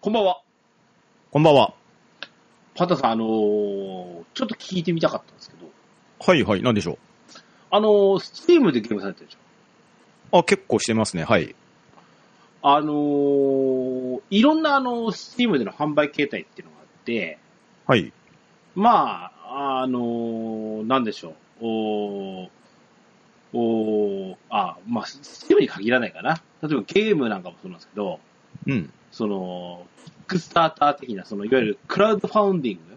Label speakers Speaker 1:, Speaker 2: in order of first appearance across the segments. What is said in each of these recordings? Speaker 1: こんばんは。
Speaker 2: こんばんは。
Speaker 1: パンタさん、あのーちょっと聞いてみたかったんですけど、
Speaker 2: はいはい、なんでしょ
Speaker 1: あのー、スチームでゲームされてるでしょ。
Speaker 2: う。あ、結構してますね、はい。
Speaker 1: あのーいろんなあの、スチームでの販売形態っていうのがあって、
Speaker 2: はい。
Speaker 1: まあ、あのーなんでしょう。おーおーあ、まあ、スチームに限らないかな。例えばゲームなんかもそうなんですけど、
Speaker 2: うん。
Speaker 1: その、キックスターター的な、その、いわゆるクラウドファウンディング、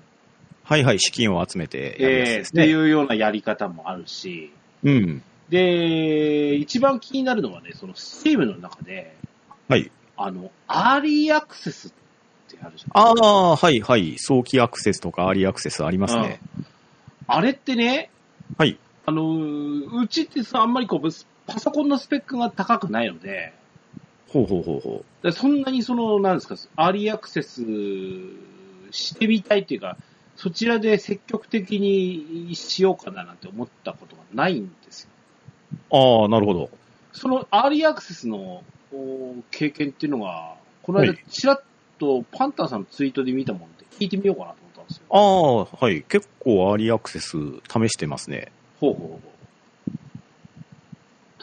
Speaker 2: はいはい、資金を集めてやるやつ
Speaker 1: えー
Speaker 2: で
Speaker 1: っ
Speaker 2: す
Speaker 1: て
Speaker 2: ね。
Speaker 1: いうようなやり方もあるし、
Speaker 2: うん。
Speaker 1: で、一番気になるのはね、その、スチームの中で、
Speaker 2: はい。
Speaker 1: あの、アーリーアクセスってあるじゃん。
Speaker 2: ああ、はいはい、早期アクセスとかアーリーアクセスありますね。
Speaker 1: あれってね、
Speaker 2: はい。
Speaker 1: あのー、うちってさ、あんまりこう、パソコンのスペックが高くないので、
Speaker 2: ほうほうほうほ
Speaker 1: でそんなにその、なんですか、アーリーアクセスしてみたいっていうか、そちらで積極的にしようかななんて思ったことがないんですよ。
Speaker 2: う。ああ、なるほど。
Speaker 1: そのアーリーアクセスのお経験っていうのが、この
Speaker 2: は
Speaker 1: 間
Speaker 2: い、
Speaker 1: ちらっとパンタンさんのツイートで見たもんで、聞いてみようかなと思ったんですよ。
Speaker 2: ああ、はい。結構アーリーアクセス試してますね。
Speaker 1: ほうほうほ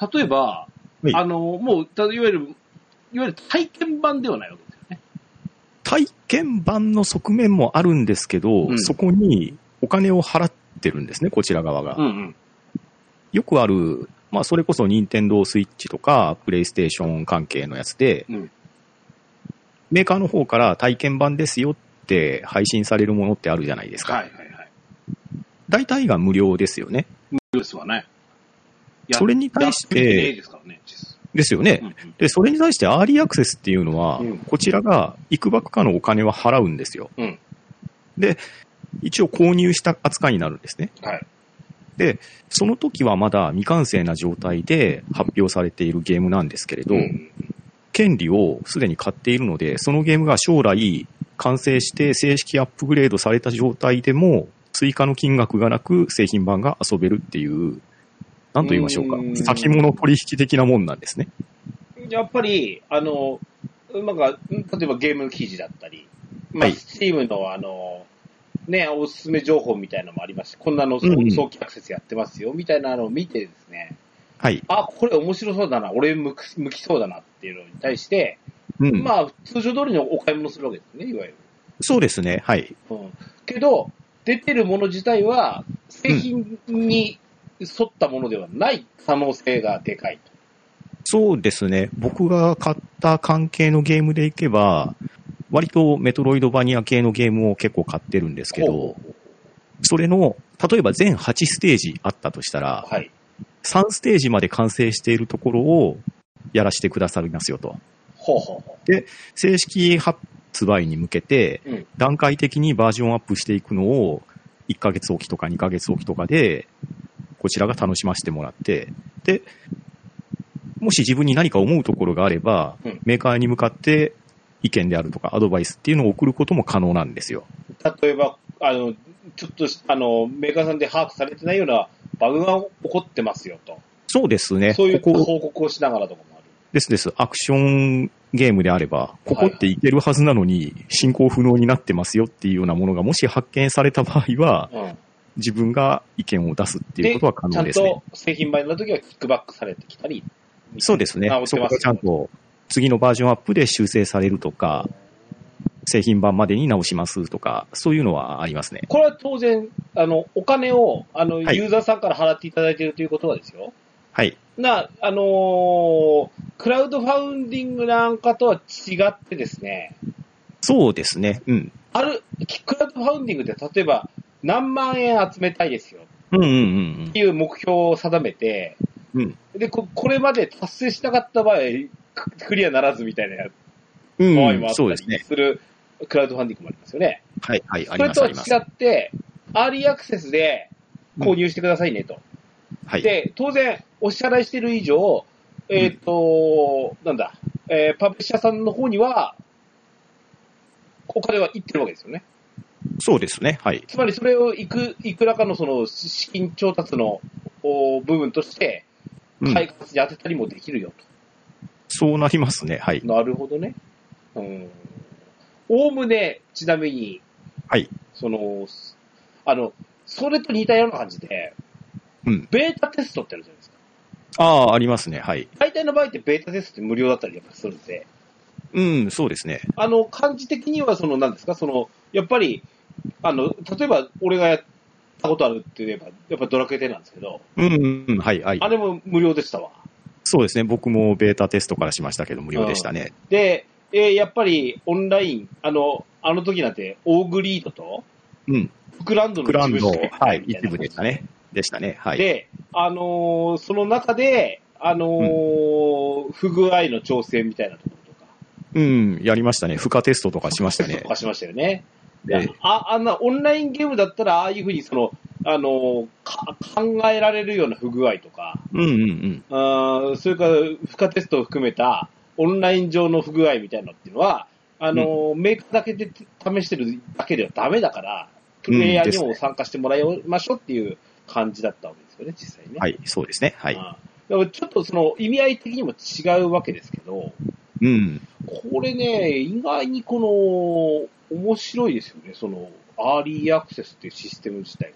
Speaker 1: う。例えば、
Speaker 2: はい
Speaker 1: あの、もう、たいわゆる、いわゆる体験版ではないわけですよね。
Speaker 2: 体験版の側面もあるんですけど、
Speaker 1: うん
Speaker 2: そこにお金を払ってるんですね、こちら側が。
Speaker 1: ん
Speaker 2: よくある、まあ、それこそ任天堂スイッチとか、プレイステーション関係のやつで、
Speaker 1: うん
Speaker 2: メーカーの方から体験版ですよって配信されるものってあるじゃないですか。
Speaker 1: はいはいはい。
Speaker 2: 大体が無料ですよね。
Speaker 1: ニュースはね。や
Speaker 2: それに対し
Speaker 1: やってみねえ
Speaker 2: て、
Speaker 1: ですからね、実
Speaker 2: ですよね。
Speaker 1: 際うん
Speaker 2: で、それに対してアーリーアクセスっていうのは、
Speaker 1: うん
Speaker 2: こちらが幾ばくかのお金は払うんですよ。
Speaker 1: うん
Speaker 2: で、一応購入した扱いになるんですね。
Speaker 1: うんはい。
Speaker 2: その時はまだ未完成な状態で発表されているゲームなんですけれど、
Speaker 1: ん
Speaker 2: 権利をすでに買っているので、そのゲームが将来完成して正式アップグレードされた状態でも、追加の金額がなく製品版が遊べるっていう、なんと言いましょうか
Speaker 1: うーん。
Speaker 2: 先物取引的なもんなんですね。
Speaker 1: やっぱり、あの、なんか、例えばゲームの記事だったり、ま
Speaker 2: は
Speaker 1: あ、
Speaker 2: い
Speaker 1: スチームのあの、ね、おすすめ情報みたいなのもありますし、こんなの
Speaker 2: うんうん
Speaker 1: 早期アクセスやってますよ、みたいなのを見てですね、
Speaker 2: はい。
Speaker 1: あ、これ面白そうだな、俺向く向きそうだなっていうのに対して、
Speaker 2: うん。
Speaker 1: まあ、通常通りのお買い物するわけですね、いわゆる。
Speaker 2: そうですね。はい。
Speaker 1: うん、けど、出てるもの自体は、製品に沿ったものではない可能性がでかいと。
Speaker 2: そうですね。僕が買った関係のゲームでいけば、割とメトロイドバニア系のゲームを結構買ってるんですけ
Speaker 1: ほ
Speaker 2: ど、それの、例えば全8ステージあったとしたら、
Speaker 1: はい。
Speaker 2: 3ステージまで完成しているところをやらせてくださいますよと。
Speaker 1: ほうほうほ
Speaker 2: 正式発売に向けて
Speaker 1: うん、
Speaker 2: 段階的にバージョンアップしていくのを、1ヶ月おきとか2ヶ月おきとかで、こちらが楽しませてもらって、で、もし自分に何か思うところがあれば、
Speaker 1: うん
Speaker 2: メーカーに向かって意見であるとかアドバイスっていうのを送ることも可能なんですよ。
Speaker 1: う。例えば、あの、ちょっとし、あの、メーカーさんで把握されてないようなバグが起こってますよと。
Speaker 2: そうですね。
Speaker 1: そういう
Speaker 2: ここ
Speaker 1: 報告をしながらとかもある。
Speaker 2: ですです。アクションゲームであれば、ここっていけるはずなのに、進行不能になってますよっていうようなものが、もし発見された場合は、
Speaker 1: うん。
Speaker 2: 自分が意見を出すっていうことは可
Speaker 1: ちゃ
Speaker 2: 能
Speaker 1: ん
Speaker 2: ですね
Speaker 1: と。製品版の時はキックバックされてきたり。
Speaker 2: そうですね
Speaker 1: 直。せ
Speaker 2: そ
Speaker 1: ます
Speaker 2: こ
Speaker 1: よ
Speaker 2: がちゃんと、次のバージョンアップで修正されるとか、製品版までに直しますとか、そういうのはありますね。
Speaker 1: これは当然、あの、お金を、あの、
Speaker 2: はい
Speaker 1: ユーザーさんから払っていただいているということはですよ。
Speaker 2: はい。
Speaker 1: な、あのークラウドファウンディングなんかとは違ってですね、
Speaker 2: そうですね。うん。
Speaker 1: ある、クラウドファウンディングって例えば何万円集めたいですよっ
Speaker 2: うんうんうん
Speaker 1: ていう目標を定めて、
Speaker 2: うん。うん
Speaker 1: で、ここれまで達成しなかった場合、ククリアならずみたいなやつ
Speaker 2: う
Speaker 1: 場合
Speaker 2: ん
Speaker 1: もあった
Speaker 2: そう
Speaker 1: り
Speaker 2: ですね。
Speaker 1: するクラウドファンディングもありますよね。
Speaker 2: はい、はい、あ
Speaker 1: そ
Speaker 2: り
Speaker 1: れと
Speaker 2: ます、あ
Speaker 1: は違
Speaker 2: ります。
Speaker 1: って、アーリーアクセスで購入してくださいねと。
Speaker 2: はい。
Speaker 1: で、当然、お支払いしてる以上、えっ、と、なんだ、えーパブリッシャーさんの方には、お金は行ってるわけですよね。
Speaker 2: そうですね。はい。
Speaker 1: つまり、それをいく、いくらかのその、資金調達の、お部分として、
Speaker 2: うん
Speaker 1: 開発に当てたりもできるよと。
Speaker 2: そうなりますね。はい。
Speaker 1: なるほどね。うん。おおむね、ちなみに、
Speaker 2: はい。
Speaker 1: その、あの、それと似たような感じで、
Speaker 2: うん
Speaker 1: ベータテストってあるじゃないですか。
Speaker 2: ああ、ありますね。はい。
Speaker 1: 大体の場合ってベータテストって無料だったりやっぱするんで、
Speaker 2: うん、そうですね。
Speaker 1: あの、感じ的には、その、なんですか、その、やっぱり、あの、例えば、俺がやったことあるって言えば、やっぱドラクエ10なんですけど、
Speaker 2: うん、うん、はい、はい
Speaker 1: あ。れも無料でしたわ。
Speaker 2: そうですね。僕もベータテストからしましたけど、無料でしたね。
Speaker 1: で、えーやっぱり、オンライン、あの、あの時なんて、オーグリードと、
Speaker 2: うん。
Speaker 1: フクランドの
Speaker 2: クランド、
Speaker 1: しかやって
Speaker 2: は
Speaker 1: ない
Speaker 2: い、
Speaker 1: みた
Speaker 2: 一部でしたね。でしたね。はい。
Speaker 1: で、あのーその中で、あのー不具合の調整みたいなところとか、
Speaker 2: うん、やりましたね。負荷テストとかしました
Speaker 1: テスト
Speaker 2: ね
Speaker 1: と。かしましたよね。
Speaker 2: ええ
Speaker 1: ああんなオンラインゲームだったら、ああいうふうにその、あのーか考えられるような不具合とか、
Speaker 2: うん、うん、うん。
Speaker 1: あーそれから負荷テストを含めたオンライン上の不具合みたいなのっていうのは、あのーメーカーだけで試してるだけではダメだから、プレイヤーに
Speaker 2: うん
Speaker 1: も
Speaker 2: です
Speaker 1: 参加してもらいましょうっていう感じだったわけですよね、実際ね。
Speaker 2: はい、そうですね。はい。
Speaker 1: ああだからちょっとその意味合い的にも違うわけですけど、
Speaker 2: うん。
Speaker 1: これね、意外にこの、面白いですよね、その、アーリーアクセスっていうシステム自体がね。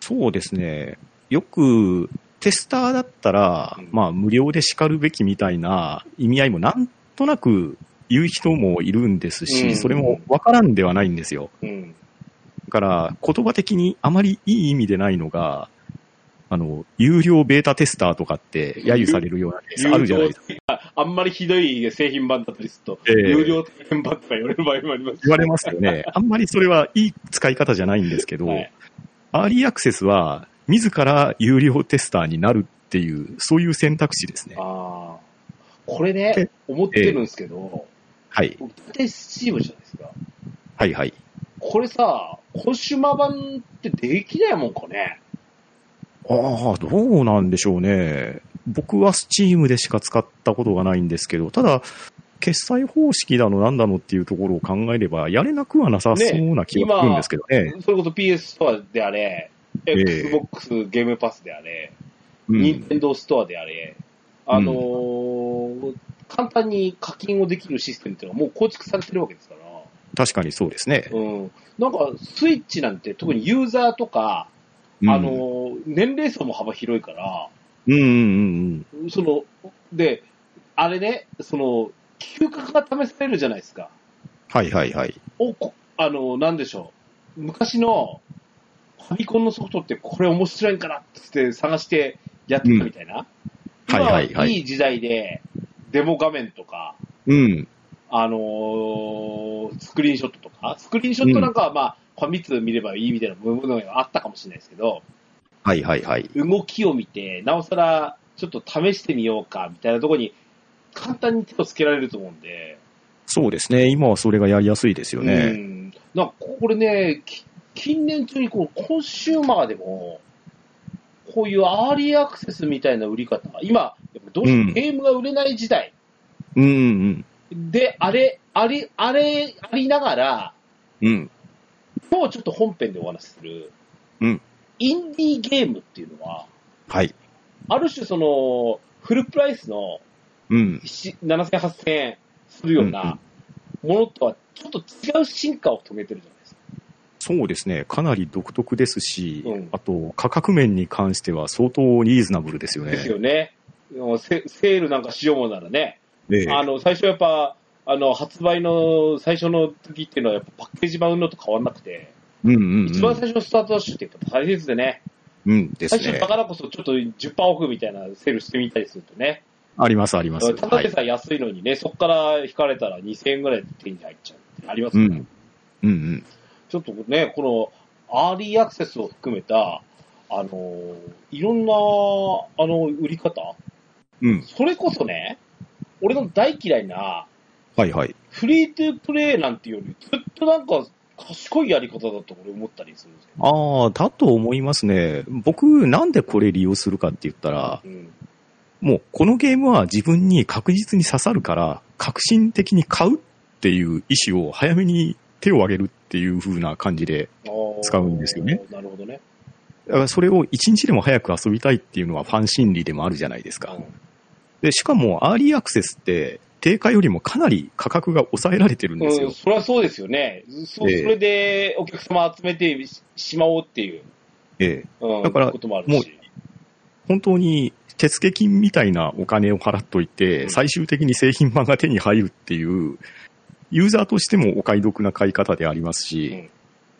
Speaker 2: そうですね。よく、テスターだったら、
Speaker 1: うん
Speaker 2: まあ、無料で叱るべきみたいな意味合いもなんとなく言う人もいるんですし、
Speaker 1: うん
Speaker 2: それもわからんではないんですよ。
Speaker 1: うん。
Speaker 2: だから、言葉的にあまりいい意味でないのが、あの、有料ベータテスターとかって揶揄されるようなケースあるじゃないですか。
Speaker 1: か。あんまりひどい製品版だったりすると、
Speaker 2: ええ
Speaker 1: 有料製品版とか言われる場合もあります
Speaker 2: 言われますよね。あんまりそれはいい使い方じゃないんですけど、
Speaker 1: はい
Speaker 2: アーリーアクセスは、自ら有料テスターになるっていう、そういう選択肢ですね。
Speaker 1: ああ。これ
Speaker 2: え
Speaker 1: ね、思ってるんですけど、
Speaker 2: はい。
Speaker 1: 僕大体スチームじゃないですか。
Speaker 2: はいはい。
Speaker 1: これさ、コンシューマー版ってできないもんかね。
Speaker 2: ああ、どうなんでしょうね。僕は Steam でしか使ったことがないんですけど、ただ、決済方式だのなんだのっていうところを考えれば、やれなくはなさそうな気がするんですけどね。
Speaker 1: それこそ PS ストアであれ、
Speaker 2: ええ
Speaker 1: Xbox ゲームパスであれ、
Speaker 2: うん
Speaker 1: 任天堂ストアであれ、あのー簡単に課金をできるシステムっていうのはもう構築されてるわけですから、
Speaker 2: 確かにそうですね。
Speaker 1: うん。なんか、スイッチなんて特にユーザーとか、
Speaker 2: うん
Speaker 1: あのー年齢層も幅広いから、
Speaker 2: うんうんうん
Speaker 1: その、で、あれね、その、嗅覚が試されるじゃないですか。
Speaker 2: はいはいはい。
Speaker 1: お、こあのーなんでしょう。昔のファミコンのソフトってこれ面白いんかなってって探してやってたみたいな。
Speaker 2: はいはい
Speaker 1: 今
Speaker 2: はい
Speaker 1: い時代で、デモ画面とか、
Speaker 2: うん。
Speaker 1: あのースクリーンショットとか、スクリーンショットなんかはまあ、ファミ通見ればいいみたいな部分があったかもしれないですけど、
Speaker 2: はいはいはい。
Speaker 1: 動きを見て、なおさらちょっと試してみようかみたいなところに簡単に手をつけられると思うんで、
Speaker 2: そうですね。今はそれがやりやすいですよ
Speaker 1: う
Speaker 2: ね。
Speaker 1: ん。なんかこれね、き近年中にこうコンシューマーでも、こういうアーリーアクセスみたいな売り方、今、やっぱどうしてもゲームが売れない時代、
Speaker 2: うんうん
Speaker 1: で、あれ、あれ、あれ、ありながら、
Speaker 2: うん。うん。
Speaker 1: もうちょっと本編でお話しする、
Speaker 2: うん
Speaker 1: インディーゲームっていうのは、
Speaker 2: はい。
Speaker 1: ある種その、フルプライスの
Speaker 2: うん。
Speaker 1: 7 7000、8000円するようなものとはちょっと違う進化を遂げてるじゃないですか。
Speaker 2: そうですね。かなり独特ですし、
Speaker 1: うん
Speaker 2: あと、価格面に関しては相当リーズナブルですよね。
Speaker 1: ですよね。うんセセールなんかしようもんならね、
Speaker 2: ええ
Speaker 1: あの、最初やっぱ、あの、発売の最初の時っていうのはやっぱパッケージ版のと変わらなくて、
Speaker 2: うんうん、うん。
Speaker 1: 一番最初のスタートダッシュってやっぱ大切でね、
Speaker 2: うんで
Speaker 1: 最
Speaker 2: す
Speaker 1: 初
Speaker 2: ね
Speaker 1: だ。からこそちょっと10%オフみたいなセールしてみたりするとね、
Speaker 2: ありますあります。
Speaker 1: ただで
Speaker 2: はい
Speaker 1: さえ安いのにね、そこから引かれたら2000円ぐらいで手に入っちゃうってあります
Speaker 2: う
Speaker 1: よね、
Speaker 2: ん。うんうん。
Speaker 1: ちょっとね、このアーリーアクセスを含めた、あのーいろんな、あの、売り方、
Speaker 2: うん。
Speaker 1: それこそね、俺の大嫌いな、
Speaker 2: はいはい。
Speaker 1: フリートゥープレイなんていうより、ずっとなんか、賢いやり方だと俺思ったりするんですけど。
Speaker 2: ああ、だと思いますね。僕、なんでこれ利用するかって言ったら、
Speaker 1: うん。
Speaker 2: もうこのゲームは自分に確実に刺さるから、革新的に買うっていう意思を早めに手を挙げるっていう風な感じで、
Speaker 1: あー
Speaker 2: 使うんですよね。
Speaker 1: なるほどね。
Speaker 2: だからそれを一日でも早く遊びたいっていうのはファン心理でもあるじゃないですか。
Speaker 1: う
Speaker 2: で、しかも、アーリーアクセスって、定価よりもかなり価格が抑えられてるんです
Speaker 1: う
Speaker 2: よ
Speaker 1: ん、。それはそうですよね。そそ
Speaker 2: ええ
Speaker 1: れでお客様集めてししまおうっていう、
Speaker 2: ええ
Speaker 1: うん、
Speaker 2: だから
Speaker 1: こともある
Speaker 2: もう
Speaker 1: し。
Speaker 2: 本当に手付金みたいなお金を払っといて、
Speaker 1: うん
Speaker 2: 最終的に製品版が手に入るっていう、ユーザーとしてもお買い得な買い方でありますし、
Speaker 1: うん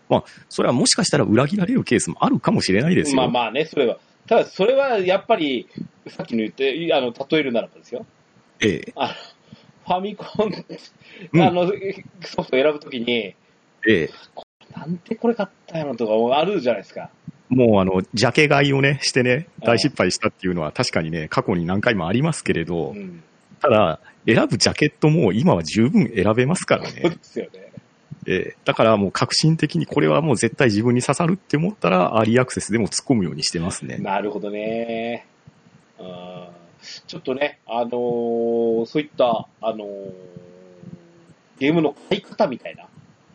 Speaker 2: まあ、それはもしかしたら裏切られるケースもあるかもしれないですよ。
Speaker 1: まあまあね、それは。ただ、それはやっぱり、さっきの言って、あの、例えるならばですよ。
Speaker 2: ええ
Speaker 1: あの、ファミコン、
Speaker 2: うん
Speaker 1: あの、ソフトを選ぶときに、
Speaker 2: ええ
Speaker 1: なんてこれ買ったんやろとかもあるじゃないですか。
Speaker 2: もうあの、ジャケ買いをね、してね、大失敗したっていうのは確かにね、過去に何回もありますけれど、
Speaker 1: うん。
Speaker 2: ただ、選ぶジャケットも今は十分選べますから
Speaker 1: そう
Speaker 2: ね。
Speaker 1: ですよね。
Speaker 2: ええだからもう革新的にこれはもう絶対自分に刺さるって思ったら、アーリーアクセスでも突っ込むようにしてますね。
Speaker 1: なるほどね。うん。ちょっとね、あのーそういった、あのーゲームの買い方みたいな、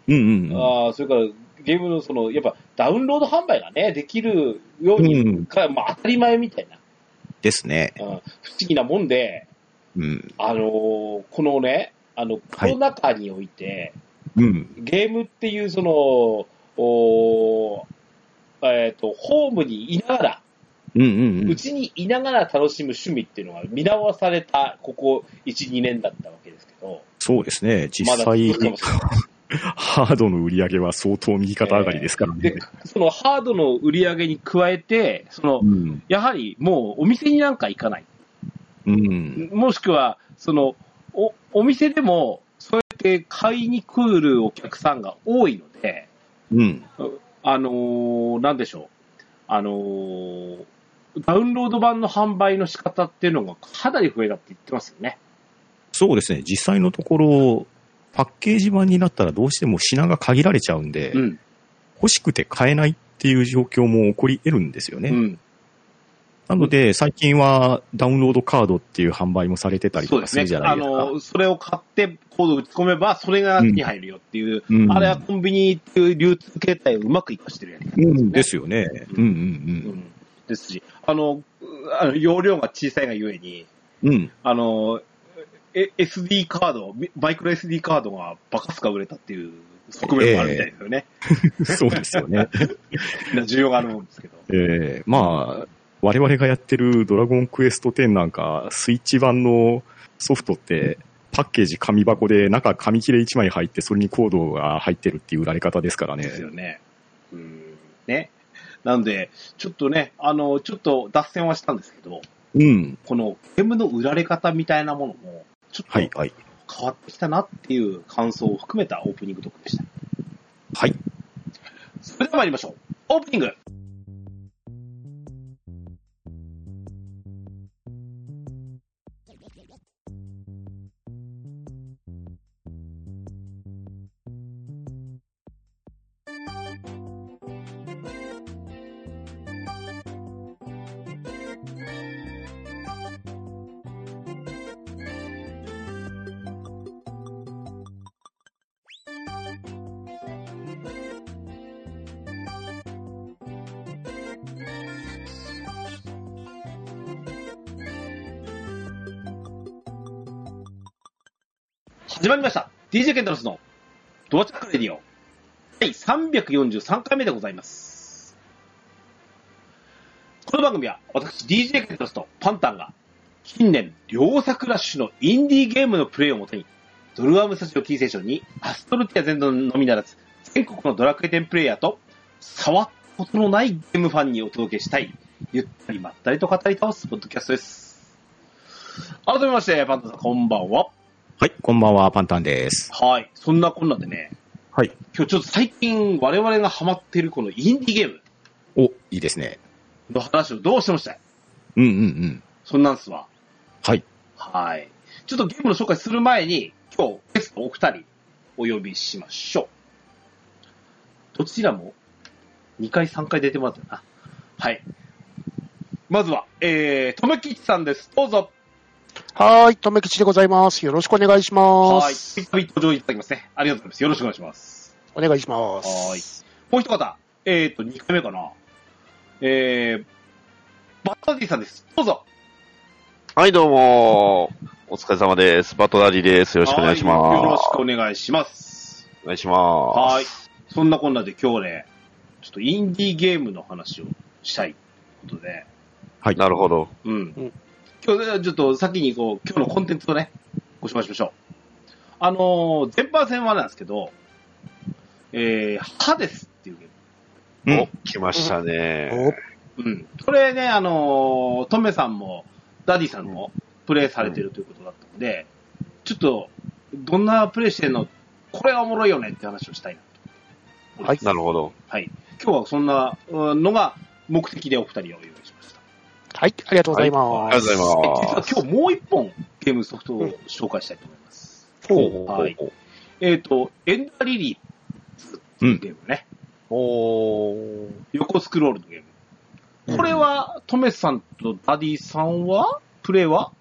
Speaker 2: うんうんうん。
Speaker 1: あーそれからゲームのその、やっぱダウンロード販売がね、できるよう
Speaker 2: うん
Speaker 1: に、かまあ、当たり前みたいな、
Speaker 2: ですね。
Speaker 1: うん、不思議なもんで、
Speaker 2: うん。
Speaker 1: あのーこのね、あの、コロナ禍において、
Speaker 2: うん。
Speaker 1: ゲームっていうその、おーえっ、と、ホームにいながら、
Speaker 2: うんうんう。
Speaker 1: うんちにいながら楽しむ趣味っていうのが見直された、ここ1、2年だったわけですけど、
Speaker 2: そうですね。実
Speaker 1: まだ続
Speaker 2: 際
Speaker 1: く、かもしれない
Speaker 2: ハードの売り上げは相当右肩上がりですからね
Speaker 1: で。、そのハードの売り上げに加えて、その、
Speaker 2: うん。
Speaker 1: やはりもうお店になんか行かない。
Speaker 2: うん。
Speaker 1: もしくは、その、お、お店でも、そうやって買いに来るお客さんが多いので、
Speaker 2: うん。
Speaker 1: あのーなんでしょう。あのーダウンロード版の販売の仕方っていうのがかなり増えたって言ってますよね。
Speaker 2: そうですね。実際のところ、パッケージ版になったらどうしても品が限られちゃうんで、
Speaker 1: うん。
Speaker 2: 欲しくて買えないっていう状況も起こり得るんですよね。
Speaker 1: うん。
Speaker 2: なので、最近はダウンロードカードっていう販売もされてたり
Speaker 1: そうで
Speaker 2: とか
Speaker 1: す
Speaker 2: する
Speaker 1: ね
Speaker 2: じゃ。な
Speaker 1: あ
Speaker 2: いですか。
Speaker 1: の、それを買ってコードを打ち込めば、それが手に入るよっていう、
Speaker 2: うん
Speaker 1: あれはコンビニっていう流通形態をうまく活かしてるやり方ですよね。
Speaker 2: うん、ですよね。うんうん
Speaker 1: ですし、あの、うあの容量が小さいがゆえに、
Speaker 2: うん。 うん。
Speaker 1: あの、え SD カード、みマイクロ SD カードがバカすか売れたっていう側面もあるみたいですよね。
Speaker 2: そうですよね。
Speaker 1: 需要があるもんですけど。
Speaker 2: ええまあ、我々がやってるドラゴンクエスト10なんか、スイッチ版のソフトって、パッケージ紙箱で中紙切れ1枚入って、それにコードが入ってるっていう売られ方ですからね
Speaker 1: で。すよね。うん。ね。なんで、ちょっとね、あの、ちょっと脱線はしたんですけど、
Speaker 2: うん。
Speaker 1: このゲームの売られ方みたいなものも、ちょっと
Speaker 2: はい、はい。
Speaker 1: 変わってきたなっていう感想を含めたオープニングトークでした。
Speaker 2: はい。
Speaker 1: それでは参りましょう。オープニング始まりました。DJ ケンタロスのドアチャックレディオ。第343回目でございます。この番組は私 DJ ケンタロスとパンタンが近年両作ラッシュのインディーゲームのプレイをもとにドルアームスタジオキーセーションにアストルティア全土のみならず全国のドラクエ10プレイヤーと触ったことのないゲームファンにお届けしたいゆったりまったりと語り倒すポッドキャストです。改めまして、パンタンさん、こんばんは。
Speaker 2: はい、こんばんは、パンタンです。
Speaker 1: はい。そんなこんなでね、
Speaker 2: はい。
Speaker 1: 今日ちょっと最近我々がハマってるこのインディーゲーム
Speaker 2: お、いいですね。
Speaker 1: の話をどうしてもしたい。
Speaker 2: うんうんうん。
Speaker 1: そんなんすわ。
Speaker 2: はい。
Speaker 1: はい。ちょっとゲームの紹介する前に、今日ゲストお二人お呼びしましょう。どちらも2回3回出てもらったな。はい。まずは、えー、とめきちさんです。どうぞ。
Speaker 3: はーい、とめきちでございます。よろしくお願いしま
Speaker 1: はい。
Speaker 3: す。
Speaker 1: びっくり登場いただきますね。ありがとうございます。よろしくお願いします。
Speaker 3: お願いします。
Speaker 1: はーい。もう一方、えっ、ー、と、2回目かな。えー、バッタディさんです。どうぞ。
Speaker 4: はい、どうも。お疲れ様です。バトラリーです。よろしくお願いします。
Speaker 1: はよろしくお願いします。
Speaker 4: お願いします。
Speaker 1: はい。そんなこんなで今日ね、ちょっとインディーゲームの話をしたいことで、
Speaker 2: はい。
Speaker 4: なるほど。
Speaker 1: うん。
Speaker 3: うん
Speaker 1: 今日ね、ちょっと先にこう、今日のコンテンツをね、ご紹介しましょう。あのー、全般戦はなんですけど、えー、ハデスっていうゲ
Speaker 2: うん
Speaker 4: お、来ましたね。
Speaker 3: お
Speaker 1: ーム。うん。これね、あのー、トメさんも、ダディさんも、プレイされてるということだったので、ちょっと、どんなプレイしてんのこれがおもろいよねって話をしたいなと。
Speaker 3: はい
Speaker 4: なるほど。
Speaker 1: はい。今日はそんなうんのが目的でお二人を用意しました。
Speaker 3: はい、ありがとうござい
Speaker 4: あ
Speaker 3: ま
Speaker 4: りが
Speaker 3: す。
Speaker 4: とうござい
Speaker 1: 実
Speaker 4: ま
Speaker 1: は
Speaker 4: す。
Speaker 1: 今日もう一本ゲームソフトを紹介したいと思います。
Speaker 4: ほうほうほう
Speaker 1: はいえっ、と、エンダーリリーズっていうゲームね。
Speaker 4: ほう
Speaker 1: 横スクロールのゲーム。これは、トメさんとダディさんはプレイは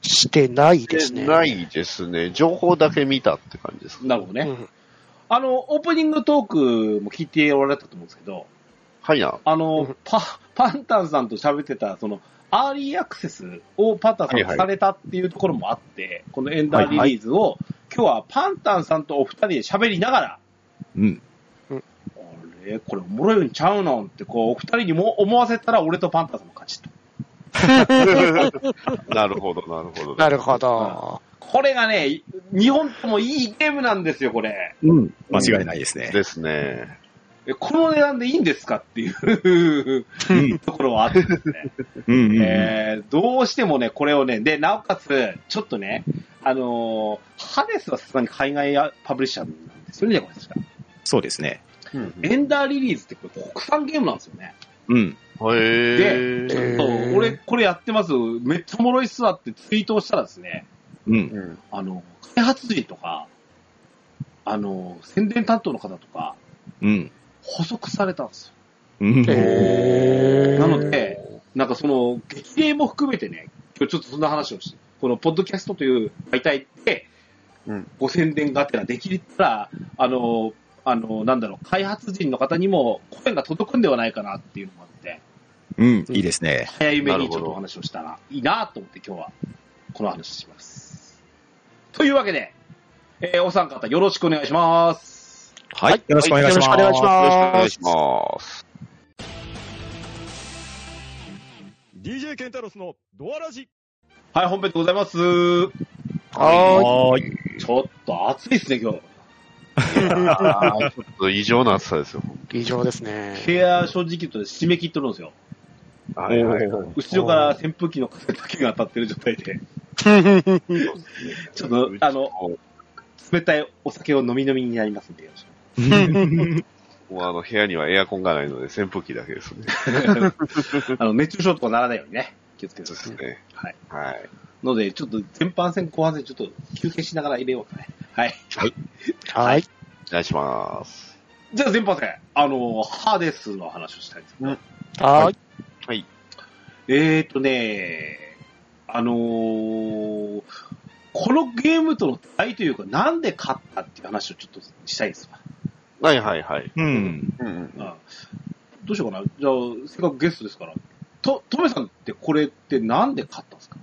Speaker 3: してないですね。
Speaker 4: ないですね。情報だけ見たって感じですか。
Speaker 1: なるほどね、
Speaker 3: うん
Speaker 1: あの、オープニングトークも聞いておられたと思うんですけど、
Speaker 4: はいな。
Speaker 1: あ
Speaker 3: う
Speaker 1: の
Speaker 3: ん、
Speaker 1: パ、パンタンさんと喋ってた、その、アーリーアクセスをパンタンさん
Speaker 4: はいは
Speaker 1: が
Speaker 4: い
Speaker 1: されたっていうところもあって、このエンダーリリーズを、今日はパンタンさんとお二人で喋りながら、
Speaker 2: うん。
Speaker 1: あれ、これおもろいんちゃうのんって、こう、お二人にも思わせたら俺とパンタンさんの勝ちと。
Speaker 4: なるほど、なるほど。
Speaker 3: なるほど。
Speaker 1: これがね、日本ともいいゲームなんですよ、これ。
Speaker 2: うん。間違いないですね。
Speaker 4: ですね。
Speaker 1: えこの値段でいいんですかっていう
Speaker 2: うん。
Speaker 1: ところはあってですね。
Speaker 2: うんうんうん。
Speaker 1: えーどうしてもね、これをね、で、なおかつ、ちょっとね、あのーハデスはさすがに海外パブリッシャーなんですよね、これ確か。
Speaker 2: そうですね。
Speaker 1: エンダーリリーズってこれ国産ゲームなんですよね。
Speaker 2: うん。
Speaker 4: へ
Speaker 3: で
Speaker 4: え。
Speaker 3: へー
Speaker 1: そう俺、これやってます、めっちゃおもろいっすわってツイートをしたらですね、
Speaker 2: うん。
Speaker 4: うん
Speaker 1: あの、開発人とか、あの、宣伝担当の方とか、
Speaker 2: うん。
Speaker 1: 補足されたんですよ。
Speaker 2: うん。
Speaker 3: へー
Speaker 1: なので、なんかその、激励も含めてね、今日ちょっとそんな話をして、このポッドキャストという媒体で、
Speaker 4: うん
Speaker 1: ご宣伝がてらできたら、あの、あの、なんだろう、開発人の方にも声が届くんではないかなっていうのもあって、
Speaker 2: うん。いいですね。
Speaker 1: 早め
Speaker 4: なる
Speaker 1: に
Speaker 4: ほ
Speaker 1: ち
Speaker 4: ど
Speaker 1: ょっとお話をしたらいいなと思って今日はこの話します。というわけで、えーお三方よろしくお願いします。
Speaker 2: はい。よろしくお願いします。
Speaker 3: よろしくお
Speaker 4: よろしくお
Speaker 3: 願
Speaker 4: 願
Speaker 3: い
Speaker 4: い
Speaker 3: し
Speaker 4: し
Speaker 3: ます。
Speaker 4: ます。
Speaker 2: DJ ケンタロスのドアラジ。
Speaker 1: はい、本編でございます。ち
Speaker 3: は
Speaker 2: はーい。
Speaker 1: ょっと暑いですね、今日。
Speaker 4: あーちょっと異常な暑さですよ。
Speaker 3: ーい。以上です ね。
Speaker 1: ケア正直言うと締め切っとるんですよ。
Speaker 4: はいはいはい。
Speaker 1: 後ろから扇風機の風だけが当たってる状態で、ちょっと、あの、冷たいお酒を飲み飲みになりますんで、よろしく
Speaker 4: もうあの部屋にはエアコンがないので扇風機だけですね。
Speaker 1: あの、熱中症とかならないようにね、気をつけて
Speaker 4: そ
Speaker 1: く
Speaker 4: う
Speaker 1: だ
Speaker 4: で
Speaker 1: さ
Speaker 4: す
Speaker 1: い。
Speaker 4: ね。
Speaker 1: はい。
Speaker 4: はい。
Speaker 1: ので、ちょっと前半戦、後半戦、ちょっと休憩しながら入れようかね。はい。
Speaker 3: はい。
Speaker 4: お願いします。
Speaker 1: じゃあ前半戦、あの、ハーデスの話をしたいんですけど、
Speaker 4: うん
Speaker 3: はい。
Speaker 4: はい。
Speaker 1: えーとね、あのーこのゲームとの対比というか、なんで勝ったっていう話をちょっとしたいですわ。
Speaker 4: はいはいはい。
Speaker 2: うん。
Speaker 4: うんう
Speaker 1: うんんどうしようかな。じゃあ、せっかくゲストですから。と、トメさんってこれってなんで買ったんですか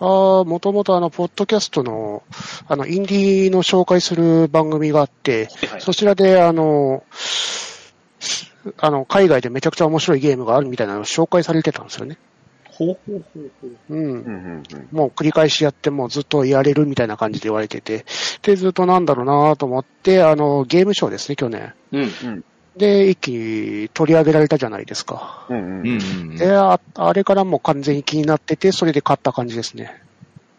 Speaker 3: ああ、もともとあの、ポッドキャストの、あの、インディーの紹介する番組があって、
Speaker 1: はい
Speaker 3: そちらで、あの、あの、海外でめちゃくちゃ面白いゲームがあるみたいなのを紹介されてたんですよね。
Speaker 1: ほうほうほうほう。
Speaker 3: うん
Speaker 4: う。んうんうん。
Speaker 3: もう繰り返しやってもうずっとやれるみたいな感じで言われてて、で、ずっとなんだろうなと思って、あの、ゲームショーですね、去年。
Speaker 1: うん。
Speaker 3: で、一気に取り上げられたじゃないですか。
Speaker 4: うん
Speaker 2: う
Speaker 4: うんん。
Speaker 3: で、ああれからもう完全に気になってて、それで買った感じですね。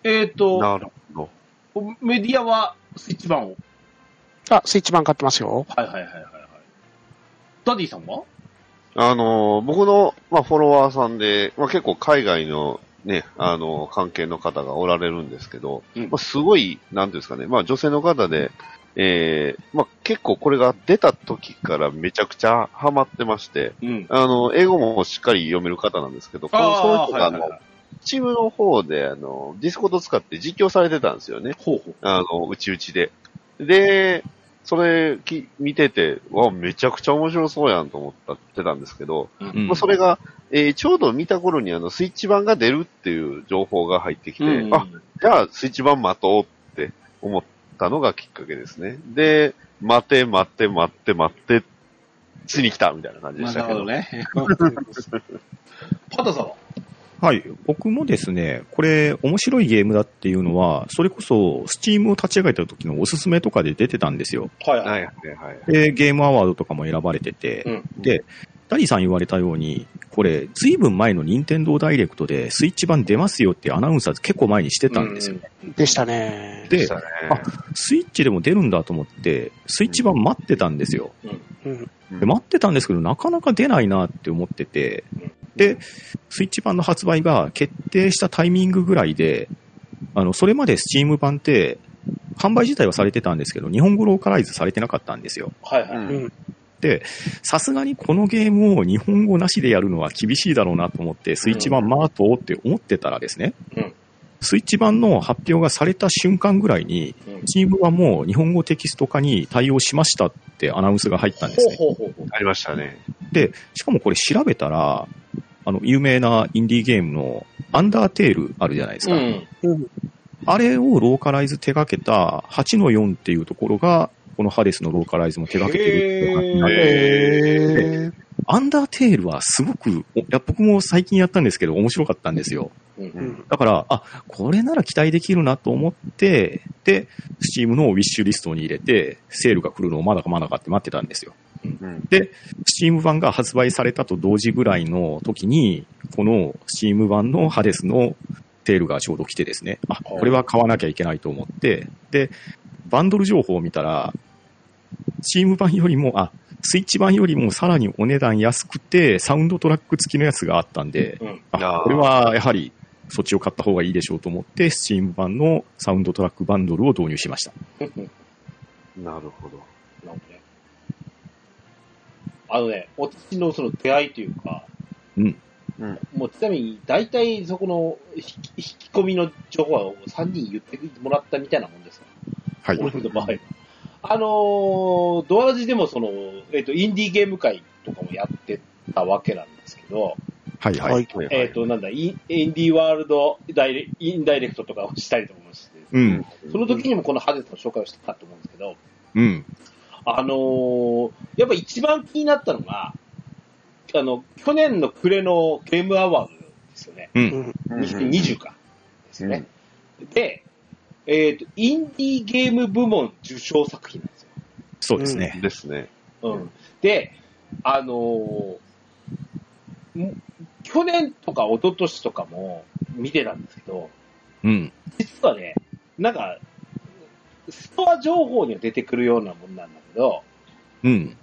Speaker 1: えっ、
Speaker 4: な
Speaker 1: と、
Speaker 4: るほど。
Speaker 1: メディアはスイッチ版を。
Speaker 3: あ、スイッチ版買ってま すよ。
Speaker 1: はいはいはいはい。はいダディさんは
Speaker 4: あのー、僕の、まあ、フォロワーさんで、まあ、結構海外のね、あのー、関係の方がおられるんですけど、
Speaker 1: うん
Speaker 4: まあ、すごい、なんていうんですかね、まあ、女性の方で、えー、まあ、結構これが出た時からめちゃくちゃハマってまして、
Speaker 1: うん。
Speaker 4: あの、英語もしっかり読める方なんですけど、このそういう人が、
Speaker 1: は
Speaker 4: あ
Speaker 1: い
Speaker 4: の
Speaker 1: はいはい。
Speaker 4: チームの方で、あの、ディスコード使って実況されてたんですよね。
Speaker 1: ほうほう。
Speaker 4: あの、うちうちで。で、それき見てて、わ、めちゃくちゃ面白そうやんと思ったってたんですけど、
Speaker 1: うん
Speaker 2: うん
Speaker 4: まあ、それが、えーちょうど見た頃にあの、スイッチ版が出るっていう情報が入ってきて、
Speaker 1: うん
Speaker 4: あ、じゃあスイッチ版待とうって思ったのがきっかけですね。で、待て待って待って待って、ついに来たみたいな感じで
Speaker 1: まあ
Speaker 4: し
Speaker 1: な
Speaker 4: た
Speaker 1: る
Speaker 4: け
Speaker 1: ほ
Speaker 4: ど。
Speaker 1: どね。パンタさんは
Speaker 2: はい。僕もですね、これ面白いゲームだっていうのは、それこそ、スチームを立ち上げた時のおすすめとかで出てたんですよ。
Speaker 1: はいは。
Speaker 4: はいいはいはい。
Speaker 2: で、ゲームアワードとかも選ばれてて、
Speaker 1: うん
Speaker 2: で、ダリーさん言われたように、これ、ずいぶん前の任天堂ダイレクトで、スイッチ版出ますよっていうアナウンサー結構前にしてたんですよ。
Speaker 3: でしたね。
Speaker 2: で
Speaker 4: したね
Speaker 2: あスイッチでも出るんだと思って、スイッチ版待ってたんですよ。
Speaker 3: うん。
Speaker 2: で待ってたんですけど、なかなか出ないなって思ってて、で、スイッチ版の発売が決定したタイミングぐらいで、あの、それまでスチーム版って、販売自体はされてたんですけど、日本語ローカライズされてなかったんですよ。
Speaker 1: はいは
Speaker 4: う
Speaker 1: い。
Speaker 4: ん
Speaker 2: さすがにこのゲームを日本語なしでやるのは厳しいだろうなと思って、スイッチ版マートをって思ってたらですね、
Speaker 1: うん
Speaker 2: スイッチ版の発表がされた瞬間ぐらいに、
Speaker 1: うん
Speaker 2: チームはもう日本語テキスト化に対応しましたってアナウンスが入ったんですね。
Speaker 1: ほうほうほうほう。
Speaker 4: ありましたね。
Speaker 2: で、しかもこれ調べたら、あの、有名なインディーゲームのアンダーテールあるじゃないですか。
Speaker 1: うん。
Speaker 2: あれをローカライズ手掛けた8の4っていうところが、このハデスのローカライズも手掛けてるっていう話になって
Speaker 4: へ
Speaker 3: えー、
Speaker 2: アンダーテールはすごく、おいや僕も最近やったんですけど面白かったんですよ。
Speaker 3: うん。
Speaker 2: だから、あ、これなら期待できるなと思って、で、スチームのウィッシュリストに入れて、セールが来るのをまだかまだかって待ってたんですよ。
Speaker 4: うん。
Speaker 2: スチーム版が発売されたと同時ぐらいの時に、このスチーム版のハデスのテールがちょうど来てですね、あ、これは買わなきゃいけないと思って、で、バンドル情報を見たら、スチーム版よりも、あ、スイッチ版よりもさらにお値段安くて、サウンドトラック付きのやつがあったんで、
Speaker 1: うん
Speaker 4: あ
Speaker 2: あ
Speaker 4: ー
Speaker 2: これはやはりそっちを買った方がいいでしょうと思って、スチーム版のサウンドトラックバンドルを導入しました。
Speaker 1: うん
Speaker 4: なるほど。
Speaker 1: なんかね。あのね、私のその出会いというか、
Speaker 2: うん
Speaker 4: うん
Speaker 1: もうちなみに、大体そこの引き引き込みの情報は3人言ってもらったみたいなもんですよ。
Speaker 2: はい。
Speaker 1: 俺の場合は。あのードアラジでもその、えっ、と、インディーゲーム会とかもやってたわけなんですけど、
Speaker 2: はい
Speaker 3: は
Speaker 2: はい。
Speaker 3: い。
Speaker 4: はいはい
Speaker 1: えっ、と、なんだ、インインディーワールドダイレ、インダイレクトとかをしたりとかもして、
Speaker 2: うん。
Speaker 1: その時にもこのハゼスの紹介をしてたと思うんですけど、
Speaker 2: うん。
Speaker 1: あのーやっぱ一番気になったのが、あの、去年の暮れのゲームアワードですよね。
Speaker 3: うん。
Speaker 1: 2020か。ですよね。で、えっ、と、インディーゲーム部門受賞作品なんですよ。
Speaker 2: そうですね。
Speaker 4: ですね。
Speaker 1: うん。で、あのーん去年とか一昨年とかも見てたんですけど、
Speaker 2: うん。
Speaker 1: 実はね、なんか、ストア情報には出てくるようなもんなんだけど、
Speaker 2: うん。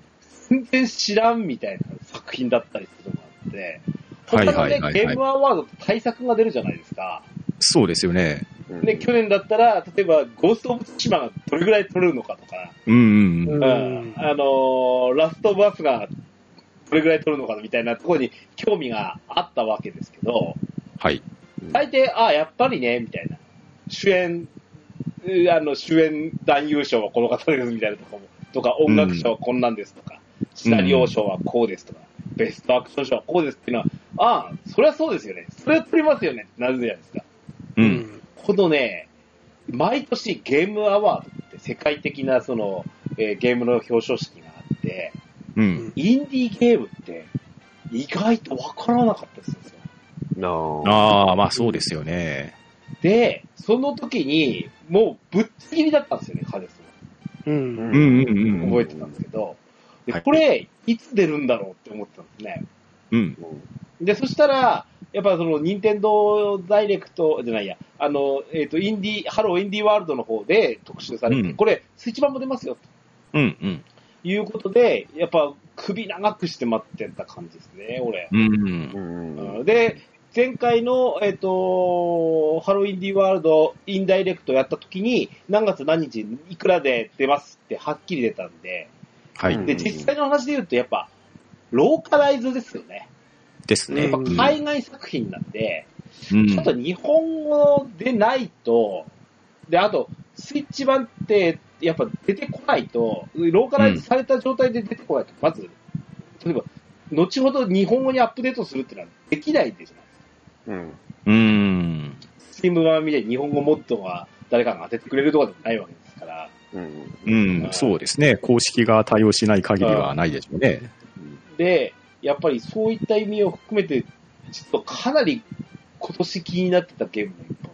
Speaker 1: 全然知らんみたいな作品だったりするのがあって、他
Speaker 2: はい
Speaker 1: の
Speaker 2: は
Speaker 1: ね
Speaker 2: いはいはい
Speaker 1: ゲームアワードって対策が出るじゃないですか。
Speaker 2: そうですよね。
Speaker 4: うん
Speaker 1: で、去年だったら、例えば、ゴースト・オブ・ツシマがどれぐらい取れるのかとか、
Speaker 2: うんうん
Speaker 3: う
Speaker 2: う
Speaker 1: うん
Speaker 2: ん。
Speaker 1: んあのーラスト・オブ・アスがどれぐらい取るのかみたいなところに興味があったわけですけど、
Speaker 2: はい。
Speaker 1: 大抵、ああ、やっぱりね、みたいな。主演、うーあの、主演男優賞はこの方です、みたいなとこも、とか、音楽賞はこんなんですとか、シナリオ賞はこうですとか、ベストアクション賞はこうですっていうのは、ああ、そりゃそうですよね。それは取りますよね、ってなるじゃないですか。
Speaker 2: う。
Speaker 3: うんん。
Speaker 1: このね、毎年ゲームアワードって世界的なその、えーゲームの表彰式があって、
Speaker 2: うん。
Speaker 1: インディーゲームって意外とわからなかったりするんですよ。
Speaker 4: なあ。
Speaker 2: ああ、まあそうですよね。
Speaker 1: で、その時に、もうぶっちぎりだったんですよね、ハデス
Speaker 3: う。
Speaker 4: うん。
Speaker 2: うんんうんう
Speaker 1: も。
Speaker 2: ん。
Speaker 1: 覚えてたんですけど、で
Speaker 2: はい
Speaker 1: これ、いつ出るんだろうって思ってたんですね。
Speaker 2: うん。
Speaker 1: で、そしたら、やっぱその、任天堂ダイレクトじゃないや、あの、えっ、と、インディー、ハローインディーワールドの方で特集されて、
Speaker 2: うん
Speaker 1: これ、スイッチ版も出ますよ、
Speaker 2: うんうん。
Speaker 1: ということで、やっぱ首長くして待ってた感じですね、俺。
Speaker 2: うん
Speaker 4: う
Speaker 2: うん。
Speaker 4: ん。
Speaker 1: で、前回の、えっ、と、ハロウィンディワールドインダイレクトやった時に、何月何日いくらで出ますってはっきり出たんで、
Speaker 2: は
Speaker 4: うん
Speaker 2: い。
Speaker 1: で、実際の話で言うとやっぱ、ローカライズですよね。
Speaker 2: です
Speaker 1: や
Speaker 2: ね
Speaker 1: っ。
Speaker 3: う
Speaker 1: ぱ
Speaker 3: ん
Speaker 1: 海外作品なんで、
Speaker 2: うん
Speaker 1: ちょっと日本語でないと、で、あと、スイッチ版って、やっぱ出てこないと、ローカライズされた状態で出てこないと、まず、例えば、後ほど日本語にアップデートするってのはできないでしょ。
Speaker 4: うん。
Speaker 2: うーん。
Speaker 1: スチーム版みたいに日本語モッドが誰かが当ててくれるとかじゃないわけですから、
Speaker 4: うん。
Speaker 2: うん、そうですね。公式が対応しない限りはないでしょうね。
Speaker 1: で、やっぱりそういった意味を含めて、ちょっとかなり今年気になってたゲームの一本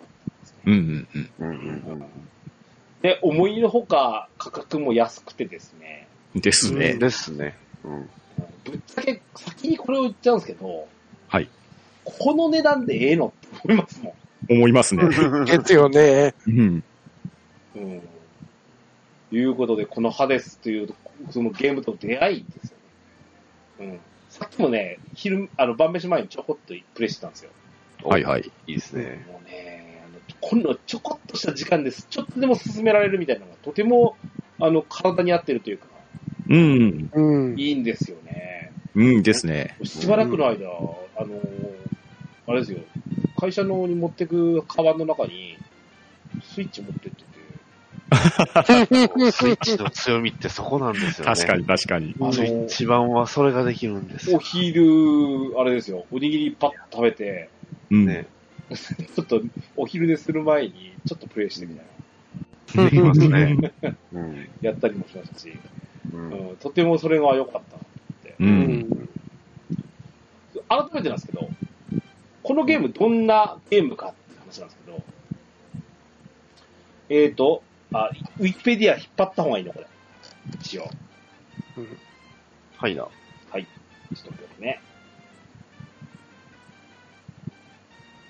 Speaker 2: うん、うん、
Speaker 4: うん。うん。
Speaker 1: で、思いのほか価格も安くてですね、
Speaker 2: うん。ですね。
Speaker 4: ですね。うん。
Speaker 1: ぶっちゃけ先にこれを言っちゃうんですけど、
Speaker 2: はい。
Speaker 1: この値段でええのって思いますも
Speaker 2: 思いますね。
Speaker 3: ですよね。
Speaker 2: うん。
Speaker 1: ん。うん。いうことで、このハデスという、そのゲームとの出会いですよね。うん。さっきもね、昼、あの、晩飯前にちょこっとプレイしてたんですよ。
Speaker 2: はいはい。
Speaker 4: いいですね。
Speaker 1: もうね、あのこんなちょこっとした時間です。ちょっとでも進められるみたいなのが、とても、あの、体に合ってるというか、
Speaker 2: うん、
Speaker 3: うん。
Speaker 1: いいんですよね。
Speaker 2: うんですね。
Speaker 1: しばらくの間、あの、あれですよ、会社のに持ってくカバンの中に、スイッチ持ってってて、
Speaker 4: スイッチの強みってそこなんですよね。
Speaker 2: 確かに確かに。
Speaker 1: あ
Speaker 4: スイッ
Speaker 1: の、
Speaker 4: チ版はそれができるんです
Speaker 1: お
Speaker 4: よ。
Speaker 1: 昼、あれですよ、おにぎりパッと食べて、
Speaker 2: うん。
Speaker 4: ね。
Speaker 1: ちょっとお昼寝する前に、ちょっとプレイしてみたいな、
Speaker 4: できますね。うん。
Speaker 1: やったりもしましたし、
Speaker 4: う。
Speaker 1: うんん、とてもそれが良かった。
Speaker 2: う。
Speaker 3: うんん。
Speaker 1: 改めてなんですけど、このゲームどんなゲームかって話なんですけど、えーと、あ、ウィキペディア引っ張った方がいいのこれ。一応。
Speaker 4: はいな。
Speaker 1: はい。ちょっと待ってくださいね。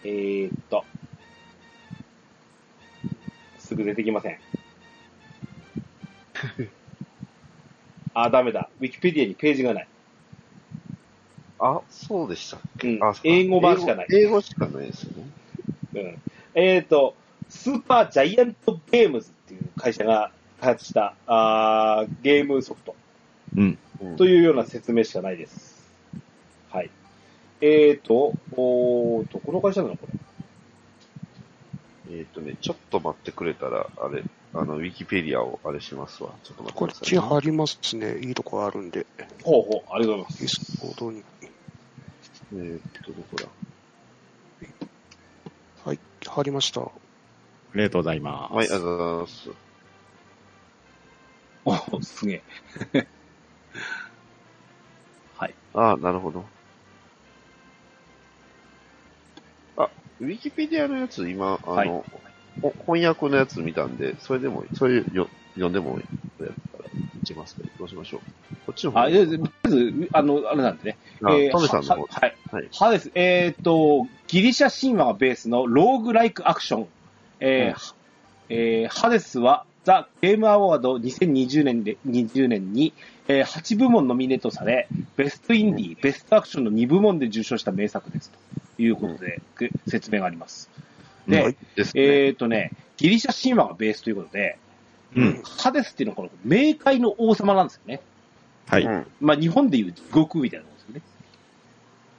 Speaker 1: えーっと。すぐ出てきま せん。あ、ダメだ。ウィキペディアにページがない。
Speaker 4: あ、そうでした。
Speaker 1: うん
Speaker 4: あ、。
Speaker 1: 英語版しかない。
Speaker 4: 英語英語しかないですよね。
Speaker 1: うんえっ、と、スーパージャイアントゲームズっていう会社が開発したあーゲームソフト
Speaker 2: うん。
Speaker 4: うん
Speaker 1: というような説明しかないです。はい。えっ、と、おーと、この会社なのこれ。
Speaker 4: えっとね、ちょっと待ってくれたら、あれ、あの、ウィキペディアをあれしますわ。ちょっと待
Speaker 3: こ
Speaker 4: っ
Speaker 3: って
Speaker 4: くださ
Speaker 3: ち
Speaker 4: いね。
Speaker 3: 貼りますね。いいとこあるんで。
Speaker 1: ほうほう、ありがとうございま
Speaker 3: ディ
Speaker 1: す。
Speaker 3: スコードに。
Speaker 4: えーっと、どこだ
Speaker 3: はい。貼りました。
Speaker 2: ありがとうございま
Speaker 4: はい、ありが
Speaker 2: す。
Speaker 4: とうございます。
Speaker 1: おーすげえ。
Speaker 4: ああ、なるほど。あ、ウィキペディアのやつ、今、あの、
Speaker 1: はい
Speaker 4: ほ翻訳のやつ見たんで、それでも、それよ読んでもいいやったら、いけますけど、どうしましょう。こっちの方
Speaker 1: あ、いやとりあえず、あの、あれなんでね。
Speaker 4: あ
Speaker 1: えー
Speaker 4: トメさんの
Speaker 1: は
Speaker 4: 方。
Speaker 1: はい。
Speaker 4: はい。
Speaker 1: はです。えっ、と、ギリシャ神話がベースのローグライクアクション。えーえーハデスはザ・ゲームアワード2020年で20年に、えー8部門ノミネートされ、ベストインディー、ベストアクションの2部門で受賞した名作です。ということで、く説明があります。で、
Speaker 4: はいですね。
Speaker 1: えっ、とね、ギリシャ神話がベースということで、
Speaker 2: うん。
Speaker 1: ハデスっていうのはこの冥界の王様なんですよね。
Speaker 2: は
Speaker 4: う
Speaker 2: い。
Speaker 4: ん。
Speaker 1: まあ日本でいう地獄みたいなもんですよね。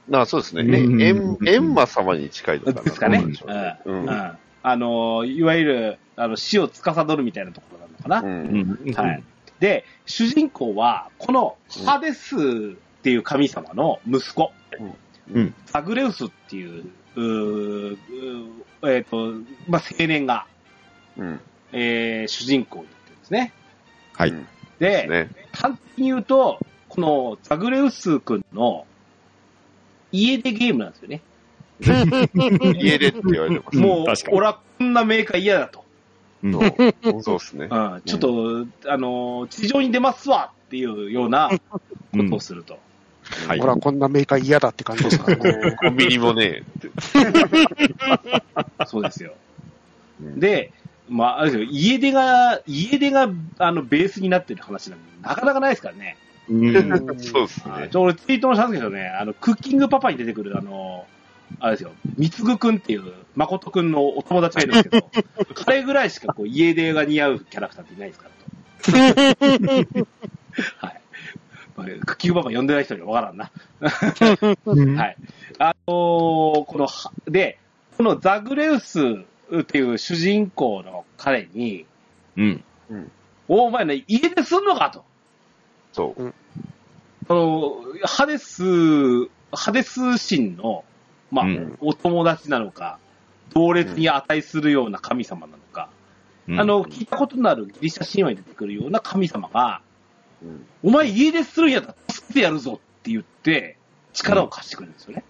Speaker 4: なあ、そうですね。
Speaker 2: うん
Speaker 4: え、エン、エンマ様に近いのかな。
Speaker 1: ですかね
Speaker 4: どうなんでしょうねう。
Speaker 1: うんんあの、いわゆる、あの、死を司るみたいなところなのかな。
Speaker 2: う
Speaker 4: う。
Speaker 2: んん。
Speaker 1: はい。で、主人公は、このハデスっていう神様の息子、
Speaker 2: うん。
Speaker 1: アグレウスっていう、うーうーえっ、と、まあ、青年が、
Speaker 4: うん。
Speaker 1: えー主人公になってるんですね。
Speaker 2: はい
Speaker 4: うん
Speaker 1: で、
Speaker 4: ね。
Speaker 1: 簡単に言うと、このザグレウス君の家出ゲームなんですよね。
Speaker 4: 家出って言われてます。
Speaker 1: もう、
Speaker 2: 確かに
Speaker 1: 俺はこんなメーカー嫌だと。
Speaker 2: うん
Speaker 4: そうそうですね。
Speaker 1: うん、ちょっと、あの、地上に出ますわっていうようなことをすると。
Speaker 2: はい
Speaker 3: ほ。ら、こんなメーカー嫌だって感じですから ね。
Speaker 4: コンビニもね、
Speaker 1: そうですよ。
Speaker 4: うん
Speaker 1: で、まあ、あれですよ、家出が、家出が、あの、ベースになってる話なんで、なかなかないですからね。
Speaker 2: うん
Speaker 4: そうです
Speaker 1: あ
Speaker 4: ね
Speaker 1: ち。ょ、俺ツイートもしたんですけどね、あの、クッキングパパに出てくる、あの、あれですよ、みつぐくんっていう、まことくんのお友達がいるんですけど、 彼ぐらいしかこう、家出が似合うキャラクターっていないですから と。はい。まあクッキングパパ呼んでない人にはわからんな。はいおこのは、で、このザグレウスっていう主人公の彼に、
Speaker 2: うん。
Speaker 1: おお前ね、家出すんのかと。
Speaker 4: そう。
Speaker 1: その、ハデス、ハデス神の、まあ、
Speaker 2: うん
Speaker 1: お友達なのか、同列に値するような神様なのか、
Speaker 2: うん
Speaker 1: あの、聞いたことのあるギリシャ神話に出てくるような神様が、
Speaker 4: うん
Speaker 1: お前家出するんやったら助けてやるぞって言って、力を貸してくれるんですよね。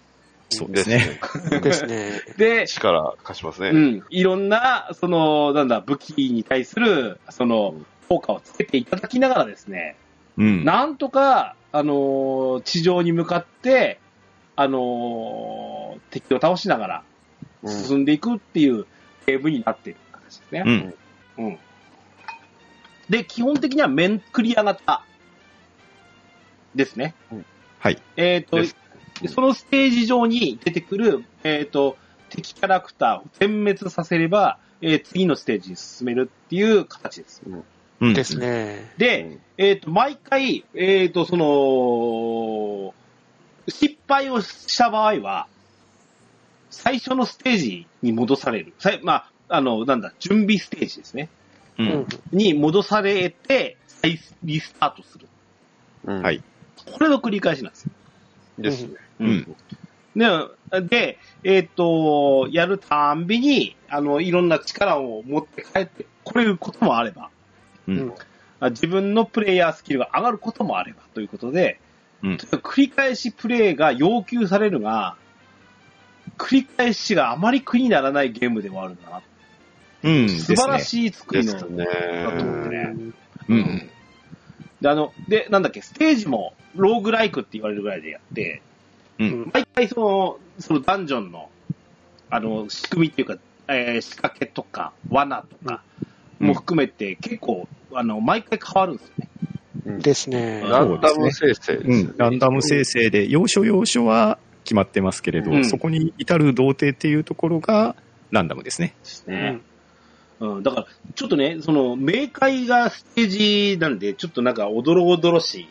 Speaker 2: そうですね。。
Speaker 3: ですね。
Speaker 1: で、
Speaker 4: 力貸します
Speaker 1: う
Speaker 4: ね。
Speaker 1: ん、いろんな、その、なんだ、武器に対する、その、効果をつけていただきながらですね、
Speaker 2: うん。
Speaker 1: なんとか、あのー地上に向かって、あのー敵を倒しなが
Speaker 4: う
Speaker 1: ら
Speaker 4: ん
Speaker 1: 進んでいくっていうゲームになっている形です
Speaker 2: う
Speaker 1: ね。
Speaker 2: ん。
Speaker 1: うんで、基本的には面クリア型ですね。
Speaker 2: はい。
Speaker 1: えっ、
Speaker 4: で
Speaker 1: と、でそのステージ上に出てくる、えっ、と、敵キャラクターを全滅させれば、えー次のステージに進めるっていう形です。
Speaker 2: うん。
Speaker 3: です。ね。
Speaker 1: で、えっ、と、毎回、えっ、と、その、失敗をした場合は、最初のステージに戻される。さいまあ、あの、なんだ、準備ステージですね。
Speaker 2: う
Speaker 3: うん
Speaker 2: ん。。
Speaker 1: に戻されて、再リスタートする。
Speaker 4: うん
Speaker 2: はい
Speaker 1: これの繰り返しなんですよ。
Speaker 4: ですね。
Speaker 2: うん。
Speaker 1: で、でえっ、と、やるたんびに、あの、いろんな力を持って帰ってこれることもあれば、
Speaker 2: う
Speaker 3: うん
Speaker 2: ん。
Speaker 1: あ自分のプレイヤースキルが上がることもあれば、ということで、
Speaker 2: うん
Speaker 1: 繰り返しプレイが要求されるが、繰り返しがあまり苦にならないゲームでもあるんだな。
Speaker 2: うん。
Speaker 1: 素晴ら
Speaker 2: い。
Speaker 1: しい作
Speaker 4: で
Speaker 1: りの。
Speaker 4: すね。
Speaker 1: だと思うね
Speaker 2: うん。
Speaker 1: で、あの、で、なんだっけ、ステージもローグライクって言われるぐらいでやって、
Speaker 2: うん
Speaker 1: 毎回その、そのダンジョンの、あの、仕組みっていうか、えー仕掛けとか、罠とかも含めて、結構、あの、毎回変わるんですよね。
Speaker 3: ですね。
Speaker 4: ランダム生成です
Speaker 2: う
Speaker 4: ね
Speaker 2: ん。ランダム生成で、要所要所は決まってますけれど、
Speaker 1: うん
Speaker 2: そこに至る童貞っていうところがランダムですね。
Speaker 3: うん
Speaker 1: うん、だから、ちょっとね、その、明快がステージなんで、ちょっとなんか、おどろおどろしい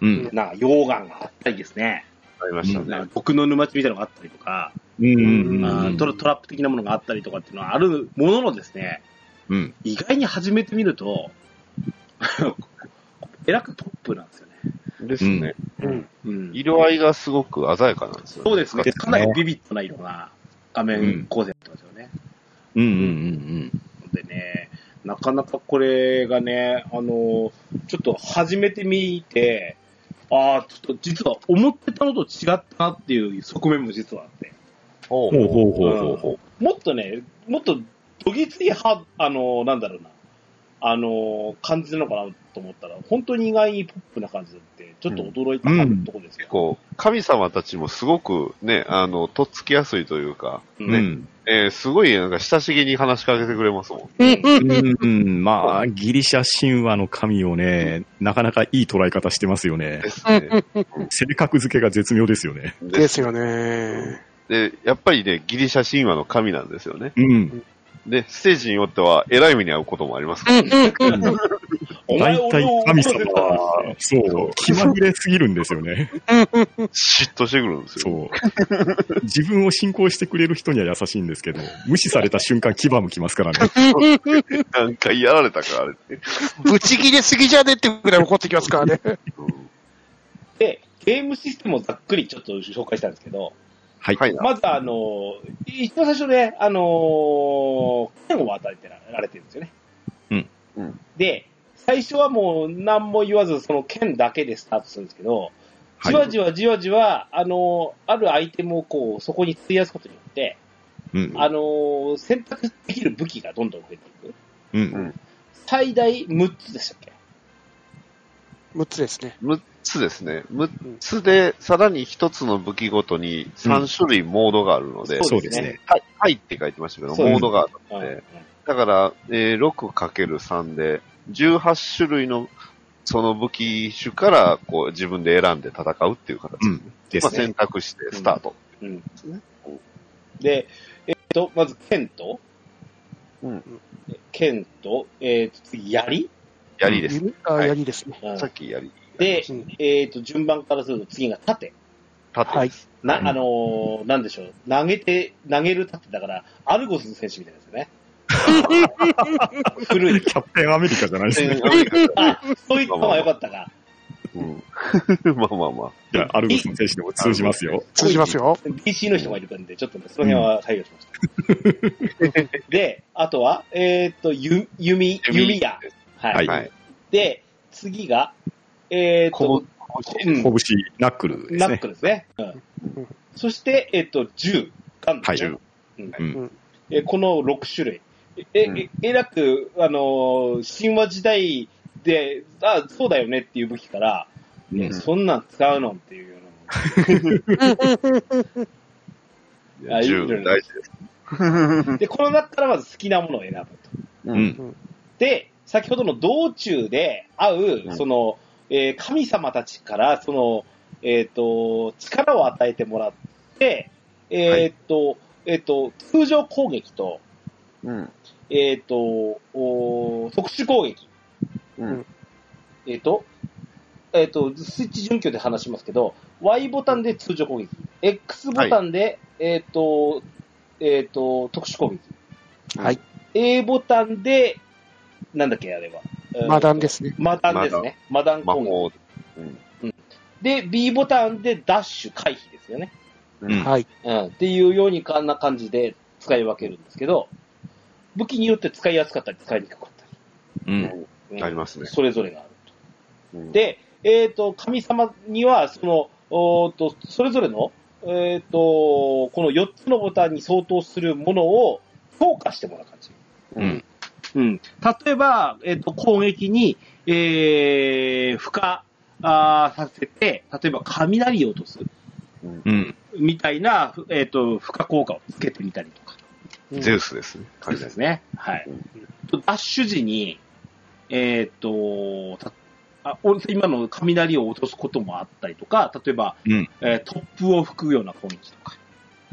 Speaker 2: うん。
Speaker 1: な溶岩があったりですね、
Speaker 4: ありました
Speaker 1: な
Speaker 4: ね
Speaker 1: ん。か毒の沼地みたいなのがあったりとか、
Speaker 2: うん
Speaker 3: うん
Speaker 1: あートラトラップ的なものがあったりとかっていうのはあるもののですね、
Speaker 2: うん。
Speaker 1: 意外に始めてみると、 えらくポップなんですよね。
Speaker 4: ですね。
Speaker 3: うん。
Speaker 1: うん、
Speaker 4: 色合いがすごく鮮やかなんですよね。
Speaker 1: そうですね。
Speaker 2: ですね
Speaker 1: かなりビビッドな色が画面構成になってますよね。
Speaker 2: うんうんうん
Speaker 1: でね、なかなかこれがね、あの、ちょっと始めてみて、ああ、ちょっと実は思ってたのと違ったなっていう側面も実はあって。
Speaker 4: ほ
Speaker 2: うん。ほうほう
Speaker 4: う。
Speaker 2: ほうほうほ
Speaker 1: もっとね、もっとどぎついは、あの、なんだろうな、あの、感じなのかなと思ったら、本当に意外にポップな感じだって、ちょっと驚いた
Speaker 2: うん
Speaker 1: ところですよ
Speaker 4: 結。構、神様たちもすごくね、あの、とっつきやすいというか、
Speaker 1: う
Speaker 2: う。
Speaker 1: ん
Speaker 2: うん。
Speaker 4: えーすごい、なんか、親しげに話しかけてくれますもん。
Speaker 2: うんうん、まあ、ギリシャ神話の神をね、なかなかいい捉え方してますよね
Speaker 4: で。すね。
Speaker 2: 性格付けが絶妙ですよね。
Speaker 4: で
Speaker 3: ですよね。
Speaker 4: で、やっぱりね、ギリシャ神話の神なんですよね。
Speaker 2: うん。
Speaker 4: で、ステージによっては、えらい目に遭うこともありますから、
Speaker 1: お前
Speaker 2: 大体
Speaker 1: 俺を
Speaker 2: 神
Speaker 1: 驚かせ
Speaker 2: 様
Speaker 1: たな
Speaker 2: は、そう、気まぐれすぎるんですよ ね。
Speaker 4: 嫉妬してくるんですよ。
Speaker 2: そう。自分を信仰してくれる人には優しいんですけど、無視された瞬間牙むきますからね。
Speaker 4: なんかやられたから、あれって。
Speaker 3: ぶち切れすぎじゃねってぐらい怒ってきますからね。
Speaker 4: うん
Speaker 1: で、ゲームシステムをざっくりちょっと紹介したんですけど、
Speaker 2: はい。
Speaker 4: はいな。
Speaker 1: まずあの、一番最初で、あの、剣を与えてられてるんですよね。
Speaker 2: うん
Speaker 4: うん
Speaker 1: で、最初はもう何も言わず、その剣だけでスタートするんですけど、
Speaker 2: は
Speaker 1: じ
Speaker 2: い
Speaker 1: わじわじわじわ、あの、あるアイテムをこう、そこに費やすことによって、
Speaker 2: うん。
Speaker 1: あの、選択できる武器がどんどん増えていく。
Speaker 2: うん。
Speaker 1: 最大6つでしたっけ
Speaker 3: 6つですね。
Speaker 4: 6つですね。6つで、さらに1つの武器ごとに3種類モードがあるので、
Speaker 2: そうですね。
Speaker 4: はい、はいって書いてましたけど、
Speaker 1: そうです
Speaker 4: モードがある
Speaker 1: うん
Speaker 4: ので、だから、えー 6×3 で、18種類のその武器種からこう自分で選んで戦うっていう形です
Speaker 2: う
Speaker 4: ね。
Speaker 2: ん。で
Speaker 4: ま
Speaker 2: すね。
Speaker 4: あ、選択してスタート。
Speaker 1: うん
Speaker 4: すね
Speaker 1: で、えっと、まず剣と、
Speaker 4: うん
Speaker 1: 剣と、えっと、次、槍、
Speaker 4: 槍です。
Speaker 3: 弓あ、
Speaker 4: はい
Speaker 3: 槍ですね。
Speaker 1: うん
Speaker 4: さっき槍。
Speaker 1: で
Speaker 3: うん、
Speaker 1: えっと、順番からすると次が盾。
Speaker 4: 縦です。
Speaker 1: な、
Speaker 2: うん
Speaker 1: あのーなんでしょう。投げて、投げる盾だから、アルゴス選手みたいですよね。古い。
Speaker 2: キャプテンアメリカじゃないですね。
Speaker 1: あ、そういったのは良かったか。
Speaker 4: うん。まあまあまあ。
Speaker 2: いや、アルゴスの選手でも通じますよ。
Speaker 3: 通じますよ。
Speaker 1: DC の人がいるんで、ちょっとね、その辺は配慮しました。で、あとは、えーっと、ゆ弓、
Speaker 4: 弓
Speaker 1: 弓矢。はい。
Speaker 2: はい
Speaker 4: はい。
Speaker 1: で、次が、えーっと、うん
Speaker 2: 拳、ナックルで
Speaker 1: ナッ
Speaker 2: すね
Speaker 1: ク。ルですね。うんそして、えーっと、銃。ガン
Speaker 2: はい
Speaker 1: ですねえーこの6種類。え、え
Speaker 4: うん
Speaker 1: え、えらく、あのー神話時代で、あ、そうだよねっていう武器から、ね
Speaker 4: うん
Speaker 1: そんなん使うのっていうようなもの
Speaker 4: い
Speaker 1: あ
Speaker 4: や
Speaker 1: いい
Speaker 4: 十
Speaker 1: じゃ
Speaker 4: 分
Speaker 1: ない
Speaker 4: 大
Speaker 1: で
Speaker 4: 事です。
Speaker 1: で、この中からまず好きなものを選ぶと。
Speaker 4: う。
Speaker 2: うんん。
Speaker 1: で、先ほどの道中で会
Speaker 4: う
Speaker 1: う、
Speaker 4: ん
Speaker 1: その、えー神様たちから、その、えっ、と、力を与えてもらって、えっ、と、えっ、と、通常攻撃と、
Speaker 4: うん。
Speaker 1: えっ、と、おー特殊攻撃。
Speaker 4: うん。
Speaker 1: えっ、と、えっ、と、スイッチ準拠で話しますけど、Y ボタンで通常攻撃、X ボタンで、えっ、と、えっ、と、特殊攻撃。
Speaker 3: はい。
Speaker 1: A ボタンで、なんだっけ、あれは。。
Speaker 3: マダンですすね。
Speaker 1: マダンですね。マダン
Speaker 4: 魔
Speaker 1: 攻撃。
Speaker 4: 法。うん。
Speaker 1: で、B ボタンでダッシュ回避ですよね。
Speaker 4: うん。
Speaker 3: はい。
Speaker 1: うん。っていうように、こんな感じで使い分けるんですけど、武器によって使いやすかったり、使いにくかった
Speaker 2: うん。
Speaker 1: り。うん
Speaker 4: ありますね。
Speaker 1: それぞれがある。
Speaker 4: うん、
Speaker 1: で、えっ、と、神様には、その、おーっと、それぞれの、えっ、と、この4つのボタンに相当するものを強化してもらう感じ。
Speaker 2: うん。
Speaker 1: うん。例えば、えっ、と、攻撃に、えー、負荷あーさせて、例えば雷を落とす、
Speaker 4: うん
Speaker 2: うん。
Speaker 1: みたいな、ふえっ、と、負荷効果をつけてみたりとか。
Speaker 3: うん
Speaker 4: ゼウスですね。
Speaker 1: そうですね。はい。
Speaker 4: うん
Speaker 1: ダッシュ時に、えーっと、たあ俺今の雷を落とすこともあったりとか、例えば、
Speaker 2: うん
Speaker 1: えー突風を吹くような攻撃とか、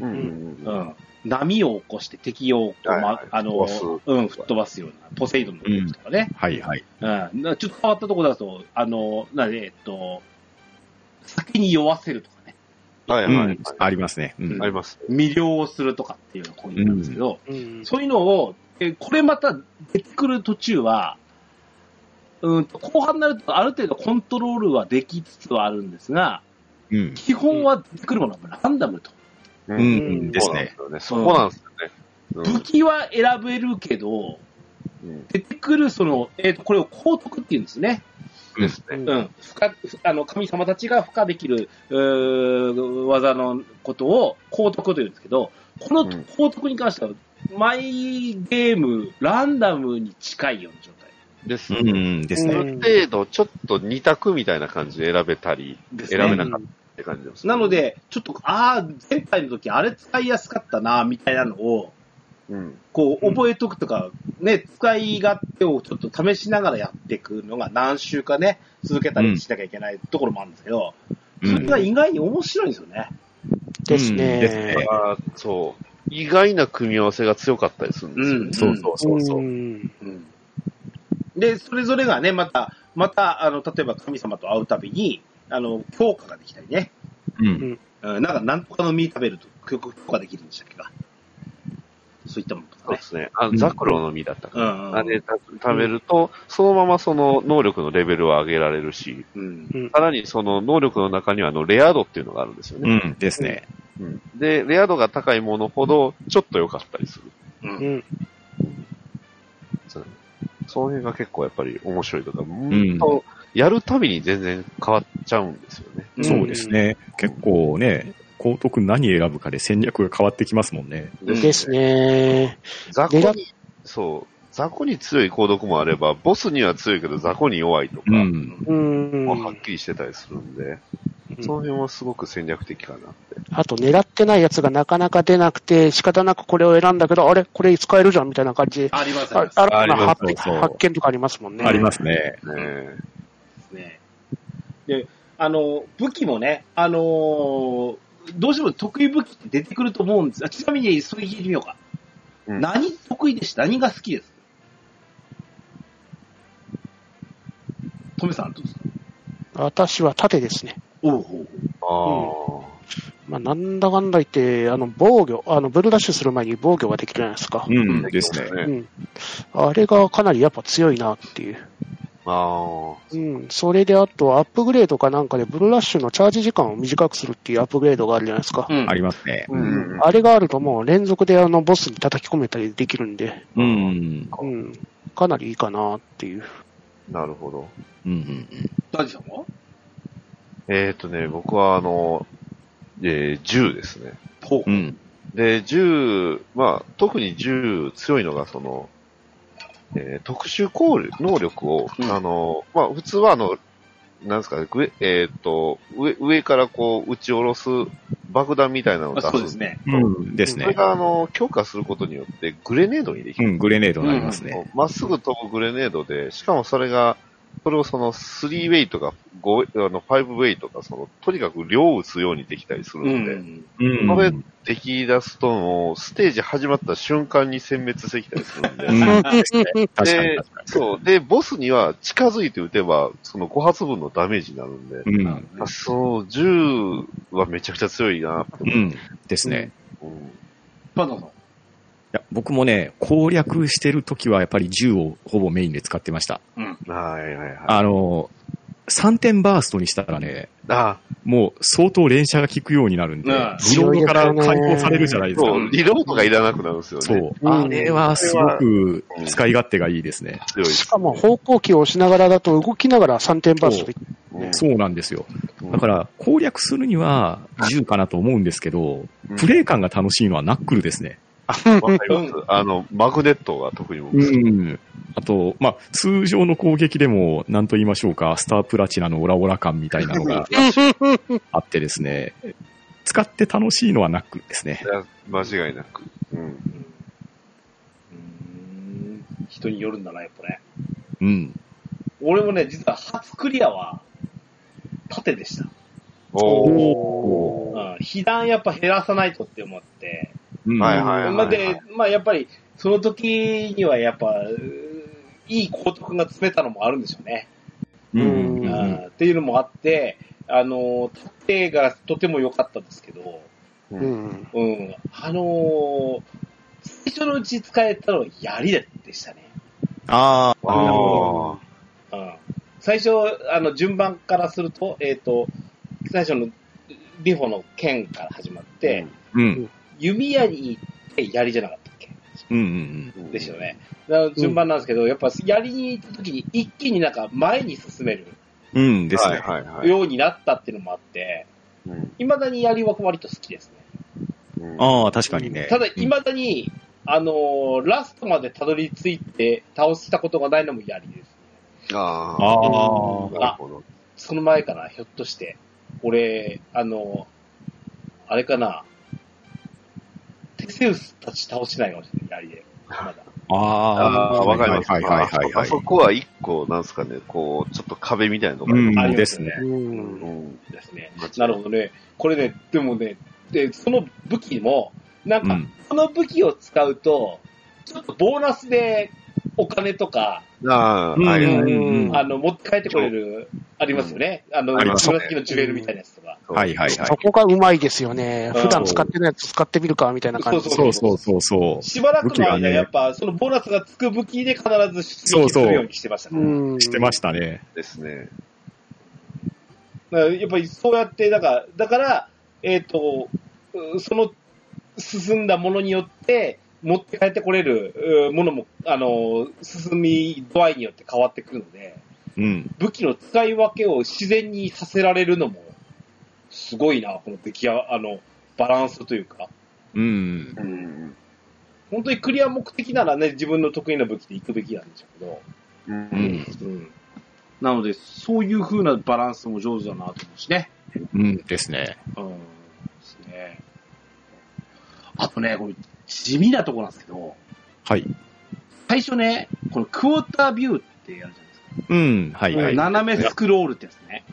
Speaker 4: うんうん。
Speaker 1: 波を起こして敵をこう、
Speaker 4: はいはい
Speaker 1: まあの、
Speaker 4: 吹っ飛ば
Speaker 1: うん、吹っ飛ばすような、ポセイドンの攻撃とかね。
Speaker 2: はいはい。
Speaker 1: うん。なちょっと変わったところだと、あの、なえーっと、先に酔わせるとかね、
Speaker 4: はいうはいはい
Speaker 2: ん。。ありますね。うん
Speaker 4: あります。
Speaker 1: 魅了をするとかっていうような攻撃なんですけど、
Speaker 3: うん
Speaker 1: そういうのを、えーこれまた出てくる途中は、うんと、後半になるとある程度コントロールはできつつはあるんですが、
Speaker 2: うん。
Speaker 1: 基本は出てくるものはランダムと。
Speaker 4: う
Speaker 2: うんうん。ですね。。
Speaker 4: そこなんですよね。そこなん
Speaker 1: 武
Speaker 4: です
Speaker 1: 器は選べるけど、
Speaker 4: よね。うんうん。
Speaker 1: 出てくるその、えっ、と、これを高徳っていうんですね。
Speaker 4: です
Speaker 1: う
Speaker 4: ね。
Speaker 1: ん。付加、あの、神様たちが付加できる、うー技のことを高徳というんですけど、この
Speaker 4: うん
Speaker 1: 高徳に関しては、毎ゲーム、ランダムに近いような状態
Speaker 4: です
Speaker 2: う
Speaker 4: ね。
Speaker 2: んうん。です
Speaker 4: あ
Speaker 2: ね。
Speaker 4: る程度、ちょっと二択みたいな感じで選べたり
Speaker 1: ですね。
Speaker 4: 選べなかったって感じです、
Speaker 1: なの、で、ちょっと、ああ、前回の時あれ使いやすかったな、みたいなのを、
Speaker 4: うん。
Speaker 1: こう、覚えとくとか、ね、使い勝手をちょっと試しながらやっていくのが何週かね、続けたりしなきゃいけないところもあるんですけど、
Speaker 2: う
Speaker 1: それ
Speaker 2: ん。
Speaker 1: が意外に面白いんですよね。
Speaker 3: です
Speaker 2: うんですね
Speaker 3: ね。
Speaker 4: あーそう。意外な組み合わせが強かったりするんですよね。
Speaker 1: うん
Speaker 4: そうそうそうそう。
Speaker 3: うん
Speaker 1: うん。で、それぞれがね、また、また、あの、例えば神様と会うたびに、あの、強化ができたりね、
Speaker 2: うん。
Speaker 1: うん、なんか、なんとかの実食べると強化できるんでしたっけか。そういったものと
Speaker 4: そう
Speaker 1: か
Speaker 4: で
Speaker 1: ね。
Speaker 4: すね。あザクロの実だったか
Speaker 1: う
Speaker 4: ら。
Speaker 1: ん、うん。
Speaker 4: あれた食べると、そのままその能力のレベルを上げられるし、
Speaker 1: うん。
Speaker 4: さらにその能力の中にはあのレア度っていうのがあるんですよ
Speaker 2: う
Speaker 4: ね。
Speaker 2: ん。ですね。
Speaker 4: うんで、レア度が高いものほどちょっと良かったりする。
Speaker 1: う。
Speaker 3: うんん
Speaker 4: そうその辺が結構やっぱり面白いとか、うん
Speaker 2: ん
Speaker 4: と、やるたびに全然変わっちゃうんですよね。
Speaker 1: うん
Speaker 2: そうですね。結構ね、高徳何選ぶかで戦略が変わってきますもんね。
Speaker 3: です。ね。
Speaker 4: 雑
Speaker 3: 狙
Speaker 4: 魚
Speaker 3: っ
Speaker 4: に、そう、雑魚に強い行動もあれば、ボスには強いけど雑魚に弱いとか、
Speaker 2: うん。
Speaker 3: うん
Speaker 4: まあはっきりしてたりするんで、その辺はすごく戦略的かなって。
Speaker 3: あと、狙ってないやつがなかなか出なくて、仕方なくこれを選んだけど、あれこれ使えるじゃんみたいな感じで、
Speaker 1: あります、あり
Speaker 3: あ
Speaker 1: ます。
Speaker 3: 新たな
Speaker 2: あ
Speaker 3: 発
Speaker 2: りますそうそう
Speaker 3: 発見とかありますもんね。
Speaker 2: ありますね。
Speaker 4: ねえ
Speaker 1: ですね。で、あの、武器もね、あのーどうしても得意武器って出てくると思うんです。あちなみに、それ聞いてみようか。
Speaker 4: うん
Speaker 1: 何得意でした何が好きですトメさん、どうですか
Speaker 3: 私は盾ですね。
Speaker 1: おうおう
Speaker 4: あ
Speaker 3: まあ、なんだかんだ言って、あの、防御、あの、ブルーダッシュする前に防御ができるじゃないですか。
Speaker 2: うん。
Speaker 4: あ。
Speaker 2: ですね。
Speaker 3: うん。あれがかなりやっぱ強いなっていう。
Speaker 4: ああ
Speaker 3: うん、それであと、アップグレードかなんかで、ブルーラッシュのチャージ時間を短くするっていうアップグレードがあるじゃないですか。
Speaker 1: うん
Speaker 2: ありますね。
Speaker 4: あ。
Speaker 1: うん
Speaker 4: うん。
Speaker 3: あれがあるともう連続であのボスに叩き込めたりできるんで、
Speaker 2: うん。
Speaker 3: うん、かなりいいかなっていう。
Speaker 4: なるほど。
Speaker 2: うんうんうん。
Speaker 1: ダジさんは
Speaker 4: えっ、とね、僕はあの、えー、銃ですね。
Speaker 1: ほう
Speaker 2: う。ん。
Speaker 4: で、銃、まあ、特に銃強いのが、その、えー特殊効力能力を、
Speaker 1: うん
Speaker 4: あの、まあ、普通はあの、なんですかね、ぐええーっと、上、上からこう、撃ち下ろす爆弾みたいなのを
Speaker 1: あ
Speaker 4: 出す。
Speaker 1: そうですね。
Speaker 2: うん。です
Speaker 4: それ
Speaker 2: ね。
Speaker 4: が、あの、強化することによって、グレネードにでき
Speaker 2: う
Speaker 4: る。
Speaker 2: ん、グレネードになりますね。
Speaker 4: こうまっすぐ飛ぶグレネードで、しかもそれが、それをその3ウェイとか5、あの5ウェイとか、その、とにかく量を打つようにできたりする
Speaker 1: う
Speaker 4: ので、
Speaker 1: ん。
Speaker 2: うん。
Speaker 4: これ出来出すと、もう、ステージ始まった瞬間に殲滅してきたりするんで。
Speaker 2: うん確確かに
Speaker 4: で
Speaker 2: 確か、
Speaker 4: そう。で、ボスには近づいて撃てば、その5発分のダメージになるんで。
Speaker 2: に。う
Speaker 1: なる
Speaker 2: ん。
Speaker 1: ほど
Speaker 4: あ
Speaker 1: ね
Speaker 4: そう、銃はめちゃくちゃ強いな、
Speaker 2: うん。ですね。
Speaker 4: うん
Speaker 1: パンダさん。
Speaker 2: いや僕もね、攻略してるときはやっぱり銃をほぼメインで使ってました。
Speaker 4: はいはいはい。
Speaker 2: あの、3点バーストにしたらね、
Speaker 4: あ、
Speaker 2: もう相当連射が効くようになるんで、
Speaker 1: うん
Speaker 2: リロードから解放されるじゃないですか
Speaker 4: そ。う、リロードがいらなくなるんですよね。
Speaker 2: そう。
Speaker 3: うん
Speaker 2: あれはすごく使い勝手がいいですね。
Speaker 4: 強いです
Speaker 3: しかも方向機を押しながらだと動きながら3点バーストで、
Speaker 4: うん
Speaker 2: そうなんですよ。
Speaker 4: うん
Speaker 2: だから攻略するには銃かなと思うんですけど、
Speaker 4: うん
Speaker 2: プレイ感が楽しいのはナックルですね。
Speaker 4: わかります。あの、マグネットが特に僕、
Speaker 2: うん。あと、まあ、通常の攻撃でも、なんと言いましょうか、スタープラチナのオラオラ感みたいなのがあってですね、使って楽しいのはナックルですね
Speaker 4: い。や間違いなく。うん。
Speaker 1: うん。人によるんだな、やっぱね。
Speaker 2: うん。
Speaker 1: 俺もね、実は初クリアは、縦でした。
Speaker 4: おー。
Speaker 2: お
Speaker 1: うん。被弾やっぱ減らさないとって思って。
Speaker 2: うん
Speaker 4: はいはいはい
Speaker 1: まあ
Speaker 4: はい。
Speaker 1: で、まあやっぱり、その時にはやっぱ、うーいい高徳が詰めたのもあるんでしょうね。
Speaker 2: うん
Speaker 3: うん
Speaker 2: うん
Speaker 1: あーっていうのもあって、あのー、縦がとても良かったんですけど、
Speaker 4: う
Speaker 3: うんん、
Speaker 1: うん、あのー最初のうち使えたのは槍でしたね。
Speaker 2: ああ、
Speaker 4: あ
Speaker 1: う
Speaker 4: あ。
Speaker 1: ん、最初、あの、順番からすると、えっ、と、最初の、リホの剣から始まって、
Speaker 2: うん。
Speaker 1: 弓矢に行って槍じゃなかったっけ
Speaker 2: うんうん
Speaker 4: うん
Speaker 1: ですよ。ね。あの順番なんですけど、やっぱ槍に行った時に一気になんか前に進める
Speaker 2: うん。うんですね。
Speaker 4: はいはいはい。
Speaker 1: ようになったっていうのもあって、
Speaker 4: うん
Speaker 1: いまだに槍は割と好きですね。
Speaker 4: うん
Speaker 2: ああ、確かにね。
Speaker 1: ただ、未だに、あのーラストまでたどり着いて倒したことがないのもやりです。
Speaker 4: あ
Speaker 2: あ
Speaker 4: あ。
Speaker 2: あ、
Speaker 4: なるほど。
Speaker 1: その前かな、ひょっとして。俺、あのーあれかな、テセウスたち倒してないかもしれない、槍で。まだ。
Speaker 2: あ
Speaker 4: ああ
Speaker 2: あ
Speaker 4: ー、わかります。
Speaker 2: はいはいはい
Speaker 4: あ
Speaker 2: はい。
Speaker 4: そこは一個、なんですかね、こう、ちょっと壁みたいなのがあり
Speaker 2: うん
Speaker 1: ありま
Speaker 2: ですね
Speaker 3: うん
Speaker 4: うん。
Speaker 1: ですね。なるほどね。これね、でもね、で、その武器も、なん
Speaker 2: う
Speaker 1: か
Speaker 2: ん、
Speaker 1: その武器を使うと、ちょっとボーナスでお金とか、
Speaker 4: ど。ああ、
Speaker 2: うん
Speaker 4: はいはい。
Speaker 2: うん
Speaker 1: あの、持って帰ってこれる、ありますよね。あの、
Speaker 2: ありますね
Speaker 1: 紫のジュエルみたいなやつとか。
Speaker 2: はいはいはい
Speaker 3: そこがうまいですよね。
Speaker 1: うん
Speaker 3: 普段使ってないやつ使ってみるか、みたいな感じ。
Speaker 2: そうそうそうそう。
Speaker 1: しばらくの
Speaker 2: 武器が
Speaker 1: 間、
Speaker 2: ね
Speaker 1: やっぱ、そのボーナスがつく武器で必ず出
Speaker 2: そう
Speaker 1: 撃す
Speaker 2: そう
Speaker 1: るようにしてましたね。
Speaker 3: うん
Speaker 2: してましたね。
Speaker 4: ですね。
Speaker 1: だからやっぱりそうやって、だから、だから、えっ、と、うその進んだものによって、持って帰ってこれるうものも、あの、進み度合いによって変わってくるので、
Speaker 2: うん。
Speaker 1: 武器の使い分けを自然にさせられるのも、すごいな、この出来や、あの、バランスというか。
Speaker 2: うん。
Speaker 4: うん。
Speaker 1: 本当にクリア目的ならね、自分の得意な武器で行くべきなんでしょうけど。
Speaker 4: う。
Speaker 2: うんん。
Speaker 1: うん。なので、そういう風なバランスも上手だなと思うしね。
Speaker 2: うんですね。
Speaker 1: うん。ですね。あとね、これ、地味なとこなんですけど、
Speaker 2: はい。
Speaker 1: 最初ね、このクォータービューってやるじゃないですか。
Speaker 2: うん。はいはい。
Speaker 1: 斜めスクロールってやつね。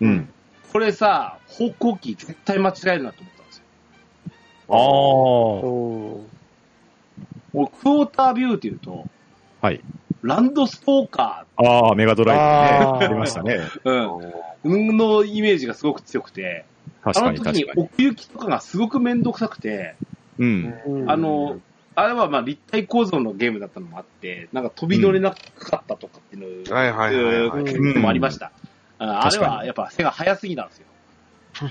Speaker 2: うん。
Speaker 1: これさ、方向キー絶対間違えるなと思ったんですよ。
Speaker 2: ああ。は
Speaker 3: おー
Speaker 1: 俺、クォータービューって言うと、
Speaker 2: い。
Speaker 1: ランドスポーカ
Speaker 2: ああ、メガドライブね。
Speaker 3: あー
Speaker 2: ありましたね。
Speaker 1: ー、うん、のイメージがすごく強くて、
Speaker 2: 確
Speaker 1: あ
Speaker 2: か
Speaker 1: の
Speaker 2: に
Speaker 1: 時に
Speaker 2: 確かに。
Speaker 1: 奥行きとかがすごくめんどくさくて、
Speaker 2: うん。
Speaker 3: うん
Speaker 1: あの、あれはまあ立体構造のゲームだったのもあって、なんか飛び乗れなかったとかっていうの、
Speaker 4: はいはいはいはい。
Speaker 1: 結構ありました。ああれはやっぱ背が早すぎなんですよ。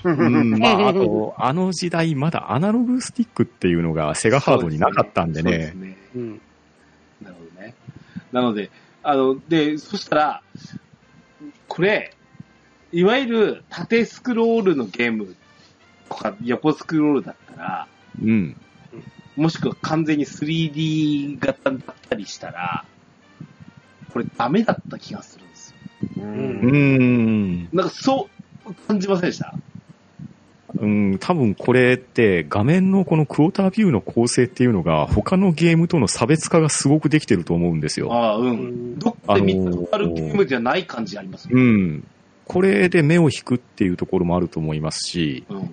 Speaker 2: うん、まあ、あと、あの時代、まだアナログスティックっていうのがセガハードになかったんで
Speaker 1: そうです
Speaker 2: ね。
Speaker 1: ね。
Speaker 3: うん。
Speaker 1: なるほどね。なので、あの、で、そしたら、これ、いわゆる縦スクロールのゲームとか横スクロールだったら、
Speaker 2: うん。
Speaker 1: もしくは完全に 3D 型だったりしたら、これダメだった気がするんですよ。
Speaker 4: う
Speaker 2: う
Speaker 4: ん
Speaker 2: ーん。
Speaker 1: なんかそう感じませんでした
Speaker 2: うん、多分これって画面のこのクォータービューの構成っていうのが他のゲームとの差別化がすごくできてると思うんですよ。
Speaker 1: ああ、う。
Speaker 3: うんん。
Speaker 1: どっかで見たことあるゲームじゃない感じありますよ
Speaker 2: う
Speaker 1: ね。
Speaker 2: ん。これで目を引くっていうところもあると思いますし、
Speaker 1: うん。
Speaker 2: も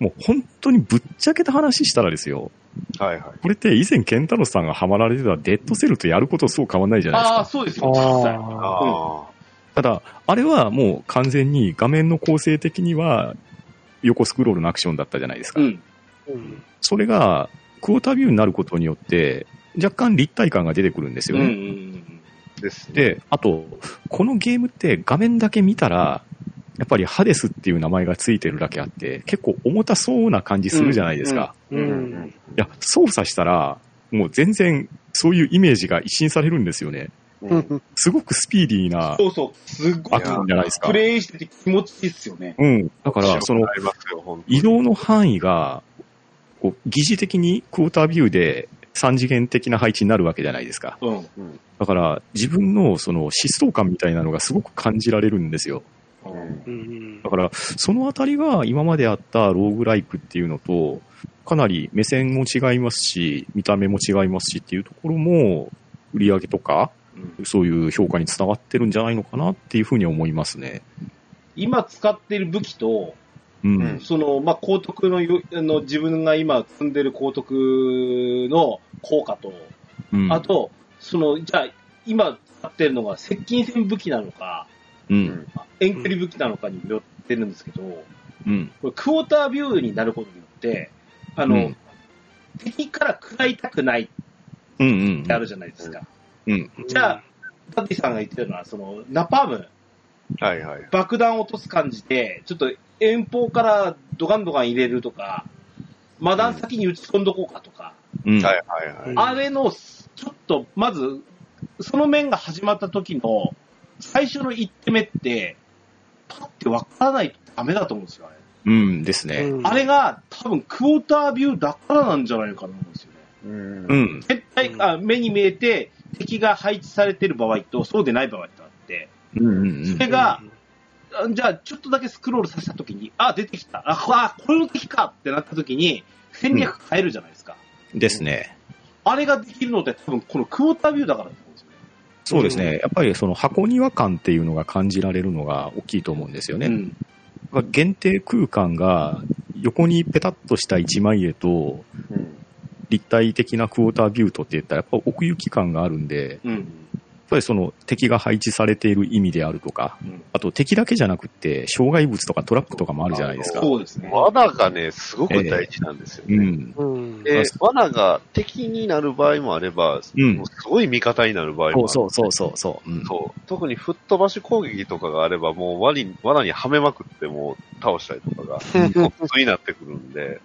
Speaker 2: う本当にぶっちゃけた話したらですよ。
Speaker 4: はいはい。
Speaker 2: これって以前ケンタロウさんがハマられてたデッドセルとやることそう変わんないじゃないです
Speaker 1: ああ、
Speaker 2: か。
Speaker 1: そうですよ、実際。
Speaker 3: ああ。
Speaker 4: あ
Speaker 2: ただ、あれはもう完全に画面の構成的には横スクロールのアクションだったじゃないですか。
Speaker 1: うん。
Speaker 3: うん。
Speaker 2: それがクォータービューになることによって若干立体感が出てくるんです
Speaker 1: うん
Speaker 2: よ
Speaker 1: うん
Speaker 2: ね。
Speaker 1: うん。
Speaker 4: あ。ですね。
Speaker 2: で、あと、このゲームって画面だけ見たら、やっぱりハデスっていう名前がついてるだけあって、結構重たそうな感じするじゃないですか。
Speaker 3: う
Speaker 4: うんうんん。
Speaker 2: いや、操作したら、もう全然そういうイメージが一新されるんですよね。
Speaker 4: うん
Speaker 2: すごくスピーディーな
Speaker 1: そうそう。すっご
Speaker 2: ア
Speaker 1: い
Speaker 2: クションじゃないですか
Speaker 1: プ。レイしてて気持ちいいっすよね。
Speaker 2: うん。だから、その
Speaker 4: あ、りますよ、ほんと
Speaker 2: 移動の範囲が、こう、疑似的にクォータービューで3次元的な配置になるわけじゃないですか。
Speaker 1: うん。
Speaker 2: だから、自分のその疾走感みたいなのがすごく感じられるんですよ。
Speaker 4: うん
Speaker 3: うん
Speaker 2: だから、そのあたりが今まであったローグライクっていうのと、かなり目線も違いますし、見た目も違いますしっていうところも、売り上げとか、そういう評価につながってるんじゃないのかなっていうふうに思いますね。
Speaker 1: 今使ってる武器と、
Speaker 2: うん。
Speaker 4: うん
Speaker 1: その、まあ、高徳のよ、あの、自分が今積んでる高徳の効果と、
Speaker 2: うん
Speaker 1: あ、と、その、じゃあ、今使ってるのが接近戦武器なのか、
Speaker 2: うん。
Speaker 1: 遠距離武器なのかによってるんですけど、こ
Speaker 2: うん。
Speaker 1: れクォータービューになることによって、あの、
Speaker 2: うん
Speaker 1: 敵から食らいたくないっ
Speaker 2: うん。うん
Speaker 1: てあるじゃないですか。じ
Speaker 3: じ
Speaker 1: ゃ
Speaker 3: ゃ
Speaker 1: あダッティさんが言ってるのは、その、ナパーム、
Speaker 4: はいはい。
Speaker 1: 爆弾を落とす感じで、ちょっと遠方からドガンドガン入れるとか、マダン先に打ち込んどこうかとか、
Speaker 2: うん。
Speaker 4: はいはいはい。
Speaker 1: あれの、ちょっと、まず、その面が始まった時の、最初の一手目って、パッてわからないとダメだと思うんですよ、あれ。
Speaker 2: うんです
Speaker 3: あ、
Speaker 2: ね。
Speaker 1: あれが、多分、クォータービューだからなんじゃないかなと思うんですよね。
Speaker 4: うん
Speaker 2: うん。
Speaker 1: 絶対、
Speaker 3: うん
Speaker 1: あ目に見えて、敵が配置されてる場合と、そうでない場合とあって、
Speaker 2: うん。うん
Speaker 1: そ。れが、あじゃあ、ちょっとだけスクロールさせたときに、あ、出てきた。あ、こあこれの敵かってなったときに、戦略変えるじゃないですか。
Speaker 2: ですね。
Speaker 1: あれができるのって、多分このクォータービューだからだと思うんですよね。
Speaker 2: そうですね。やっぱりその箱庭感っていうのが感じられるのが大きいと思うんですよね。
Speaker 1: うん
Speaker 2: 限定空間が横にペタッとした一枚絵と
Speaker 4: うん
Speaker 2: 立体的なクォータービュートって言ったらやっぱ奥行き感があるんで、
Speaker 1: うん。
Speaker 2: やっぱりその敵が配置されている意味であるとか、
Speaker 1: うん
Speaker 2: あと敵だけじゃなくて障害物とかトラップとかもあるじゃないですか。
Speaker 1: そうですね。
Speaker 4: 罠がね、すごく大事なんですよ
Speaker 2: う
Speaker 4: ね。
Speaker 2: ん。
Speaker 3: うん。
Speaker 4: で、罠が敵になる場合もあれば、
Speaker 2: うん
Speaker 4: もうすごい味方になる場合もある。
Speaker 2: そうそうそうそうそう。うん
Speaker 4: そう特に吹っ飛ばし攻撃とかがあれば、もう罠に罠にはめまくってもう倒したりとかが、
Speaker 3: うん
Speaker 4: 普通になってくるんで、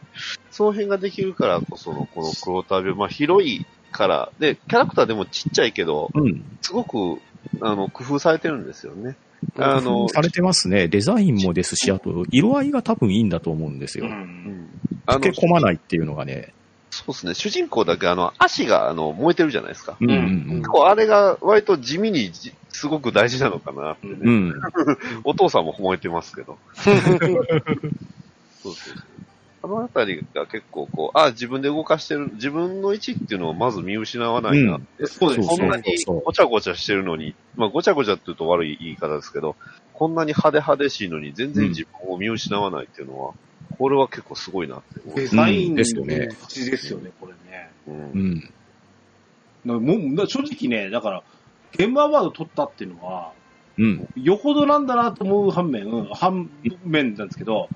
Speaker 4: その辺ができるからこその、このクォータービュー、まあ広いから、で、キャラクターでもちっちゃいけど、
Speaker 2: うん。
Speaker 4: すごく、あの、工夫されてるんですよね。あ
Speaker 3: あ
Speaker 4: の、
Speaker 2: されてますね。デザインもですし、あと色合いが多分いいんだと思うんですよ
Speaker 1: う。。
Speaker 4: うんんあ
Speaker 2: 溶け
Speaker 4: の、
Speaker 2: 込まないっていうのがね。
Speaker 4: そうですね、主人公だけあの、足があの燃えてるじゃないですか。
Speaker 2: うんん
Speaker 4: 結構あれが割と地味にじすごく大事なのかなってね。
Speaker 2: うんうん。うん。
Speaker 4: お父さんも燃えてます けど。そうそうそうあのあたりが結構こう、あ自分で動かしてる、自分の位置っていうのをまず見失わない
Speaker 2: う
Speaker 4: な。
Speaker 2: ん
Speaker 1: そうです
Speaker 2: そ
Speaker 4: こ
Speaker 2: うん
Speaker 1: ね。
Speaker 4: なにごちゃごちゃしてるのに、まあごちゃごちゃって言うと悪い言い方ですけど、こんなに派手派手しいのに全然自分を見失わないっていうのは、これは結構すごいなって思う
Speaker 1: デ。ザイン
Speaker 2: うん
Speaker 1: の
Speaker 2: ですよね
Speaker 1: 勝ちですよね、これね。
Speaker 4: うん
Speaker 2: うん。
Speaker 1: なもうな正直ね、だから、ゲームアワード取ったっていうのは、
Speaker 2: うん。
Speaker 1: よほどなんだなと思う反面、うん反面なんですけど、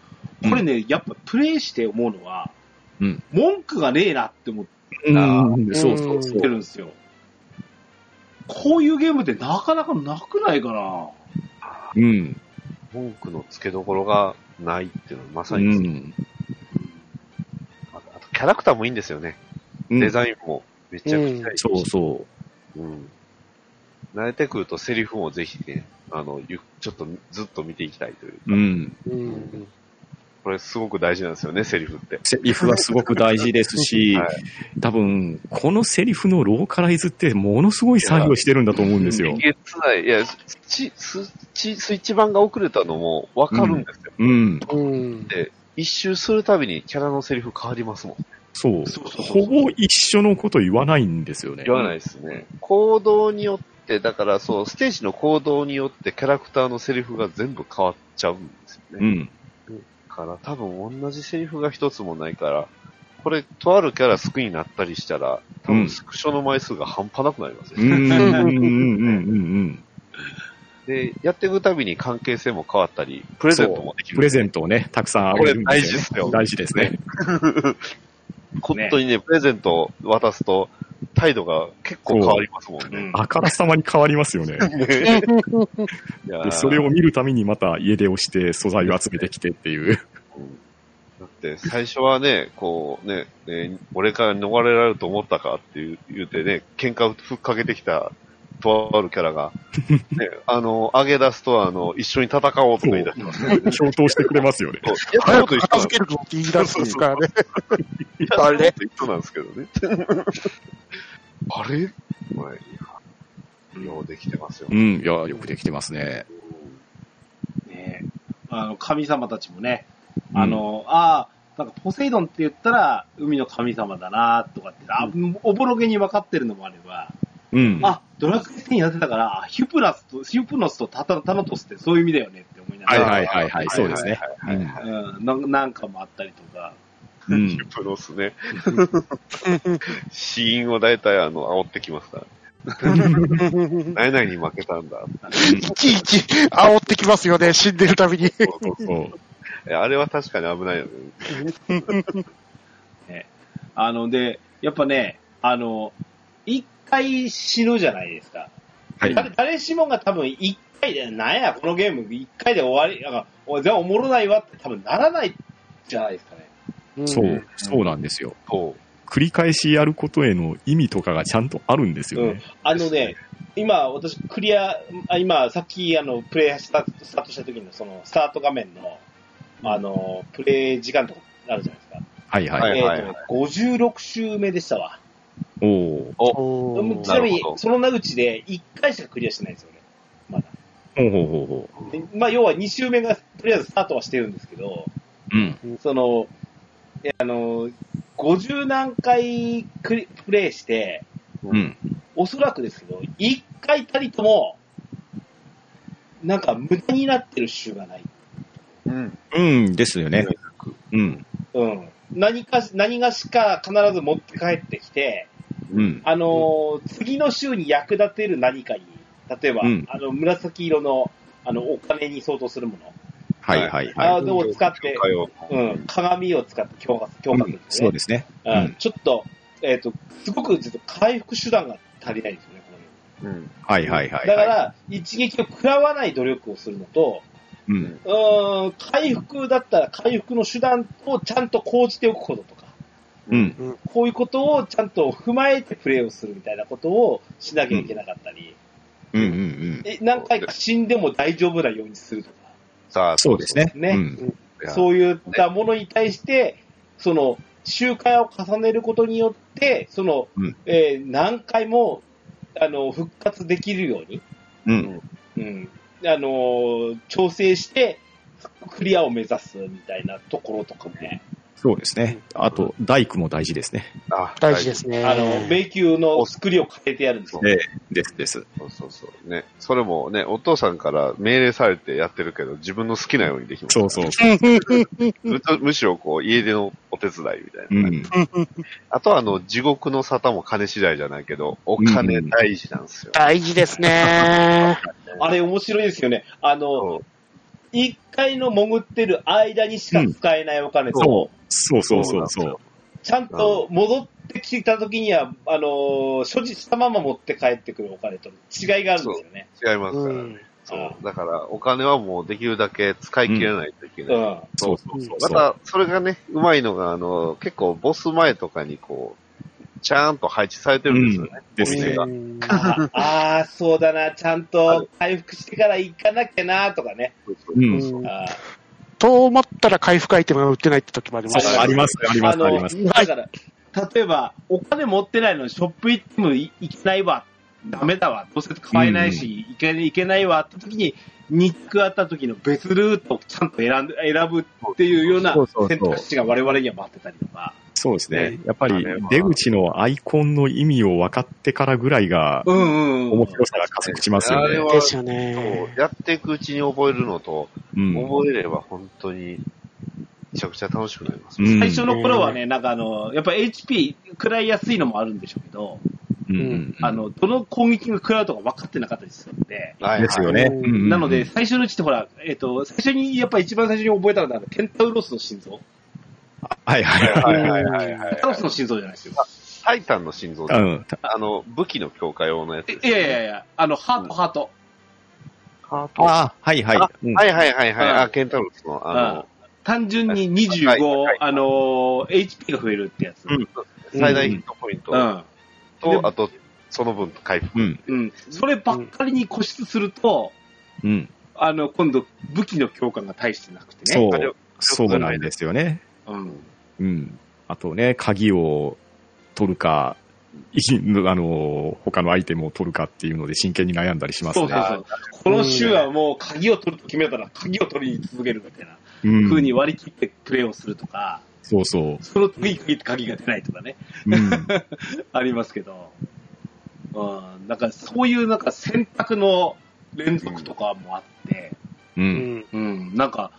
Speaker 1: これね、やっぱプレイして思うのは、
Speaker 2: うん
Speaker 1: 文句がねえなって思っ
Speaker 2: うん、そうそうそ
Speaker 1: 出て
Speaker 2: う。
Speaker 1: るんですよ。こういうゲームってなかなかなくないかな
Speaker 2: うん。
Speaker 4: 文句の付けどころがないっていうのはまさ
Speaker 2: う
Speaker 4: に、
Speaker 2: ん。
Speaker 4: あとあとキャラクターもいいんですよね。
Speaker 2: うん
Speaker 4: デザインもめちゃくちゃいいし
Speaker 2: そうそう。
Speaker 4: うん。慣れてくるとセリフもぜひね、あの、ゆちょっとずっと見ていきたいという。
Speaker 2: うん。
Speaker 3: うん。
Speaker 4: これすごく大事なんですよね、セリフって。
Speaker 2: セリフはすごく大事ですし、
Speaker 4: はい
Speaker 2: 多分、このセリフのローカライズってものすごい作業してるんだと思うんですよ
Speaker 4: え。げつない。いや、ススチスイッチ版が遅れたのもわかるんですよ。
Speaker 2: うん。
Speaker 3: うん。
Speaker 4: 一周するたびにキャラのセリフ変わりますもん。
Speaker 2: そう。
Speaker 1: そうそうそう
Speaker 2: ほぼ一緒のこと言わないんですよね。
Speaker 4: 言わない
Speaker 2: い。
Speaker 4: ですね。行動によって、だからそう、ステージの行動によってキャラクターのセリフが全部変わっちゃうんですよ
Speaker 2: う
Speaker 4: ね。
Speaker 2: ん。
Speaker 4: だから多分同じセリフが一つもないから、これ、とあるキャラ好きになったりしたら、
Speaker 2: う
Speaker 4: 多分
Speaker 2: ん
Speaker 4: スクショの枚数が半端なくなります
Speaker 2: うん。
Speaker 4: ね。
Speaker 2: うん。うん。うん。
Speaker 4: で、やっていくたびに関係性も変わったり、プレゼントもでき
Speaker 2: プレ
Speaker 4: る。
Speaker 2: ゼントをね、たくさんあげるん
Speaker 4: これ大事ですよ
Speaker 2: 大事ですね。
Speaker 4: 本当にね、プレゼントを渡すと、態度が結構変わりますもんね。
Speaker 2: あからさまに変わりますよね。
Speaker 4: いやー
Speaker 2: で、それを見るためにまた家出をして素材を集めてきてっていう。
Speaker 4: だって、最初はね、こうね、ね俺から逃れられると思ったかっていう言うてね、喧嘩をふっかけてきた、とあるキャラが、 ね、あの、上げ出すと、あの、一緒に戦おうとか言い出してますね。
Speaker 2: 共闘してくれますよね。
Speaker 4: そうやった
Speaker 3: 早
Speaker 4: こと
Speaker 3: く
Speaker 4: 一
Speaker 3: 片
Speaker 4: 緒なん
Speaker 3: 付け
Speaker 4: で
Speaker 3: るぞって言い出すんですからね。
Speaker 4: すやったこと一緒なんですけどね。あれこれいやようできてますよ
Speaker 2: う。ん、いや、よくできてますね。
Speaker 1: ねえあの、神様たちもね、
Speaker 2: うん
Speaker 1: あの、ああ、なんかポセイドンって言ったら海の神様だなとかって、あ、おぼろげに分かってるのもあれば、
Speaker 2: うん。
Speaker 1: あ、ドラクエ10になってたから、あヒュプラスと、ヒュプノスとタタタノトスってそういう意味だよねって思いなが
Speaker 2: はい
Speaker 1: ら、
Speaker 2: はいはいはい、そうですね。
Speaker 1: うん、なんなんかもあったりとか、
Speaker 2: うん
Speaker 4: ヒ。プロスね。死因を大体、あの、煽ってきますから。何々に負けたんだ。
Speaker 3: いちいち煽ってきますよね、死んでるたびに。
Speaker 4: そうそう
Speaker 2: そう
Speaker 4: いやあれは確かに危ないよね。
Speaker 1: あの、で、やっぱね、あの、一回死ぬじゃないですか。
Speaker 2: はい。
Speaker 1: 誰誰しもが多分一回で、なんや、このゲーム一回で終わり、なんか、お全然おもろないわって多分ならないじゃないですかね。
Speaker 2: そう、そうなんですよ。
Speaker 4: そう。
Speaker 2: 繰り返しやることへの意味とかがちゃんとあるんですよ
Speaker 1: うん
Speaker 2: ね。。
Speaker 1: あのね、今、私、クリア、あ今、さっき、あの、プレイスタートスタートした時の、その、スタート画面の、あの、プレイ時間とかあるじゃないですか。
Speaker 2: はいは。
Speaker 4: はいい
Speaker 1: えっ、と、56周目でしたわ。
Speaker 2: おおー
Speaker 3: お
Speaker 1: うん
Speaker 3: ー
Speaker 1: ちなみ
Speaker 4: な
Speaker 1: に
Speaker 4: るほ、ど
Speaker 1: その名口で1回しかクリアしてないんですよね。まだ。
Speaker 2: ほうほうほうほ
Speaker 1: でまあ、要は2周目が、とりあえずスタートはしてるんですけど、
Speaker 2: う。うん。
Speaker 1: その、いやあの、50何回クリプレイして、
Speaker 2: うん。
Speaker 1: おそらくですけど、1回たりとも、なんか無駄になってる週がない。
Speaker 4: うん。
Speaker 2: うんですよね。うん。
Speaker 1: うん。何かし、何がしか必ず持って帰ってきて、
Speaker 2: うん。
Speaker 1: あのー次の週に役立てる何かに、例えば、
Speaker 2: うん
Speaker 1: あの、紫色の、あの、お金に相当するもの、
Speaker 2: はいはい
Speaker 1: あ
Speaker 2: はい。
Speaker 1: ーを使って、
Speaker 4: かよ。
Speaker 1: うん、鏡を使って強化、強
Speaker 2: う
Speaker 1: 化する
Speaker 2: ん
Speaker 1: んです
Speaker 2: そ
Speaker 1: ね
Speaker 2: う。ですね。
Speaker 1: うん
Speaker 2: うん
Speaker 1: ちょっと、えっ、と、すごくちょっと回復手段が足りないんですよね、このゲーム
Speaker 4: うん。
Speaker 2: はいはいはい。
Speaker 1: だか、ら、一撃を食らわない努力をするのと、
Speaker 2: うん。
Speaker 1: うーん、回復だったら回復の手段をちゃんと講じておくこととか、
Speaker 2: うん。
Speaker 1: こういうことをちゃんと踏まえてプレーをするみたいなことをしなきゃいけなかったり、
Speaker 2: うんうんうん。
Speaker 1: え何回か死んでも大丈夫なようにするとか、
Speaker 4: さあ、
Speaker 2: そうですね。
Speaker 1: ね
Speaker 2: うん
Speaker 4: う。
Speaker 1: そういったものに対して、その、周回を重ねることによって、その、
Speaker 2: うん
Speaker 1: えー何回も、あの、復活できるように、
Speaker 2: うん。
Speaker 1: うん、あのー調整して、クリアを目指すみたいなところとかね、
Speaker 2: そうですね。あと、大工も大事ですね。
Speaker 4: あ。
Speaker 3: 大事ですすね。
Speaker 1: あの、迷宮の作りを変えてやるんですよ。
Speaker 2: ええ、ですです。
Speaker 4: そうそうそう。ね。それもね、お父さんから命令されてやってるけど、自分の好きなようにできます。
Speaker 2: そうそう。
Speaker 4: むむしろ、こう、家でのお手伝いみたいな。
Speaker 2: うん。
Speaker 4: あとは、あの、地獄の沙汰も金次第じゃないけど、お金大事なんですよ。
Speaker 3: 大事ですね。
Speaker 1: あれ面白いですよね。あの、
Speaker 4: そ
Speaker 1: 一回の潜ってる間にしか使えないお金と、
Speaker 2: そう。そうそうそうそう。
Speaker 1: ちゃんと戻っってきた時には、あのー所持したまま持って帰ってくるお金と違いがあるんですよね。
Speaker 4: 違いますか
Speaker 3: う
Speaker 4: ら
Speaker 3: ん
Speaker 4: ね。そう。だから、お金はもうできるだけ使い切れないといけ
Speaker 1: う
Speaker 4: ない。
Speaker 1: ん。
Speaker 2: そうそうそう。
Speaker 4: また、それがね、うまいのが、あの、結構ボス前とかにこう、ちゃんと配置されてるんですよね。
Speaker 2: で
Speaker 4: お
Speaker 2: す
Speaker 4: 店
Speaker 2: ね
Speaker 4: が。。
Speaker 3: うん
Speaker 1: ああー、そうだな、ちゃんと回復してから行かなきゃな、とかね。
Speaker 2: うん。
Speaker 3: うん
Speaker 1: あ
Speaker 3: と思ったら回復アイテムが売ってないって時もありま
Speaker 2: そう
Speaker 3: す
Speaker 2: あります、あり
Speaker 1: ー
Speaker 2: ます、あり
Speaker 1: の、
Speaker 2: ます。
Speaker 1: だから、例えば、お金持ってないのにショップ行ってもい行けないわ、ダメだわ、どうせ買えないし、行け行けないわって時に、肉あった時の別ルートをちゃんと選んで選ぶっていうような
Speaker 2: そうそうそう
Speaker 1: 選択肢が我々には待ってたりとか。
Speaker 2: そうですね
Speaker 4: ね。
Speaker 2: やっぱり
Speaker 4: あれは
Speaker 2: 出口のアイコンの意味を分かってからぐらいが
Speaker 1: うんうんうん。
Speaker 2: 面白さが加速しますよ
Speaker 4: あれ
Speaker 2: ね。
Speaker 4: は
Speaker 3: ですよ
Speaker 4: そう
Speaker 3: ね。
Speaker 4: やっていくうちに覚えるのと、
Speaker 2: うん。
Speaker 4: 覚えれば本当に、めちゃくちゃ楽しくなります。
Speaker 2: うん
Speaker 1: 最初の頃はね、なんかあの、やっぱ HP 食らいやすいのもあるんでしょうけど、
Speaker 2: うん
Speaker 1: あの、どの攻撃が食らうとか分かってなかったりするんで、
Speaker 4: はい、
Speaker 2: ですよね。
Speaker 3: うん
Speaker 2: うん
Speaker 1: なので、、最初のうちってほら、えっ、と、最初に、やっぱ一番最初に覚えたのは、ケンタウロスの心臓。
Speaker 2: はいはいはい。
Speaker 4: はいはいはいはいはい
Speaker 1: タウロスの心臓じゃないですよ。
Speaker 4: タイタンの心臓
Speaker 2: う
Speaker 4: で
Speaker 2: ん。
Speaker 4: あの、武器の強化用のやつです。
Speaker 1: いやいやいや、あの、ハート、ハート。
Speaker 4: ハートは
Speaker 2: ああ、はいはい。うん
Speaker 4: いはいはいはい。
Speaker 1: うん
Speaker 4: あ、ケンタロスの、あ
Speaker 1: 単純に
Speaker 4: はいは
Speaker 1: 25
Speaker 4: い、
Speaker 1: あのー、HP が増えるってやつ。
Speaker 2: うん
Speaker 4: の、最大ヒットポイント
Speaker 1: うん。
Speaker 4: と、あと、その分回復。
Speaker 2: うん。
Speaker 1: うん。そればっかりに固執すると、
Speaker 2: うん。
Speaker 1: あの、今度、武器の強化が大してなくてね。
Speaker 2: そ
Speaker 4: あれ
Speaker 2: う。そうなんですよね。
Speaker 1: うん。
Speaker 2: うん。あとね、鍵を取るか、い きあの、他のアイテムを取るかっていうので真剣に悩んだりします
Speaker 1: そうそう
Speaker 2: ね。
Speaker 1: そう。この週はもう、鍵を取ると決めたら、鍵を取り続けるみたいな
Speaker 2: うん
Speaker 1: 風に割り切ってプレイをするとか、
Speaker 2: そうそ
Speaker 1: その次々鍵が出ないとかね。
Speaker 2: う。うん。
Speaker 1: ありますけど、うん、なんかそういうなんか選択の連続とかもあって、
Speaker 2: う。
Speaker 3: うんん
Speaker 1: うん、なんか、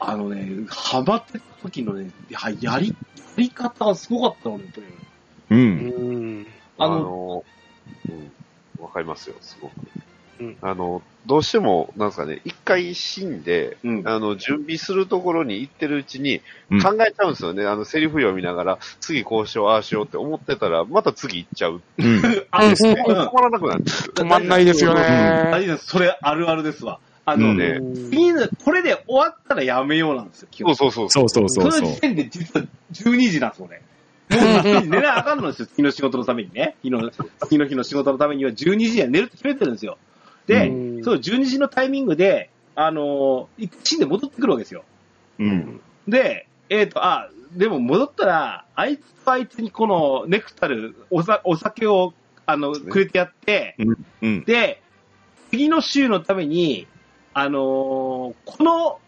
Speaker 1: あのね、ハマってた時のね、ややり、やり方がすごかったのね、プレイの
Speaker 2: う。
Speaker 3: うんん
Speaker 1: あ
Speaker 4: あ
Speaker 1: の
Speaker 4: の、うん、わかりますよ、すごく
Speaker 3: うん。
Speaker 4: あの、どうしても、なんですかね、一回死んで、
Speaker 1: うん。
Speaker 4: あの、準備するところに行ってるうちに
Speaker 2: うん、
Speaker 4: 考えちゃうんですよね。あの、セリフ読みながら、次こうしよう、ああしようって思ってたら、また次行っちゃう。
Speaker 2: うん。
Speaker 1: あ
Speaker 2: ですね
Speaker 1: う
Speaker 4: 止まらなくなるんですよ。
Speaker 3: 止まんないですよ
Speaker 1: 大
Speaker 3: ね。
Speaker 1: 事です。それあるあるですわ。あの、
Speaker 2: うん
Speaker 4: ね
Speaker 1: 次の、これで終わったらやめようなんですよ、基
Speaker 4: そう
Speaker 1: 本。
Speaker 4: そうそう。
Speaker 2: そうそうそう
Speaker 1: そ
Speaker 2: そ
Speaker 1: の
Speaker 2: う
Speaker 1: 時。点で実は12時なんです、俺。もう寝なあかんのですよ、次の仕事のためにね。次の次の日の仕事のためには12時には寝るって決めてるんですよ。で、
Speaker 3: うん
Speaker 1: そう、12時のタイミングで、あのー、死んで戻ってくるわけですよ。
Speaker 2: うん。
Speaker 1: で、えっ、と、あ、でも戻ったら、あいつとあいつにこのネクタル、おさお酒を、あの、
Speaker 4: ね
Speaker 1: くれてやって、
Speaker 2: うん。
Speaker 1: で、次の週のために、あのーこの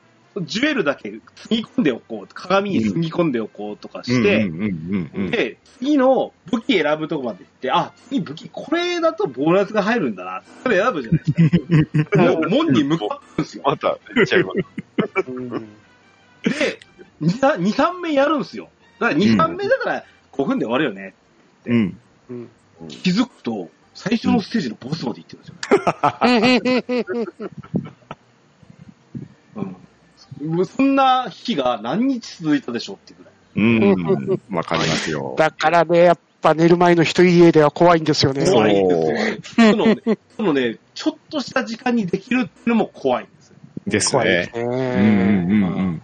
Speaker 1: ジュエルだけ積み込んでおこう、鏡に積み込んでおこうとかして、
Speaker 2: うんうんうんうん。
Speaker 1: で、次の武器選ぶとこまで行って、あ、次武器、これだとボーナスが入るんだな。それ選ぶじゃないです か。もう門に向かうんですよ。
Speaker 4: また行っちゃいます。
Speaker 3: うん
Speaker 1: で、2、2 3面やるんですよ。だから2、3面だから5分で終わるよね。
Speaker 2: うん。
Speaker 3: うん
Speaker 1: 気づくと、最初のステージのボスまで行ってるんですよ。うん。もうそんな日が何日続いたでしょうっていうぐらい。
Speaker 2: うん。わかりますよ。
Speaker 3: だからね、やっぱ寝る前の一家では怖いんですよね。
Speaker 1: 怖いですよ。そのね、そのね、ちょっとした時間にできるっていうのも怖いんですよ。
Speaker 2: です
Speaker 3: 怖いで
Speaker 2: ね
Speaker 3: す。ね。
Speaker 2: うんうんうん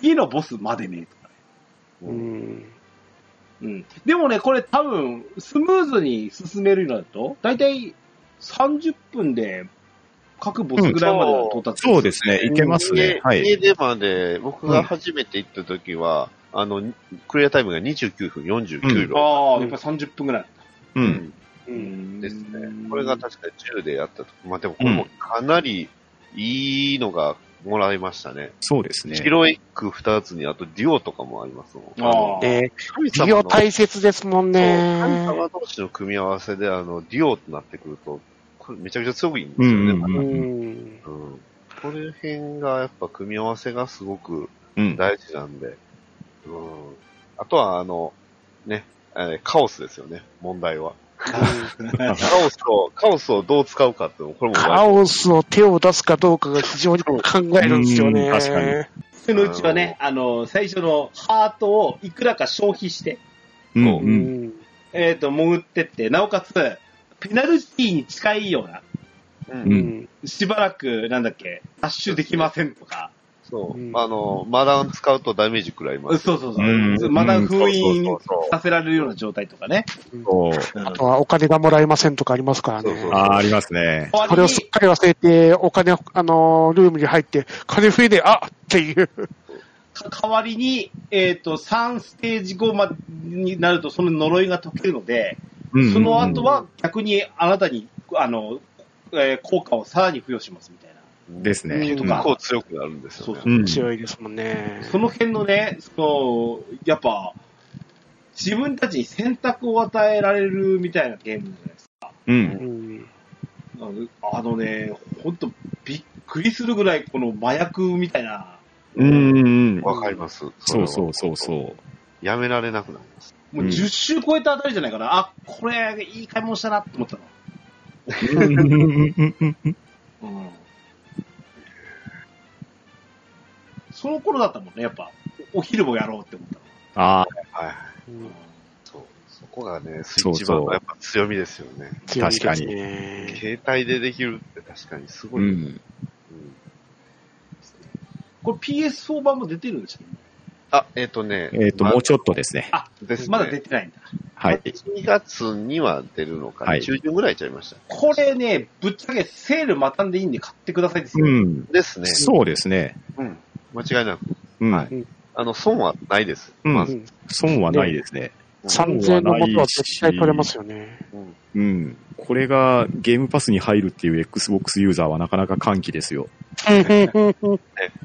Speaker 1: 次のボスまでね、とかね。
Speaker 3: うん
Speaker 1: うん。でもね、これ多分、スムーズに進めるようになると、だいたい30分で各ボスぐらいまでは到達
Speaker 2: そうですね。いけますね
Speaker 4: 家。
Speaker 2: はい。
Speaker 4: 家出まで、僕が初めて行った時は、あの、クリアタイムが29分49秒。
Speaker 1: ああ、やっぱり30分ぐらい。
Speaker 2: うん。
Speaker 3: うん
Speaker 4: ですね。これが確か10でやったと。まあでもこれもかなりいいのがもらいましたね。
Speaker 2: そうですね。
Speaker 4: 白い区2つに、あとデュオとかもありますもん。
Speaker 1: ああ
Speaker 3: ね、
Speaker 4: 神
Speaker 3: 美容
Speaker 4: 様の
Speaker 3: 大切ですもんね。
Speaker 4: 神様同士の組み合わせで、あの、デュオってなってくると、これめちゃくちゃ強くいいんですよね。
Speaker 2: うんうんうん
Speaker 3: うん
Speaker 4: うんこの辺がやっぱ組み合わせがすごく
Speaker 2: うん。
Speaker 4: 大事なんで。うん。あとはあの、ね、えーカオスですよね、問題は。カオスを、カオスをどう使うかって、これも
Speaker 3: カオスを手を出すかどうかが非常に考えるんですよ
Speaker 2: う
Speaker 3: ね。
Speaker 2: ん確かに
Speaker 1: そのうちはね、あの、最初のハートをいくらか消費して、
Speaker 2: うん
Speaker 4: そう
Speaker 3: う
Speaker 2: うん
Speaker 3: ん。
Speaker 1: えっ、と、潜ってって、なおかつ、ペナルティに近いような、
Speaker 4: うん
Speaker 2: うん
Speaker 1: しばらく、なんだっけ、発出できませんとか、
Speaker 4: そう、
Speaker 3: うん
Speaker 4: あの、マダン使うとダメージ食らいます。
Speaker 1: そうそうそう、
Speaker 2: うん
Speaker 1: まだ封印
Speaker 4: そうそうそう
Speaker 1: させられるような状態とかね。
Speaker 2: そう。
Speaker 1: うん
Speaker 3: あとはお金がもらえませんとかありますから
Speaker 4: そう
Speaker 3: ね。
Speaker 4: そう
Speaker 2: ああ、ありますね。
Speaker 1: 代わりに
Speaker 3: これをすっかり忘れて、お金、あのー、ルームに入って、金増えねえ、あっていう。
Speaker 1: か代わりに、えっ、と、3ステージ後まになると、その呪いが解けるので、
Speaker 2: うん
Speaker 1: その後は逆にあなたに、あの、えー効果をさらに付与しますみたいな。
Speaker 2: ですね。
Speaker 1: うん
Speaker 2: う
Speaker 4: 結
Speaker 2: ん
Speaker 4: 構強くなるんですよね。
Speaker 1: そう
Speaker 2: うん
Speaker 3: 強いですもんね。
Speaker 1: その辺のね、その、やっぱ、自分たちに選択を与えられるみたいなゲームじゃないですか。
Speaker 2: うん。
Speaker 3: うん
Speaker 1: あのあのね、ほんとびっくりするぐらい、この麻薬みたいな、
Speaker 2: うん。
Speaker 4: わかります。
Speaker 2: そうそうそう
Speaker 4: う。
Speaker 2: そう。
Speaker 4: やめられなくなります。
Speaker 1: もう
Speaker 2: うん
Speaker 1: 10周超えたあたりじゃないかな。あ、これ、いい買い物したなって思ったの。
Speaker 2: うんうんうんうんうん
Speaker 1: うんその頃だったもんね、やっぱ、おお昼もやろうって思っ
Speaker 2: ああ、
Speaker 4: はい。
Speaker 3: うん
Speaker 4: そう。そこがね、スイッチ版のやっぱ強みですよね。
Speaker 3: 強いですね
Speaker 2: 確か
Speaker 4: 携帯でできるって確かにすご
Speaker 2: う
Speaker 4: い。
Speaker 2: ん。
Speaker 4: うん
Speaker 1: たの。これ PS4 版も出てるんでしょ
Speaker 4: あ、えっ、とね。
Speaker 2: えっと、
Speaker 4: ま
Speaker 2: もうちょっとですね。
Speaker 1: あ、
Speaker 4: ですね
Speaker 1: まだ出てないんだ。
Speaker 2: はい。
Speaker 4: 2月には出るのかな、
Speaker 2: はい
Speaker 4: 中旬ぐらいちゃいました。
Speaker 1: これね、ぶっちゃけセールまたんでいいんで買ってくださいですよ。
Speaker 2: うん。
Speaker 4: ですね。
Speaker 2: そうですね。
Speaker 4: うん。間違いなく。
Speaker 2: うん。
Speaker 4: はいあの、損はないです。
Speaker 2: うん
Speaker 4: ま
Speaker 3: う
Speaker 4: ず
Speaker 3: ん
Speaker 2: 損はないですね。
Speaker 3: 3000円の元は絶対取れますよね。
Speaker 4: うん
Speaker 2: うん。これがゲームパスに入るっていう Xbox ユーザーはなかなか歓喜ですよ。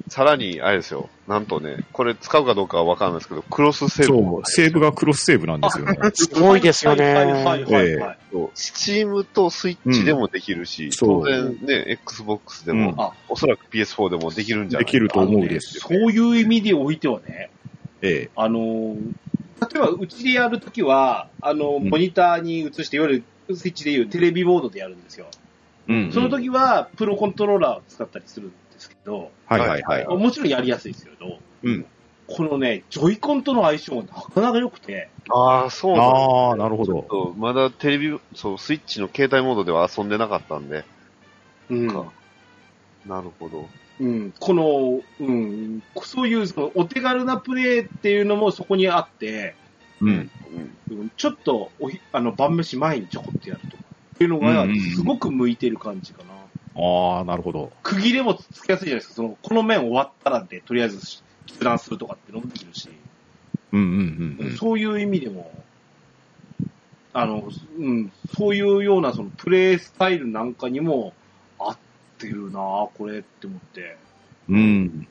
Speaker 4: さらに、あれですよ。なんとね、これ使うかどうかはわかんないですけど、クロスセーブ
Speaker 2: そう。セーブがクロスセーブなんですよね。
Speaker 3: すごいですよね
Speaker 1: はいはいはいはい。
Speaker 4: そうスチームとスイッチでもできるし、
Speaker 2: んそう
Speaker 4: 当然ね、Xbox でも、
Speaker 2: うん
Speaker 1: あ
Speaker 4: おそらく PS4 でもできるんじゃな
Speaker 2: で
Speaker 4: い
Speaker 2: きると思うですよ。
Speaker 1: そういう意味でおいてはね、
Speaker 2: え
Speaker 1: あのー例えばうちでやるときは、あのー
Speaker 2: うん
Speaker 1: モニターに映して、いわゆるスイッチでいうテレビボードでやるんですよ。
Speaker 2: え。うん
Speaker 1: その時は、プロコントローラーを使ったりするんですけど、
Speaker 2: はいはいはい。
Speaker 1: もちろんやりやすいですけど、
Speaker 2: うん
Speaker 1: このね、ジョイコンとの相性がなかなか良くて、
Speaker 4: ああ、そうなんだ
Speaker 2: ああ、なるほど。
Speaker 4: そうまだテレビ、そう、スイッチの携帯モードでは遊んでなかったんで。
Speaker 1: うん
Speaker 4: なるほど。
Speaker 1: うんこの、うん、そういうそのお手軽なプレイっていうのもそこにあって、
Speaker 2: うん。
Speaker 4: うん。
Speaker 1: うんちょっとおひあの晩飯前にちょこっとやるとか、っていうのが
Speaker 2: うんうんうん
Speaker 1: すごく向いてる感じかな。
Speaker 2: ああ、なるほど。
Speaker 1: 区切れもつきやすいじゃないですか、そのこの面終わったらで、とりあえず決断するとかっていうのもできるし、
Speaker 2: うんうんうんうん。
Speaker 1: そういう意味でも、あの、うん、そういうようなそのプレイスタイルなんかにも合ってるなぁこれって思って、
Speaker 2: うん。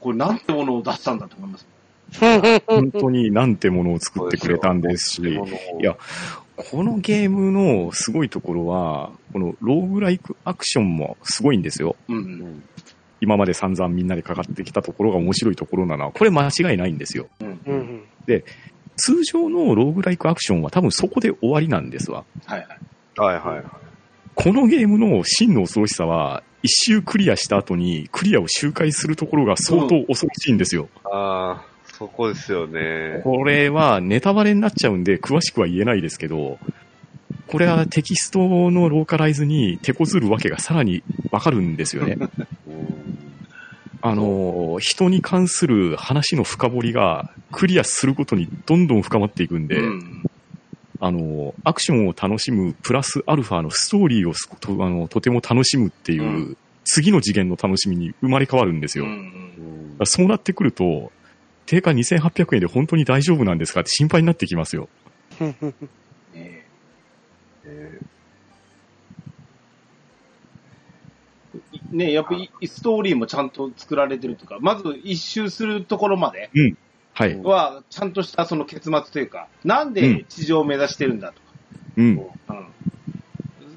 Speaker 1: これなんてものを出したんだと思います。
Speaker 2: 本当になんてものを作ってくれたんですし、いやこのゲームのすごいところは、このローグライクアクションもすごいんですよ。
Speaker 1: う、
Speaker 4: うんん、
Speaker 2: 今まで散々みんなでかかってきたところが面白いところなのは、これ間違いないんですよ。
Speaker 1: うん、
Speaker 3: うんうん
Speaker 2: 通常のローグライクアクションは多分そこで終わりなんですわ。
Speaker 1: はいはい。
Speaker 4: はいはいはい。
Speaker 2: このゲームの真の恐ろしさは、一周クリアした後にクリアを周回するところが相当恐ろしいんですよ。
Speaker 4: ああ、そこですよね。
Speaker 2: これはネタバレになっちゃうんで詳しくは言えないですけど、これはテキストのローカライズに手こずるわけがさらにわかるんですよね。
Speaker 4: うん
Speaker 2: あの、人に関する話の深掘りがクリアすることにどんどん深まっていくんで、
Speaker 1: うん
Speaker 2: あの、アクションを楽しむプラスアルファのストーリーをすとあのとても楽しむっていう、
Speaker 1: うん
Speaker 2: 次の次元の楽しみに生まれ変わるんです
Speaker 1: う
Speaker 2: よ。だ
Speaker 1: ん
Speaker 2: からそうなってくると、定価2800円で本当に大丈夫なんですかって心配になってきますよ。
Speaker 1: ね
Speaker 4: え
Speaker 1: えねえやっぱりストーリーもちゃんと作られてるとか、まず一周するところまで
Speaker 2: はい。
Speaker 4: うん
Speaker 1: は、ちゃんとしたその結末というか、なん
Speaker 2: う
Speaker 1: で
Speaker 2: ん
Speaker 1: 地上を目指してるんだとか、
Speaker 2: うん。
Speaker 1: うん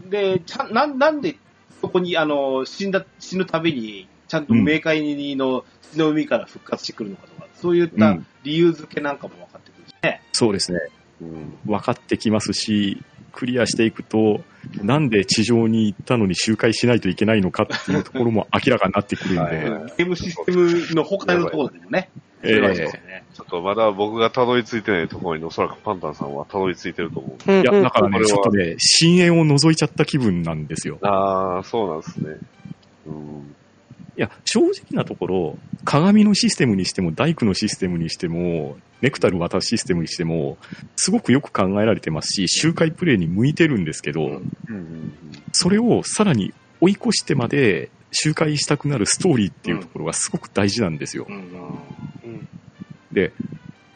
Speaker 1: で、ちゃんなんなんでそこにあの死んだ死ぬたびに、ちゃんと明快にの血の海から復活してくるのかとか、そういっ
Speaker 2: う
Speaker 1: た
Speaker 2: ん
Speaker 1: 理由付けなんかも分かってくるしね。
Speaker 2: そうですね。
Speaker 4: ーうん
Speaker 2: 分かってきますし、クリアしていくと、なんで地上に行ったのに周回しないといけないのかっていうところも明らかになってくるんで、
Speaker 4: はいはい
Speaker 1: ゲームシステムの他のところでもね。それはいいですよね。
Speaker 4: ちょっとまだ僕がたどり着いてないところにおそらくパンタンさんはたどり着いてると思う。
Speaker 3: うん
Speaker 2: いや、
Speaker 3: うん
Speaker 2: だから
Speaker 4: こ
Speaker 2: ね、
Speaker 4: れは
Speaker 2: ちょっとね、深淵を覗いちゃった気分なんですよ。
Speaker 4: ああ、そうなんですね。うん。
Speaker 2: いや、正直なところ、鏡のシステムにしても、大工のシステムにしても、ネクタル渡すシステムにしても、すごくよく考えられてますし、周回プレイに向いてるんですけど、
Speaker 4: うんうんうん
Speaker 2: それをさらに追い越してまで周回したくなるストーリーっていうところがすごく大事なんですよ。
Speaker 3: うん
Speaker 2: で、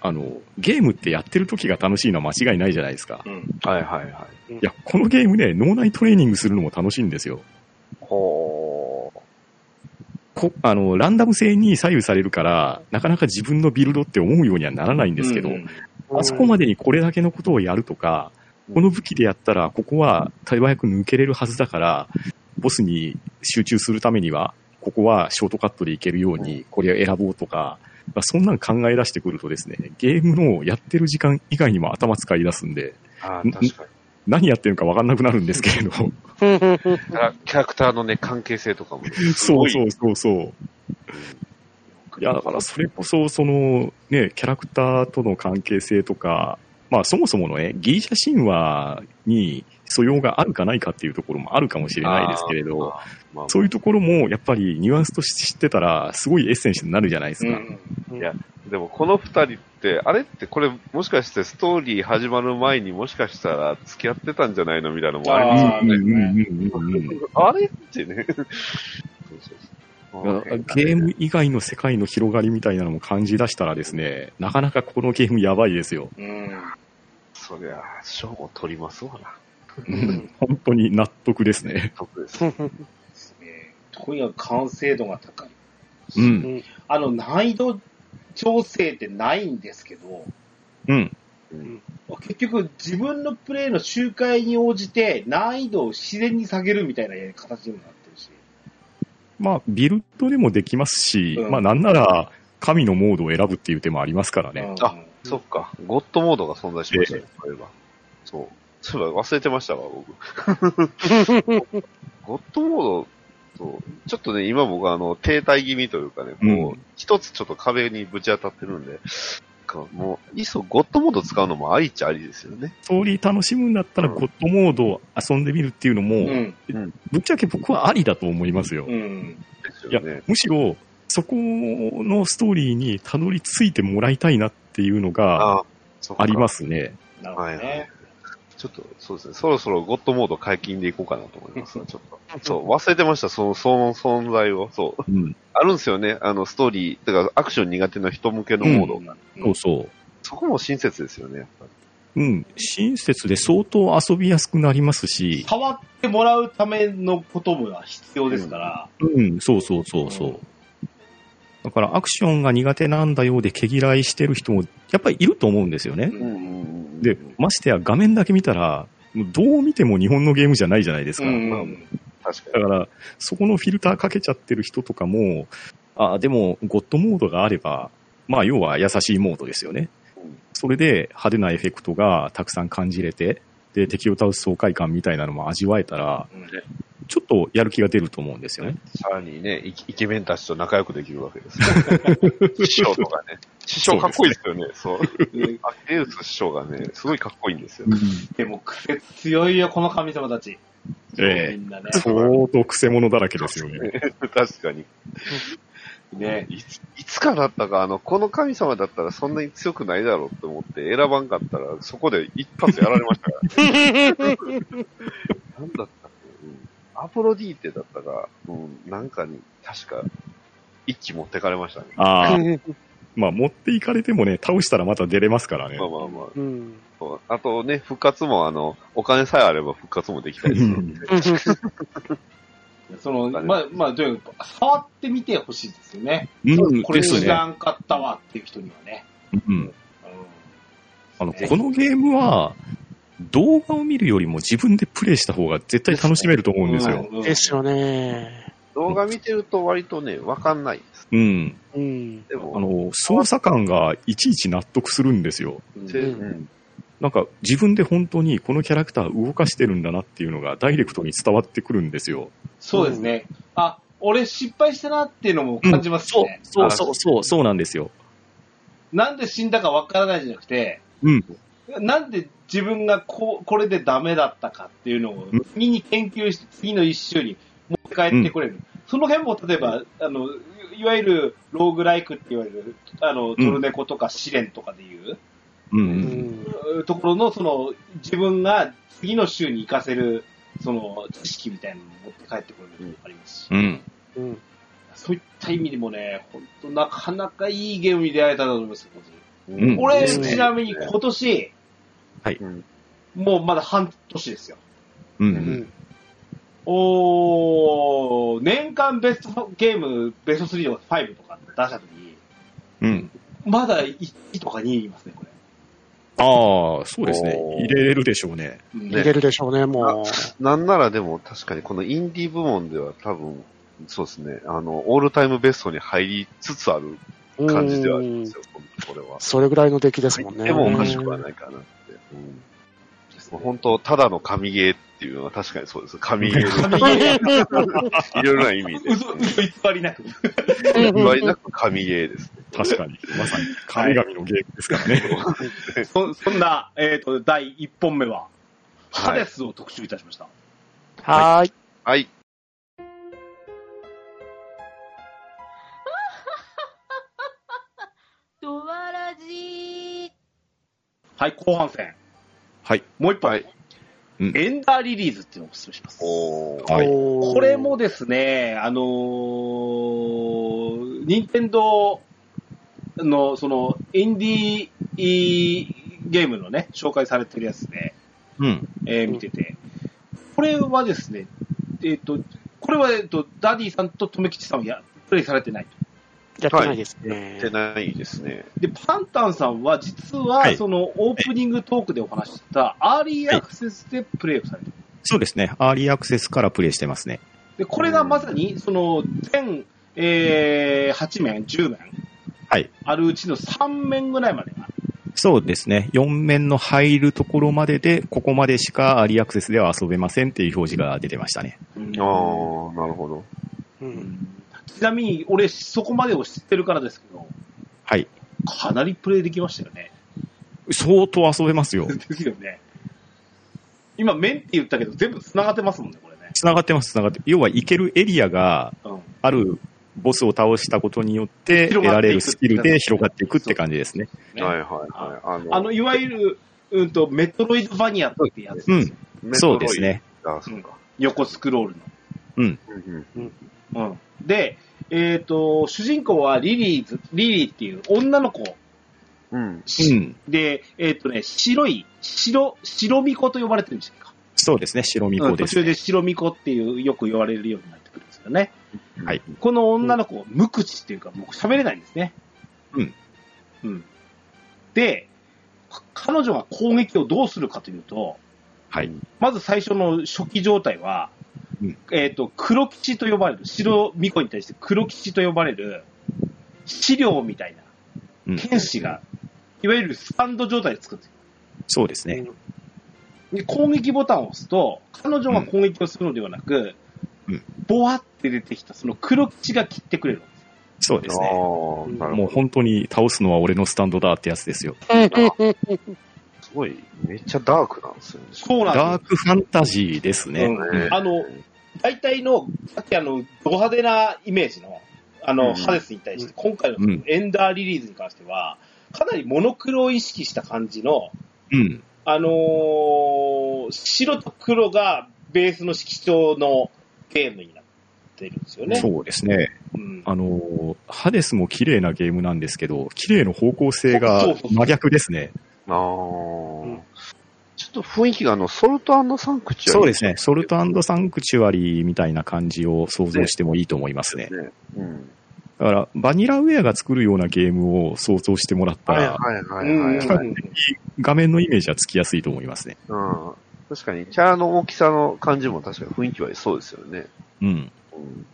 Speaker 2: あの、ゲームってやってる時が楽しいのは間違いないじゃないですか。い
Speaker 1: うん。
Speaker 4: はいはいはい。
Speaker 2: や、このゲームね、脳内トレーニングするのも楽しいんですよ。
Speaker 4: ほ
Speaker 2: こあの、ランダム性に左右されるから、なかなか自分のビルドって思うようにはならないんですけど、
Speaker 1: うん
Speaker 2: あそこま
Speaker 3: で。
Speaker 2: でにこれだけのことをやるとか
Speaker 4: う、ん
Speaker 2: この武器でやったら、ここは手早く抜けれるはずだから、ボスに集中するためには、ここはショートカットでいけるように、これを選ぼうとか、まあそんなん考え出してくるとですね、ゲームのやってる時間以外にも頭使い出すんで、
Speaker 4: ああ、
Speaker 2: ん
Speaker 4: 確かに。
Speaker 2: 何やってるのかわかんなくなるんですけれど、
Speaker 3: うんうんうん
Speaker 4: キャラキャラクターのね、関係性とかもね。
Speaker 2: そうそうそうそう。いや、だからそれこそ、その、ね、キャラクターとの関係性とか、まあそもそものね、ギリシャ神話に素養があるかないかっていうところもあるかもしれないですけれど、
Speaker 4: あー。まあ、
Speaker 2: そういうところもやっぱりニュアンスとして知ってたら、すごいエッセンスになるじゃないです
Speaker 1: う
Speaker 2: か。
Speaker 1: ん。
Speaker 3: うん
Speaker 4: いやでもこの二人って、あれってこれもしかしてストーリー始まる前にもしかしたら付き合ってたんじゃないのみたいなのもあります
Speaker 1: あー
Speaker 2: うんうんうんうんうん
Speaker 4: あれって ね。そうそうそう
Speaker 2: だからゲーム以外の世界の広がりみたいなのも感じ出したらですね、なかなかこのゲームやばいですよ。
Speaker 1: うん。
Speaker 4: そりゃ、賞を取りますわな。
Speaker 2: うん本当に納得ですね。
Speaker 4: 得です。
Speaker 1: ねとにかく完成度が高い。
Speaker 2: うん。
Speaker 1: あの、難易度調整ってないんですけど、
Speaker 2: うん。
Speaker 1: 結局自分のプレイの周回に応じて難易度を自然に下げるみたいな形にもなってるし。
Speaker 2: まあ、ビルドでもできますし、
Speaker 1: うん
Speaker 2: まあ、なんなら、神のモードを選ぶっていう手もありますからね。
Speaker 1: うん
Speaker 4: あそっか。ゴッドモードが存在しましたね、そういえば。そう。そういえば忘れてましたわ、僕。ゴッドモード、そう。ちょっとね、今僕はあの、停滞気味というかね、もう
Speaker 2: う、
Speaker 4: 一つちょっと壁にぶち当たってるんで、かもう、いっそゴッドモード使うのもありっちゃありですよね。
Speaker 2: ストーリー楽しむんだったら、
Speaker 4: うん
Speaker 2: ゴッドモードを遊んでみるっていうのも、
Speaker 1: うん。
Speaker 2: ぶっちゃけ僕はありだと思いますよ。
Speaker 1: うん。
Speaker 4: です
Speaker 2: いや
Speaker 4: よね。、
Speaker 2: むしろ、そこのストーリーにたどり着いてもらいたいなっていうのが
Speaker 4: ああ、そうか
Speaker 2: ありますね。
Speaker 1: なるほど
Speaker 4: はいはい
Speaker 1: ね。
Speaker 4: ちょっと、そうですね。そろそろゴッドモード解禁でいこうかなと思い ますわ、ちょっと。そう、忘れてました、その、その存在を。そう。
Speaker 2: うん。
Speaker 4: あるんですよね、あの、ストーリー、だからアクション苦手な人向けのモード。
Speaker 2: そうそう。
Speaker 4: そこも親切ですよね、やっぱり。
Speaker 2: うん。親切で相当遊びやすくなりますし、
Speaker 1: 触ってもらうためのことも必要ですから。
Speaker 2: うん、そうそうそうそう。だからアクションが苦手なんだようで毛嫌いしてる人もやっぱりいると思うんですよね。
Speaker 1: うん
Speaker 4: ん
Speaker 2: で、ましてや画面だけ見たら、もうどう見ても日本のゲームじゃないじゃないですか。
Speaker 1: うん
Speaker 4: まあ確か
Speaker 2: だから、そこのフィルターかけちゃってる人とかも、あでも、ゴッドモードがあれば、まあ、要は優しいモードですよね
Speaker 4: うん。
Speaker 2: それで派手なエフェクトがたくさん感じれて、で、敵を倒す爽快感みたいなのも味わえたら、
Speaker 1: うん
Speaker 2: ちょっとやる気が出ると思うんですよね。
Speaker 4: に。さらにね、イイケメンたちと仲良くできるわけ です。師匠とかね。師匠かっこいいですよね、そう。
Speaker 1: うん
Speaker 4: アキレウス師匠がね、すごいかっこいいんですよ。
Speaker 1: でも、癖強いよ、この神様たち。
Speaker 2: ええ
Speaker 1: みんなね。
Speaker 2: 相当クセ者だらけですよね。
Speaker 4: 確かに。
Speaker 1: ね。
Speaker 4: いつ、いつかなったか、あの、この神様だったらそんなに強くないだろうって思って選ばんかったら、そこで一発やられま したから。なんだったっけ、うん、アポロディーテだったか、うん、なんかに、確か、一機持ってかれましたね。
Speaker 2: ああ、まあ、持っていかれてもね、倒したらまた出れますからね
Speaker 4: ま。あまあまあ
Speaker 3: うん
Speaker 4: そう。あとね、復活も、あの、お金さえあれば復活もできたりするんで。
Speaker 1: その、まあ、まあ、とにかく、触ってみてほしいですよね。
Speaker 2: うん、
Speaker 1: これ
Speaker 2: です
Speaker 1: 知
Speaker 2: ね。
Speaker 1: らんかったわっていう人にはね。
Speaker 2: うんあの、
Speaker 1: ね
Speaker 2: このゲームは、動画を見るよりも自分でプレイした方が絶対楽しめると思うんですよ。
Speaker 1: うん
Speaker 3: ですよね。
Speaker 4: 動画見てると割とね、わかんないです。
Speaker 2: うん。
Speaker 3: うん。
Speaker 4: で
Speaker 2: あ
Speaker 4: も、
Speaker 2: の、操作感がいちいち納得するんですよ。
Speaker 1: うん
Speaker 4: せ
Speaker 3: うん
Speaker 4: うん
Speaker 2: なんか自分で本当にこのキャラクター動かしてるんだなっていうのがダイレクトに伝わってくるんですよ。
Speaker 1: そうですね。あ、俺失敗したなっていうのも感じますね。
Speaker 2: そう
Speaker 4: そう
Speaker 2: そう、そうなんですよ。
Speaker 1: なんで死んだかわからないじゃなくて、
Speaker 2: うん。
Speaker 1: なんで自分がこうこれでダメだったかっていうのを
Speaker 2: うん
Speaker 1: 次に研究して次の一周に持って帰ってこれる。その辺も例えば、あの、いいわゆるローグライクって言われる、あの、トルネコとか試練とかでいう、
Speaker 2: う。
Speaker 3: うんん。
Speaker 1: ところのその自分が次の週に活かせるその知識みたいなのを持って帰ってこれるのもありますし、
Speaker 2: うん。
Speaker 3: うん。
Speaker 1: そういった意味でもね、本当なかなかいいゲームに出会えたなと思いますよ、
Speaker 4: うん
Speaker 2: うん
Speaker 1: これ
Speaker 3: で
Speaker 1: 俺、
Speaker 3: すね
Speaker 1: ちなみに今年、
Speaker 4: うん
Speaker 1: もうまだ半年ですよ。
Speaker 2: う。
Speaker 3: うんん。
Speaker 1: おー年間ベストゲーム、ベスト3とか5とか出した時に、
Speaker 2: うん。
Speaker 1: まだ1位とか2位いますね、これ。
Speaker 2: ああ、そうですね。
Speaker 4: おー
Speaker 2: 入れれるでしょうね。
Speaker 1: うん
Speaker 3: 入れるでしょうね、も
Speaker 4: なんならでも確かにこのインディー部門では多分、そうですね、あの、オールタイムベストに入りつつある
Speaker 3: う。
Speaker 4: 感じではあ
Speaker 3: う
Speaker 4: りま
Speaker 3: ん
Speaker 4: すよ、これは。
Speaker 3: それぐらいの出来ですもん
Speaker 4: 入っ
Speaker 3: ね。
Speaker 4: てもおかしくはないかなって。うん本当、ただの神ゲーっていうのは確かにそうです。神ゲーの いろいろな意味で。
Speaker 1: 嘘、嘘偽りなく。
Speaker 4: いわゆる神ゲーですね。
Speaker 2: 確 かに。まさに、神々のゲームですからね。
Speaker 1: そそんな、えっ、と、第1本目は、
Speaker 4: は
Speaker 1: ハ
Speaker 4: い
Speaker 1: デスを特集いたしました。
Speaker 3: はーい。
Speaker 4: はい。
Speaker 5: ドワラジー
Speaker 1: はい、後半戦。
Speaker 2: はい。
Speaker 1: もう一本、
Speaker 4: はい
Speaker 2: うん
Speaker 1: エンダーリリーズっていうのをお勧めします。
Speaker 4: おー。
Speaker 2: はい。
Speaker 3: おー
Speaker 1: これも、ですね、あのー、任天堂の、その、インディーゲームのね、紹介されてるやつで、
Speaker 2: うん。
Speaker 1: えー見てて、これはですね、えっ、と、これは、えっ、と、ダディさんと留吉さんはや、プレイされてないと。
Speaker 3: やってないですね
Speaker 4: やっ。てないですね。
Speaker 1: で、パンタンさんは、実
Speaker 2: は
Speaker 1: は、
Speaker 2: い
Speaker 1: その、オープニングトークでお話しした、アーリーアクセスでプレイをされてる。
Speaker 2: そうですね。アーリーアクセスからプレイしてますね。
Speaker 1: で、これがまさに、その、全、えー、8面、10面、
Speaker 2: はい。
Speaker 1: あるうちの3面ぐらいまでが、
Speaker 2: そうですね。4面の入るところまでで、ここまでしかアーリーアクセスでは遊べませんっていう表示が出てましたね。
Speaker 4: あー、なるほど。
Speaker 3: う。
Speaker 1: うんんちなみに、俺、そこまでを知ってるからですけど、
Speaker 2: はい。
Speaker 1: かなりプレイできましたよね。
Speaker 2: 相当遊べますよ。
Speaker 1: ですよね。今、面って言ったけど、全部繋がってますもんね、これね。
Speaker 2: 繋がってます、繋がって。要は行けるエリアが
Speaker 1: うん
Speaker 2: あるボスを倒したことによって得
Speaker 1: 広がっ
Speaker 2: ら
Speaker 1: ていく
Speaker 2: れるスキルで広がっていくって感じですね。
Speaker 1: ね
Speaker 4: はいはいはい。
Speaker 1: あの、いわゆる、うんと、メトロイドバニアってやつですよ、
Speaker 2: うんそうです。ね。
Speaker 4: メトロイドあ、そうか。
Speaker 1: 横スクロール
Speaker 4: うんうん
Speaker 1: の。うんで、えっ、と、主人公はリリーズ、リリーっていう女の子
Speaker 4: うん。
Speaker 2: うん。
Speaker 1: で、えっ、とね、白い、白、白巫女と呼ばれてるんじゃないか。
Speaker 2: そうですね。白巫女
Speaker 1: うん
Speaker 2: で
Speaker 1: 途
Speaker 2: す
Speaker 1: 中
Speaker 2: ね。
Speaker 1: で白巫女っていう、よく言われるようになってくるんですよね。
Speaker 2: はい。
Speaker 1: この女の子、無口っていうか、もう喋れないんですね。
Speaker 2: うん。
Speaker 1: うん。で、か彼女が攻撃をどうするかというと、
Speaker 2: はい。
Speaker 1: まず最初の初期状態は、
Speaker 2: うん
Speaker 1: えっ、と、黒吉と呼ばれる、白巫女に対して黒吉と呼ばれる、資料みたいな、
Speaker 2: うん。
Speaker 1: 剣士が、いわゆるスタンド状態で作るんですよ
Speaker 2: そうですね。
Speaker 1: で攻撃ボタンを押すと、彼女が攻撃をするのではなく、
Speaker 2: うん
Speaker 1: ボワって出てきた、その黒吉が切ってくれるんですよ。
Speaker 2: そうですね。
Speaker 4: あーなる
Speaker 2: もう
Speaker 4: ほど。
Speaker 2: 本当に倒すのは俺のスタンドだってやつですよ。
Speaker 4: すごい、めっちゃダークなんですよね。
Speaker 1: そうなんですよ
Speaker 2: ダークファンタジーですね。
Speaker 1: うんあの、大体の、さっきあの、ド派手なイメージの、あの、
Speaker 4: うん
Speaker 1: ハデスに対して、今回の
Speaker 2: うん
Speaker 1: エンダーリリーズに関しては、かなりモノクロを意識した感じの、
Speaker 2: うん。
Speaker 1: あのー白と黒がベースの色調のゲームになってるんですよね。
Speaker 2: そうですね。
Speaker 1: うん
Speaker 2: あのー、ハデスも綺麗なゲームなんですけど、綺麗の方向性が真逆ですね。
Speaker 4: あー
Speaker 3: うん
Speaker 4: ちょっと雰囲気があの、ソルトサンクチュアリ
Speaker 2: そうですね。ソルトサンクチュアリーみたいな感じを想像してもいいと思いますね。
Speaker 4: ね。うん。
Speaker 2: だから、バニラウェアが作るようなゲームを想像してもらった
Speaker 4: はい
Speaker 2: ら、
Speaker 4: はいは
Speaker 1: う
Speaker 4: い
Speaker 1: ん
Speaker 4: はいはい。
Speaker 2: 画面のイメージはつきやすいと思いますね。
Speaker 4: うん。確かに、キャラの大きさの感じも確かに雰囲気はそうですよね。
Speaker 2: うん。
Speaker 4: うん。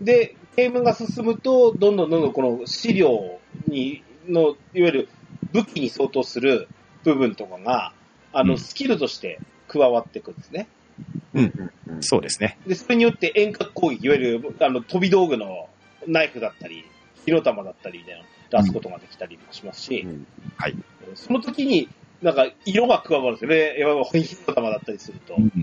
Speaker 1: で、ゲームが進むと、どんどんどんどんこの資料に、の、いわゆる武器に相当する部分とかが、あ
Speaker 2: う
Speaker 1: の、
Speaker 2: ん
Speaker 1: スキルとして加わっていくんですね。
Speaker 4: うん
Speaker 2: そうですね。
Speaker 1: で、それによって遠隔攻撃、いわゆる、あの、飛び道具のナイフだったり、広玉だったりみたいなの出すことができたりもしますし、
Speaker 4: うん
Speaker 1: その時に、なんか、色が加わるんですよね。やっぱ、広玉だったりすると。
Speaker 2: うん
Speaker 4: う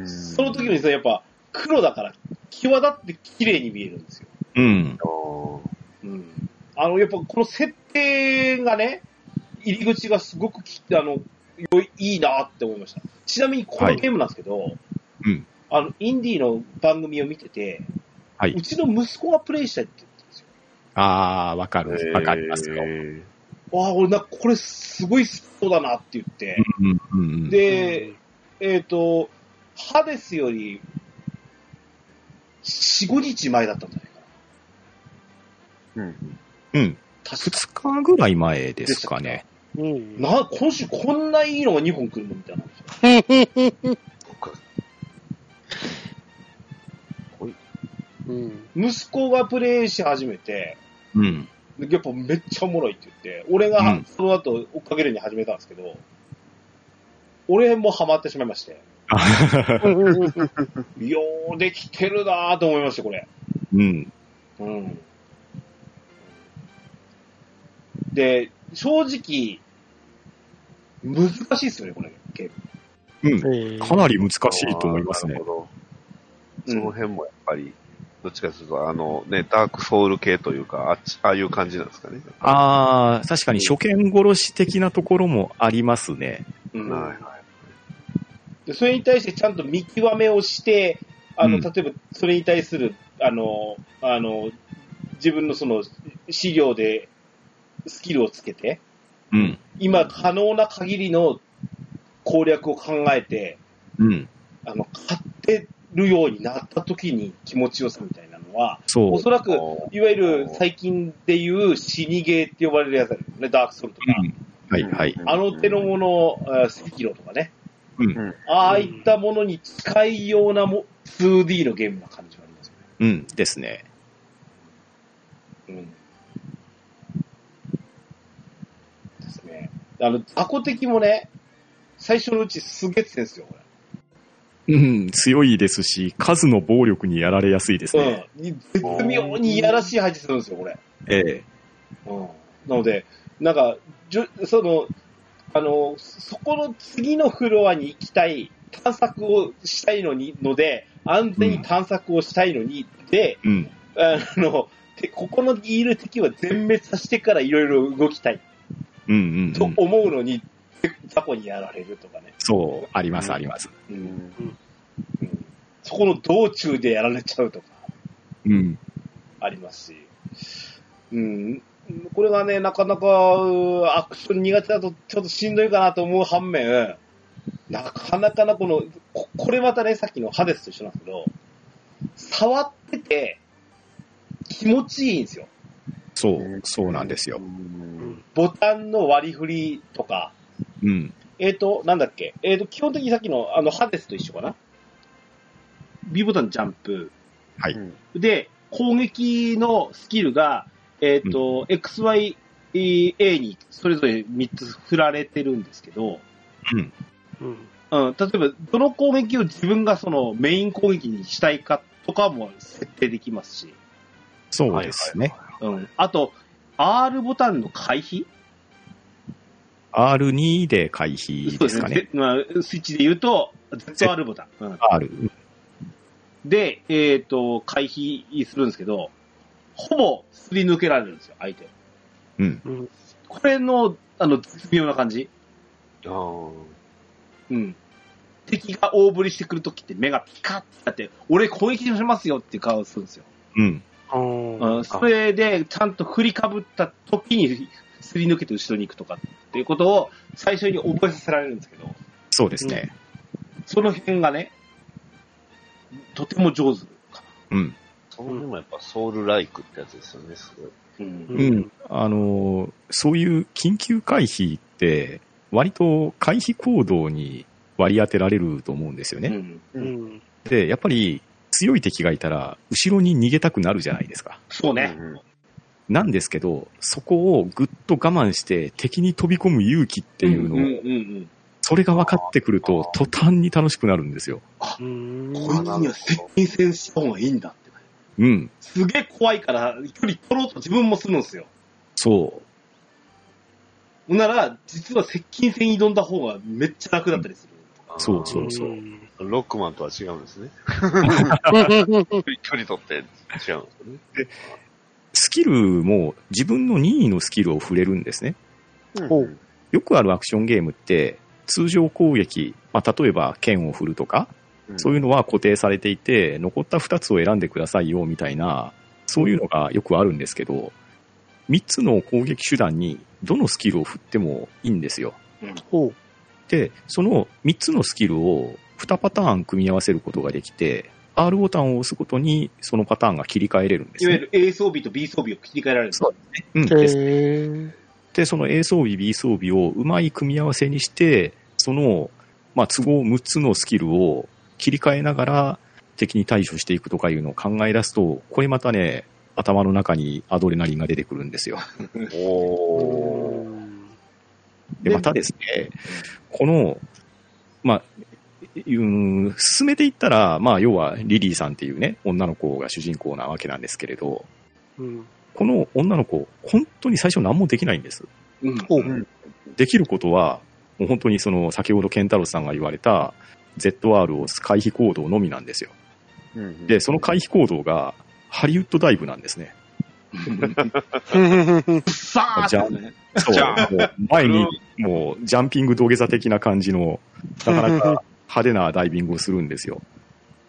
Speaker 4: ん
Speaker 1: その時にそのやっぱ、黒だから、際立って綺麗に見えるんですよ。
Speaker 2: うん。
Speaker 4: あ
Speaker 1: う
Speaker 4: ー
Speaker 1: ん。あの、やっぱ、この設定がね、入り口がすごくき、あの、良い、いいなって思いました。ちなみに、こ
Speaker 2: は
Speaker 1: の
Speaker 2: い
Speaker 1: ゲームなんですけど、
Speaker 2: うん
Speaker 1: あの、インディーの番組を見てて、
Speaker 2: はいう
Speaker 1: ちの息子がプレイしたいって言ってたんですよ。
Speaker 2: ああ、わかる。わかりますよ。
Speaker 4: え
Speaker 1: わあ、俺なんかこれすごいそうだなって言って、
Speaker 2: うんうんうん
Speaker 1: で、えっ、と、ハデスより、4、5日前だったんじゃないかな。
Speaker 4: ーうん
Speaker 2: うん。
Speaker 1: 確か
Speaker 2: 2日ぐらい前ですかね。
Speaker 3: うん。
Speaker 1: な、今週こんないいのが2本来るのみたいな。
Speaker 3: うん。
Speaker 1: 息子がプレイし始めて、
Speaker 2: うん。
Speaker 1: やっぱめっちゃおもろいって言って、俺
Speaker 2: う
Speaker 1: が
Speaker 2: ん
Speaker 1: その後追っかけるように始めたんですけど、俺もハマってしまいまして、ようできてるなぁと思いました、これ。
Speaker 2: うん。
Speaker 1: うん。で、正直、難しいっすよね、これ、ゲーム。
Speaker 2: うん。
Speaker 3: え
Speaker 2: かなり難しいと思います
Speaker 4: な
Speaker 2: ね
Speaker 4: る。ほど。その辺もやっぱり、どっちかというと、あのね、ダークソウル系というか、あっち、ああいう感じなんですかね。
Speaker 2: ああ、確かに初見殺し的なところもありますね。
Speaker 1: うん
Speaker 4: はい
Speaker 1: でそれに対してちゃんと見極めをして、あの、
Speaker 2: うん
Speaker 1: 例えば、それに対する、あの、あの、自分のその、資料でスキルをつけて、
Speaker 2: うん。
Speaker 1: 今可能な限りの攻略を考えて、
Speaker 2: うん。
Speaker 1: あの、買ってるようになった時に気持ちよさみたいなのは、
Speaker 2: そ
Speaker 1: お
Speaker 2: う。
Speaker 1: そらく、
Speaker 4: はい
Speaker 1: わゆる最近でいう死にゲーって呼ばれるやつだよね、ダークソウルとか。
Speaker 2: うんはい、はい。
Speaker 1: あの手のもの、えー赤色とかね。
Speaker 2: うん
Speaker 1: ああいったものに近いようなも 2D のゲームな感じはありますよ
Speaker 2: うん。ですね。
Speaker 1: ね。うん。ですね。あの、雑魚敵もね、最初のうちすげえ強いんですよ、こ
Speaker 2: うん。強いですし、数の暴力にやられやすいです
Speaker 1: れ。
Speaker 2: ね。
Speaker 1: うん。絶妙にいやらしい配置するんですよ、これ。
Speaker 2: ええ。
Speaker 1: うん。なので、なんか、じゅその、あの、そこの次のフロアに行きたい、探索をしたいのに、ので、安全に探索をしたいのに、で、
Speaker 2: うん。
Speaker 1: あの、てここのいる敵は全滅させてからいろいろ動きたい
Speaker 2: うんうんう
Speaker 1: と
Speaker 2: ん。
Speaker 1: 思うのに、雑魚にやられるとかね。
Speaker 2: そう、あります、あります。
Speaker 1: う。
Speaker 4: うんん
Speaker 1: うんそこの道中でやられちゃうとか、
Speaker 2: うん。
Speaker 1: ありますし。うん。これがね、なかなか、うーアクション苦手だとちょっとしんどいかなと思う反面、なかなかなこの、ここれまたね、さっきのハデスと一緒なんですけど、触ってて、気持ちいいんですよ。
Speaker 2: そう、そうなんですよ
Speaker 4: う。ん
Speaker 1: ボタンの割り振りとか、
Speaker 2: うん。
Speaker 1: えっ、と、なんだっけ、えっ、と、基本的にさっきの、あの、ハデスと一緒かな ?B ボタンジャンプ。
Speaker 2: はい
Speaker 1: で、攻撃のスキルが、えっ、と、XY、A にそれぞれ3つ振られてるんですけど、
Speaker 2: うん。
Speaker 3: うん。
Speaker 1: うん、例えば、どの攻撃を自分がそのメイン攻撃にしたいかとかも設定できますし、
Speaker 2: そうですね。
Speaker 1: うん。あと、R ボタンの回避
Speaker 2: R2 で回避
Speaker 1: そう
Speaker 2: で
Speaker 1: ですす
Speaker 2: か
Speaker 1: ね。
Speaker 2: ね。
Speaker 1: でまあ、スイッチで言うと、ZR ボタン。うん
Speaker 2: R。
Speaker 1: で、えっ、と、回避するんですけど、ほぼすり抜けられるんですよ、相手。
Speaker 2: うん。
Speaker 1: これの、あの、絶妙な感じ。
Speaker 4: あー
Speaker 1: うん。敵が大振りしてくるときって目がピカッてなって、俺攻撃しますよっていう顔をするんですよ。
Speaker 2: うん。
Speaker 3: うん。
Speaker 1: うん、それで、ちゃんと振りかぶったときに、すり抜けて後ろに行くとかっていうことを最初に覚えさせられるんですけど、
Speaker 2: そうですね。
Speaker 1: その辺がね、とても上手か
Speaker 2: うん。
Speaker 4: その辺もやっぱソウルライクってやつですよね、すご
Speaker 1: な。
Speaker 3: う
Speaker 4: い。
Speaker 3: ん
Speaker 2: うん。あのー、そういう緊急回避って、割と回避行動に割り当てられると思うんですよ
Speaker 1: う
Speaker 2: ね。
Speaker 1: ん。
Speaker 3: うん。
Speaker 2: で、やっぱり強い敵がいたら、後ろに逃げたくなるじゃないですか。
Speaker 1: そうね。
Speaker 4: うん
Speaker 2: なんですけど、そこをぐっと我慢して敵に飛び込む勇気っていう
Speaker 1: うんうん
Speaker 2: のを、
Speaker 1: うん
Speaker 2: それが分かってくると、途端に楽しくなるんですよ。
Speaker 3: うん
Speaker 1: こいつには接近戦した方がいいんだって。
Speaker 2: うん。
Speaker 1: すげえ怖いから、距離取ろうと自分もするんですよ。
Speaker 2: そう。
Speaker 1: ほんなら、実は接近戦挑んだ方がめっちゃ楽だったりする。
Speaker 2: そうそうそうう。
Speaker 3: ん
Speaker 4: ロックマンとは違うんですね。距離距離取って違うんですよね。
Speaker 2: スキルも自分の任意のスキルを触れるんですね。
Speaker 3: ほう
Speaker 4: うん
Speaker 2: よくあるアクションゲームって、通常攻撃、まあ、例えば剣を振るとか、そういうのは固定されていて、残った2つを選んでくださいよ、みたいな、そういうのがよくあるんですけど、3つの攻撃手段にどのスキルを振ってもいいんですよ。
Speaker 3: ほう。
Speaker 2: で、その3つのスキルを2パターン組み合わせることができて、R ボタンを押すことにそのパターンが切り替えれるんで
Speaker 1: い
Speaker 2: す
Speaker 1: わゆ
Speaker 2: ね。
Speaker 1: る A 装備と B 装備を切り替えられる。
Speaker 2: そううん、です
Speaker 3: へー
Speaker 2: で、その A 装備、B 装備をうまい組み合わせにして、その、まあ、都合6つのスキルを切り替えながら敵に対処していくとかいうのを考え出すと、これまたね、頭の中にアドレナリンが出てくるんですよ。
Speaker 4: おー
Speaker 2: で、またですね、この、まあ、うん、進めていったら、まあ、要はリリーさんっていうね、女の子が主人公なわけなんですけれど、
Speaker 3: うん。
Speaker 2: この女の子、本当に最初何もできないんです。
Speaker 1: うん。
Speaker 3: ほう。
Speaker 2: できることは、もう本当にその、先ほど健太郎さんが言われた、ZR を回避行動のみなんですよ。
Speaker 4: うん
Speaker 2: で、その回避行動が、ハリウッドダイブなんですね。
Speaker 1: さあ
Speaker 2: じゃあ
Speaker 1: ね。
Speaker 2: そう。
Speaker 4: じゃあ
Speaker 2: もう前に、もう、ジャンピング土下座的な感じの、なかなか派手なダイビングをするんですよ。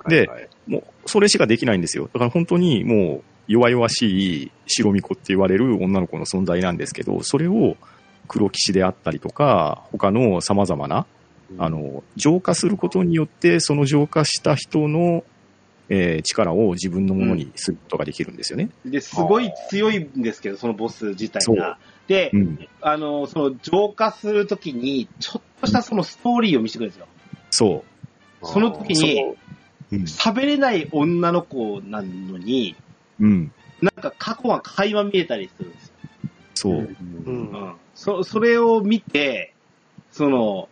Speaker 2: で
Speaker 4: はいはい
Speaker 2: もう、それしかできないんですよ。だから本当にもう、弱々しい白巫女って言われる女の子の存在なんですけど、それを黒騎士であったりとか、他の様々な、あの、浄化することによって、その浄化した人の、えー力を自分のものにすることができるんですよね。
Speaker 1: で、すごい強いんですけど、そのボス自体
Speaker 2: そ
Speaker 1: が
Speaker 2: う。
Speaker 1: で、
Speaker 2: うん。
Speaker 1: あの、その浄化するときに、ちょっとしたそのストーリーを見せてくれるんですよ。
Speaker 2: そ
Speaker 1: その時に、
Speaker 2: う。うん。
Speaker 1: 喋れない女の子なのに、
Speaker 2: うん。
Speaker 1: なんか過去が垣間見えたりするんですよ。
Speaker 2: そうう。
Speaker 3: うんん。
Speaker 1: そそれを見て、その、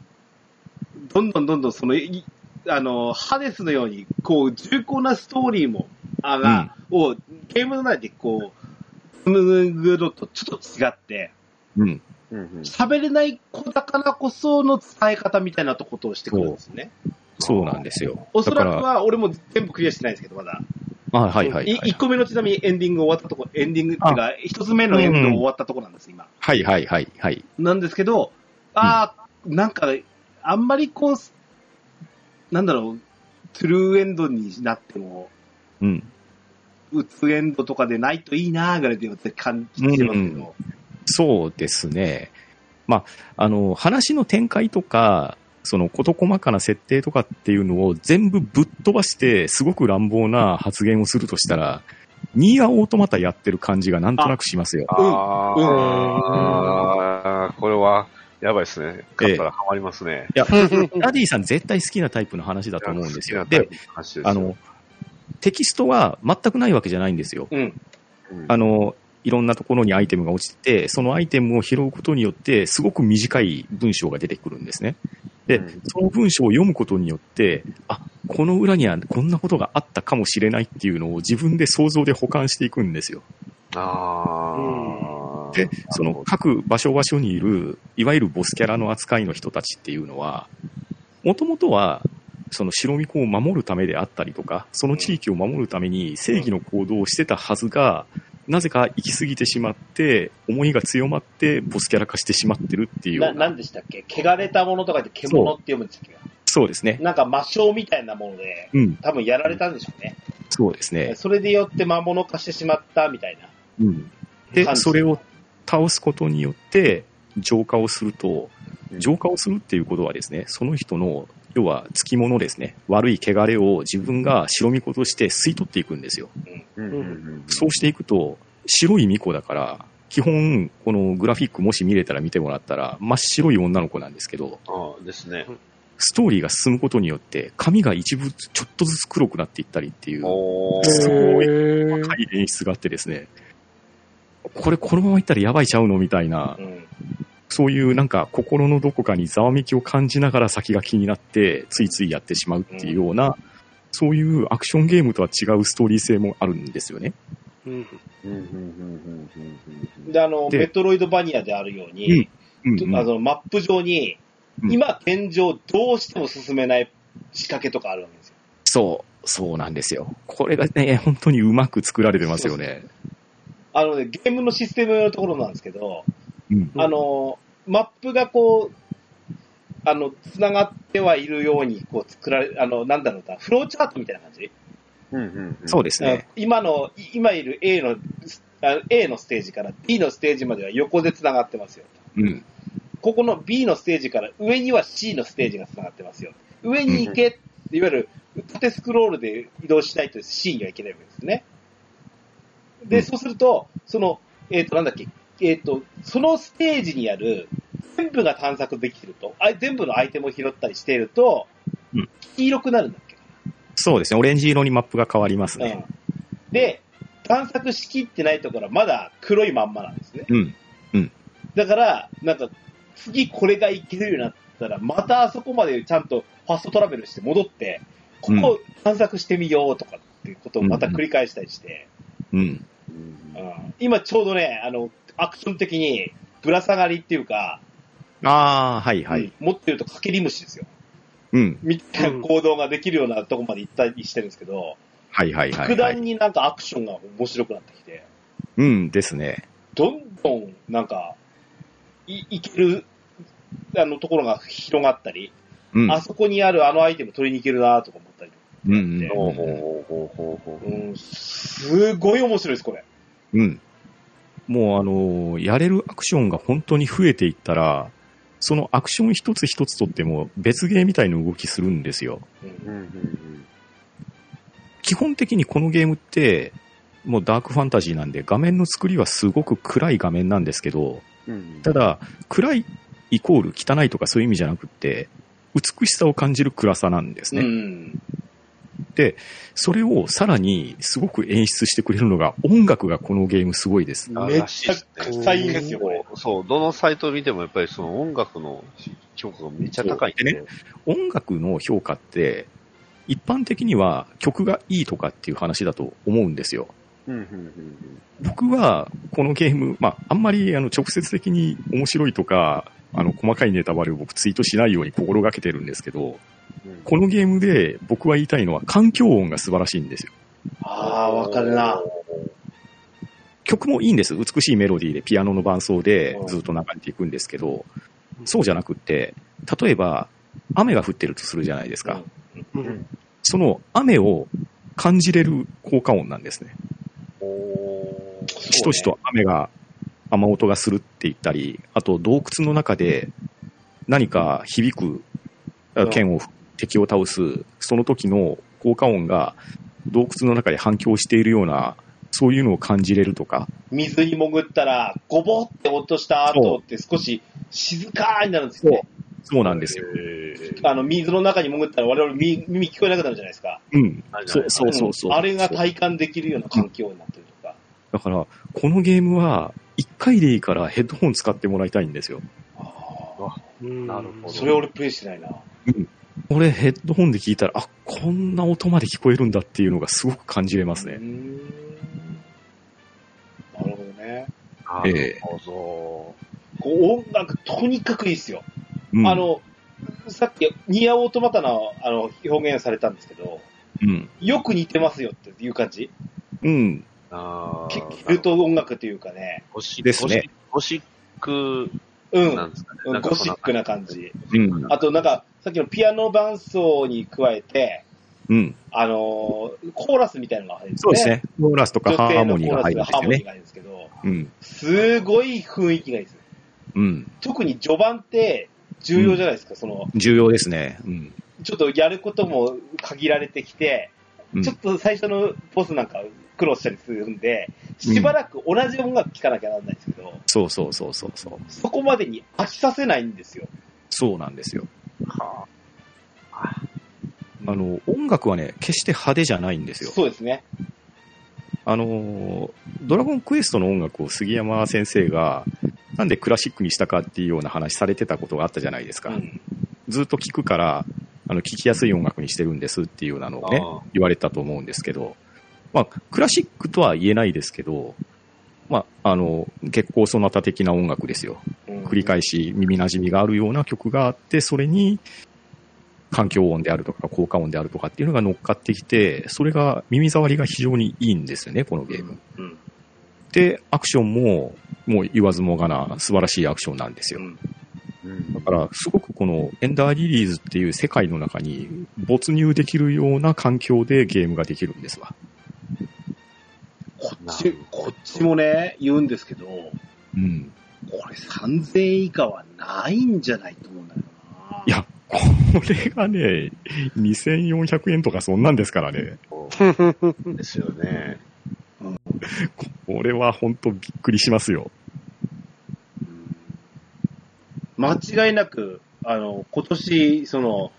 Speaker 1: どんどんどんどんその、いあの、ハデスのように、こう、重厚なストーリーも、あが、を、ゲームの内でこう、つむぐのとちょっと違って、
Speaker 2: うん。
Speaker 4: うんうん
Speaker 1: 喋れない子だからこその伝え方みたいなとことをしてくるんですね。
Speaker 2: そうなんですよ。
Speaker 1: おそらく
Speaker 2: だから、
Speaker 1: は、俺も全部クリアしてないんですけど、まだ。
Speaker 2: あはいはい
Speaker 1: い
Speaker 2: はい。
Speaker 1: 1個目のちなみにエンディング終わったとこ、エンディングっていうか、1つ目のエンド終わったとこなんです、今。
Speaker 2: はいはいはいはい。
Speaker 1: なんですけど、ああ、なんか、あんまりこう、なんだろう、トゥルーエンドになっても、
Speaker 2: うん。
Speaker 1: ウッズエンドとかでないといいなーぐらいで私感じてますけど、
Speaker 2: そうですね。まあ、あの、話の展開とか、その事細かな設定とかっていうのを全部ぶっ飛ばして、すごく乱暴な発言をするとしたら、ニーアオートマタやってる感じがなんとなくしますよ。
Speaker 4: あーあー、これは、やばいですね。勝ったらハマりますね。
Speaker 2: いや、ラディさん絶対好きなタイプの話だと思うんですよ。
Speaker 4: 好きなタ
Speaker 2: で
Speaker 4: イプ、の話ですよ
Speaker 2: あ、の、テキストは全くないわけじゃないんですよ。
Speaker 1: うん。
Speaker 4: うん
Speaker 2: あの、いろんなところにアイテムが落ちてて、そのアイテムを拾うことによって、すごく短い文章が出てくるんですね。で、
Speaker 4: うん
Speaker 2: その文章を読むことによって、あ、この裏にはこんなことがあったかもしれないっていうのを自分で想像で保管していくんですよ。
Speaker 4: あー
Speaker 2: で、その各場所場所にいる、いわゆるボスキャラの扱いの人たちっていうのは、もともとは、その白巫女を守るためであったりとか、その地域を守るために正義の行動をしてたはずが、なぜか行き過ぎてしまって、思いが強まって、ボスキャラ化してしまってるっていうような。
Speaker 1: でしたっけ汚れたものとかで
Speaker 2: 獣
Speaker 1: って読むんですけど、
Speaker 2: そうですね。
Speaker 1: なんか魔性みたいなもので、
Speaker 2: うん、
Speaker 1: 多分やられたんでしょうね。
Speaker 2: そうですね。
Speaker 1: それでよって魔物化してしまったみたいな。
Speaker 2: うん、
Speaker 1: 感
Speaker 2: で、
Speaker 1: じ
Speaker 2: それを倒すことによって、浄化をすると、
Speaker 4: うん
Speaker 2: 浄化をするっていうことはですね、その人の、要は、つきものですね、悪い汚れを自分が白巫女として吸い取っていくんですよ。
Speaker 4: うんうんうん
Speaker 2: そうしていくと、白い巫女だから、基本、このグラフィックもし見れたら見てもらったら、真っ白い女の子なんですけど、
Speaker 4: あーですね。
Speaker 2: ストーリーが進むことによって、髪が一部ちょっとずつ黒くなっていったりっていう、
Speaker 4: お
Speaker 2: す
Speaker 4: ー
Speaker 2: ごい
Speaker 3: へー
Speaker 2: 深い演出があってですね、これこのままいったらやばいちゃうのみたいな、
Speaker 1: ん。
Speaker 2: そういうなんか心のどこかにざわめきを感じながら先が気になって、ついついやってしまうっていうような、そういうアクションゲームとは違うストーリー性もあるんですよね。
Speaker 3: うん。
Speaker 4: うんうんうんうんうんうん
Speaker 1: で、あの、
Speaker 2: で
Speaker 1: メトロイドバニアであるように、
Speaker 2: うんうん
Speaker 1: あの、マップ上に、
Speaker 2: うん
Speaker 1: 今現状どうしても進めない仕掛けとかあるわけですよ。
Speaker 2: そう、そうなんですよ。これがね、本当にうまく作られてますよね。
Speaker 1: あのね、ゲームのシステムのところなんですけど、
Speaker 2: うん
Speaker 3: うん
Speaker 1: あの、マップがこう、あの、繋がってはいるように、こう作られ、あの、なんだろうな、フローチャートみたいな感じ、
Speaker 4: うんうん
Speaker 2: そうですね。
Speaker 1: 今の、い今いる A の、あ A のステージから B のステージまでは横で繋がってますよ。
Speaker 2: うん。
Speaker 1: ここの B のステージから上には C のステージが繋がってますよ。上に行けって、いわゆる縦スクロールで移動しないと C には行けないわけですね。
Speaker 2: う
Speaker 1: で、
Speaker 2: ん
Speaker 1: そうすると、その、えっ、と、なんだっけ、えっ、と、そのステージにある、全部が探索できてると、あ全部のアイテムを拾ったりしていると
Speaker 2: うん、
Speaker 1: 黄色くなるんだっけ、
Speaker 2: そうですね。オレンジ色にマップが変わりま
Speaker 1: う
Speaker 2: す
Speaker 1: ん
Speaker 2: ね。、
Speaker 1: で、探索しきってないところはまだ黒いまんまなんですね。
Speaker 2: うん。
Speaker 1: だから、なんか、次これがいけるようになったら、またあそこまでちゃんとファストトラベルして戻って、ここを探索してみようとかっていうことをまた繰り返したりして、
Speaker 2: うん。
Speaker 4: うん
Speaker 1: うん今ちょうどね、あの、アクション的にぶら下がりっていうか、
Speaker 2: ああ、はいはい。
Speaker 1: 持ってるとかけり虫ですよ。
Speaker 2: うん。
Speaker 1: みたいな行動ができるようなとこまで行ったりしてるんですけど、
Speaker 2: はいはいは
Speaker 1: 格
Speaker 2: い、はい
Speaker 1: 段。になんかアクションが面白くなってきて、
Speaker 2: うんですね。
Speaker 1: どんどんなんか、い、いける、あの、ところが広がったり、
Speaker 2: うん。
Speaker 1: あそこにあるあのアイテム取りに行けるなとか思ったり。
Speaker 2: うんうん
Speaker 4: ほうほうほうほうほう
Speaker 1: うん、すごい面白いです、これ。
Speaker 2: うん。うん。もうあのーやれるアクションが本当に増えていったら、そのアクション一つ一つとっても別ゲーみたいな動きするんですよ。
Speaker 1: う
Speaker 4: うん
Speaker 1: ん
Speaker 4: うんうん
Speaker 2: 基本的にこのゲームって、もうダークファンタジーなんで画面の作りはすごく暗い画面なんですけど、
Speaker 4: うん
Speaker 2: ただ、暗いイコール汚いとかそういう意味じゃなくって、美しさを感じる暗さなんですね。
Speaker 1: うん。
Speaker 2: それをさらにすごく演出してくれるのが音楽がこのゲームすごいです。
Speaker 4: あ
Speaker 1: めちゃくちゃいいんですよ、これ。
Speaker 4: そう、どのサイト見てもやっぱりその音楽の評価がめっちゃ高いんで。
Speaker 2: そう音楽の評価って、一般的には曲がいいとかっていう話だと思うんですよ。
Speaker 4: うんうんうん
Speaker 2: 僕はこのゲーム、まあ、あんまりあの直接的に面白いとか、あの細かいネタバレを僕ツイートしないように心がけてるんですけど、
Speaker 4: うんうん
Speaker 2: このゲームで僕は言いたいのは環境音が素晴らしいんですよ。
Speaker 1: ああー、わかるな。。
Speaker 2: 曲もいいんです。美しいメロディーでピアノの伴奏で
Speaker 1: うん
Speaker 2: ずっと流れていくんですけど、そうじゃなくって、例えば雨が降ってるとするじゃないですか。
Speaker 3: うん。
Speaker 2: その雨を感じれる効果音なんですね。
Speaker 4: おー
Speaker 2: しとしと雨が、雨音がするって言ったり、あと洞窟の中で何か響く
Speaker 1: うん
Speaker 2: 剣を、敵を倒す、その時の効果音が洞窟の中で反響しているような、そういうのを感じれるとか、
Speaker 1: 水に潜ったら、ゴボって落とした後って少し静かになるんですよね。
Speaker 2: そうなんですよ。。
Speaker 1: あの、水の中に潜ったら我々耳耳聞こえなくなるじゃないですか。
Speaker 2: うん。
Speaker 4: はい
Speaker 2: そうそうそうそう。
Speaker 1: んあれが
Speaker 2: そう
Speaker 1: 体感できるような環境になってるとか。
Speaker 2: だから、このゲームは、一回でいいからヘッドホン使ってもらいたいんですよ。
Speaker 1: あ
Speaker 3: うん
Speaker 4: なるほ
Speaker 1: ー
Speaker 4: ど
Speaker 1: それ俺プレイしてないな。
Speaker 2: 俺ヘッドホンで聞いたら、あ、こんな音まで聞こえるんだっていうのがすごく感じれます
Speaker 1: うー
Speaker 2: ね。
Speaker 1: んなるほどね。
Speaker 4: な
Speaker 2: ええ
Speaker 4: るほ
Speaker 1: こう音楽、とにかくいいっすよ。
Speaker 2: うん
Speaker 1: あ、の、さっき、ニアオートマタのあの表現されたんですけど、
Speaker 2: うん。
Speaker 1: よく似てますよっていう感じ。
Speaker 2: うん。
Speaker 4: ど。あ
Speaker 1: キ
Speaker 4: ー
Speaker 1: キル。ト音楽というかね、
Speaker 4: ゴシ
Speaker 2: ですね
Speaker 4: ゴシック
Speaker 1: うん、
Speaker 4: なんですかね。
Speaker 1: うん
Speaker 4: なんか
Speaker 1: ゴ
Speaker 4: そ
Speaker 1: シックな感じ。
Speaker 2: うん。
Speaker 1: あとなんか、さっきのピアノ伴奏に加えて、
Speaker 2: うん。
Speaker 1: あのーコーラスみたいなのが入るんです
Speaker 2: そうです。ね。コーラスとか
Speaker 1: 女
Speaker 2: ハ
Speaker 1: 性
Speaker 2: ー
Speaker 1: の
Speaker 2: モ
Speaker 1: コ
Speaker 2: ニー
Speaker 1: ー
Speaker 2: が
Speaker 1: ラスが
Speaker 2: 入る
Speaker 1: ハー
Speaker 2: んです
Speaker 1: モ
Speaker 2: よ
Speaker 1: ニー
Speaker 2: ね。
Speaker 1: が入るんですけど、
Speaker 2: うん。
Speaker 1: すごい雰囲気がいいですね。
Speaker 2: うん。
Speaker 1: 特に序盤って重要じゃないですか、その、
Speaker 2: 重要ですね。うん。
Speaker 1: ちょっとやることも限られてきて、
Speaker 2: うん
Speaker 1: ちょっと最初のボスなんか苦労したりするんで、しばらく同じ音楽聴かなきゃならないんですけど、
Speaker 2: そうそうそうそうそう。
Speaker 1: そこまでに飽きさせないんですよ。
Speaker 2: そうなんですよ。
Speaker 4: は
Speaker 2: あの、音楽はね、決して派手じゃないんですよ。
Speaker 1: そうですね。
Speaker 2: あのー、ドラゴンクエストの音楽を杉山先生が、なんでクラシックにしたかっていうような話されてたことがあったじゃないですか。
Speaker 1: うん
Speaker 2: ずっと聞くから、あの、聴きやすい音楽にしてるんですっていうようなのをね、
Speaker 4: あ
Speaker 2: 言われたと思うんですけど、まあ、クラシックとは言えないですけど、まあ、あの、結構そなた的な音楽ですよ。繰り返し耳馴染みがあるような曲があって、それに環境音であるとか効果音であるとかっていうのが乗っかってきて、それが耳障りが非常にいいんですよね、このゲーム。
Speaker 1: うん
Speaker 2: で、アクションも、もう言わずもがな素晴らしいアクションなんですよ。
Speaker 4: うん
Speaker 2: だから、すごくこのエンダーリリーズっていう世界の中に没入できるような環境でゲームができるんですわ。
Speaker 1: こっ
Speaker 4: な
Speaker 1: ち
Speaker 4: る、ほど
Speaker 1: こっちもね、言うんですけど、こ
Speaker 2: うん。
Speaker 1: れ3000円以下はないんじゃないと思うんだよな。
Speaker 2: いや、これがね、2400円とかそんなんですからね。
Speaker 4: そ
Speaker 3: ふんふんふん
Speaker 4: うですよね。
Speaker 2: これは本当びっくりしますよ。
Speaker 1: うん、間違いなく、あの、今年、その、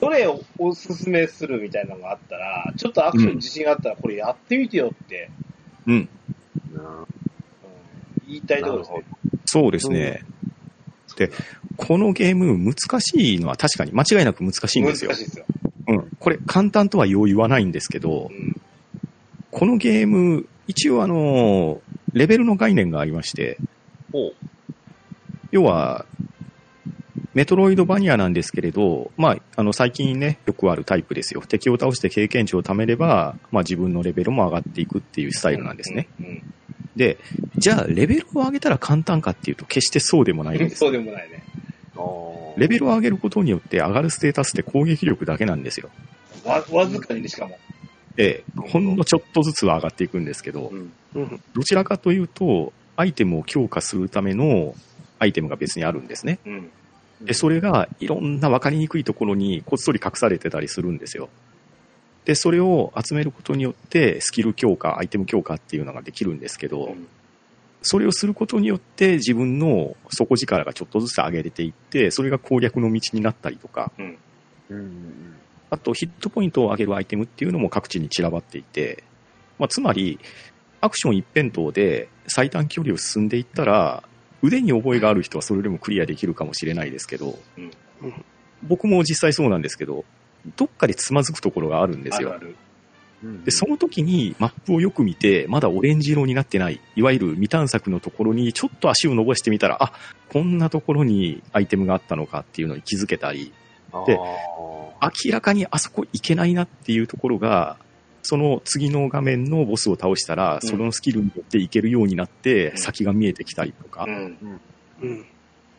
Speaker 1: どれをおすすめするみたいなのがあったら、ちょっとアクションに自信があったら、これやってみてよって、
Speaker 2: うん。
Speaker 4: な
Speaker 1: うん言いたいところですね。
Speaker 2: そうですね。で、このゲーム難しいのは確かに間違いなく難しいんですよ
Speaker 1: 難し。いですよ。
Speaker 2: うん。これ簡単とはよう言わないんですけど
Speaker 1: う、ん。
Speaker 2: このゲーム、一応あの、レベルの概念がありまして、
Speaker 1: ほう。
Speaker 2: 要は、メトロイドバニアなんですけれど、まあ、あの、最近ね、よくあるタイプですよ。敵を倒して経験値を貯めれば、まあ自分のレベルも上がっていくっていうスタイルなんですね。
Speaker 1: うん。うん
Speaker 2: で、じゃあ、レベルを上げたら簡単かっていうと、決してそうでもないんです
Speaker 1: そう。
Speaker 2: よ
Speaker 1: でもないね。
Speaker 2: レベ
Speaker 4: ル
Speaker 2: ルを上げることによって上がるステータスって攻撃力だけなんですよ。
Speaker 1: わ、わずかにねしかも。
Speaker 2: ええ、ほんのちょっとずつは上がっていくんですけど、
Speaker 1: ん。
Speaker 3: うん
Speaker 2: どちらかというと、アイテムを強化するためのアイテムが別にあるんですね。
Speaker 1: うん。
Speaker 2: で、それがいろんな分かりにくいところにこっそり隠されてたりするんですよ。で、それを集めることによって、スキル強化、アイテム強化っていうのができるんですけど、
Speaker 1: うん
Speaker 2: それをすることによって自分の底力がちょっとずつ上げれていって、それが攻略の道になったりとか、
Speaker 4: うん
Speaker 2: あとヒットポイントを上げるアイテムっていうのも各地に散らばっていて、まあ、つまり、アクション一辺倒で最短距離を進んでいったら、腕に覚えがある人はそれでもクリアできるかもしれないですけど、
Speaker 1: うん
Speaker 3: うん
Speaker 2: 僕も実際そうなんですけど、どっかでつまずくところがあるんですよ
Speaker 1: あ。る
Speaker 4: うん
Speaker 2: で、その時にマップをよく見て、まだオレンジ色になってない、いわゆる未探索のところにちょっと足を伸ばしてみたら、あ、こんなところにアイテムがあったのかっていうのに気づけたり、で
Speaker 4: あ
Speaker 2: 明らかにあそこ行けないなっていうところが、その次の画面のボスを倒したら、
Speaker 1: うん
Speaker 2: そのスキルによって行けるようになって、
Speaker 1: うん
Speaker 2: 先が見えてきたりとか、
Speaker 1: ある。うん。
Speaker 3: うん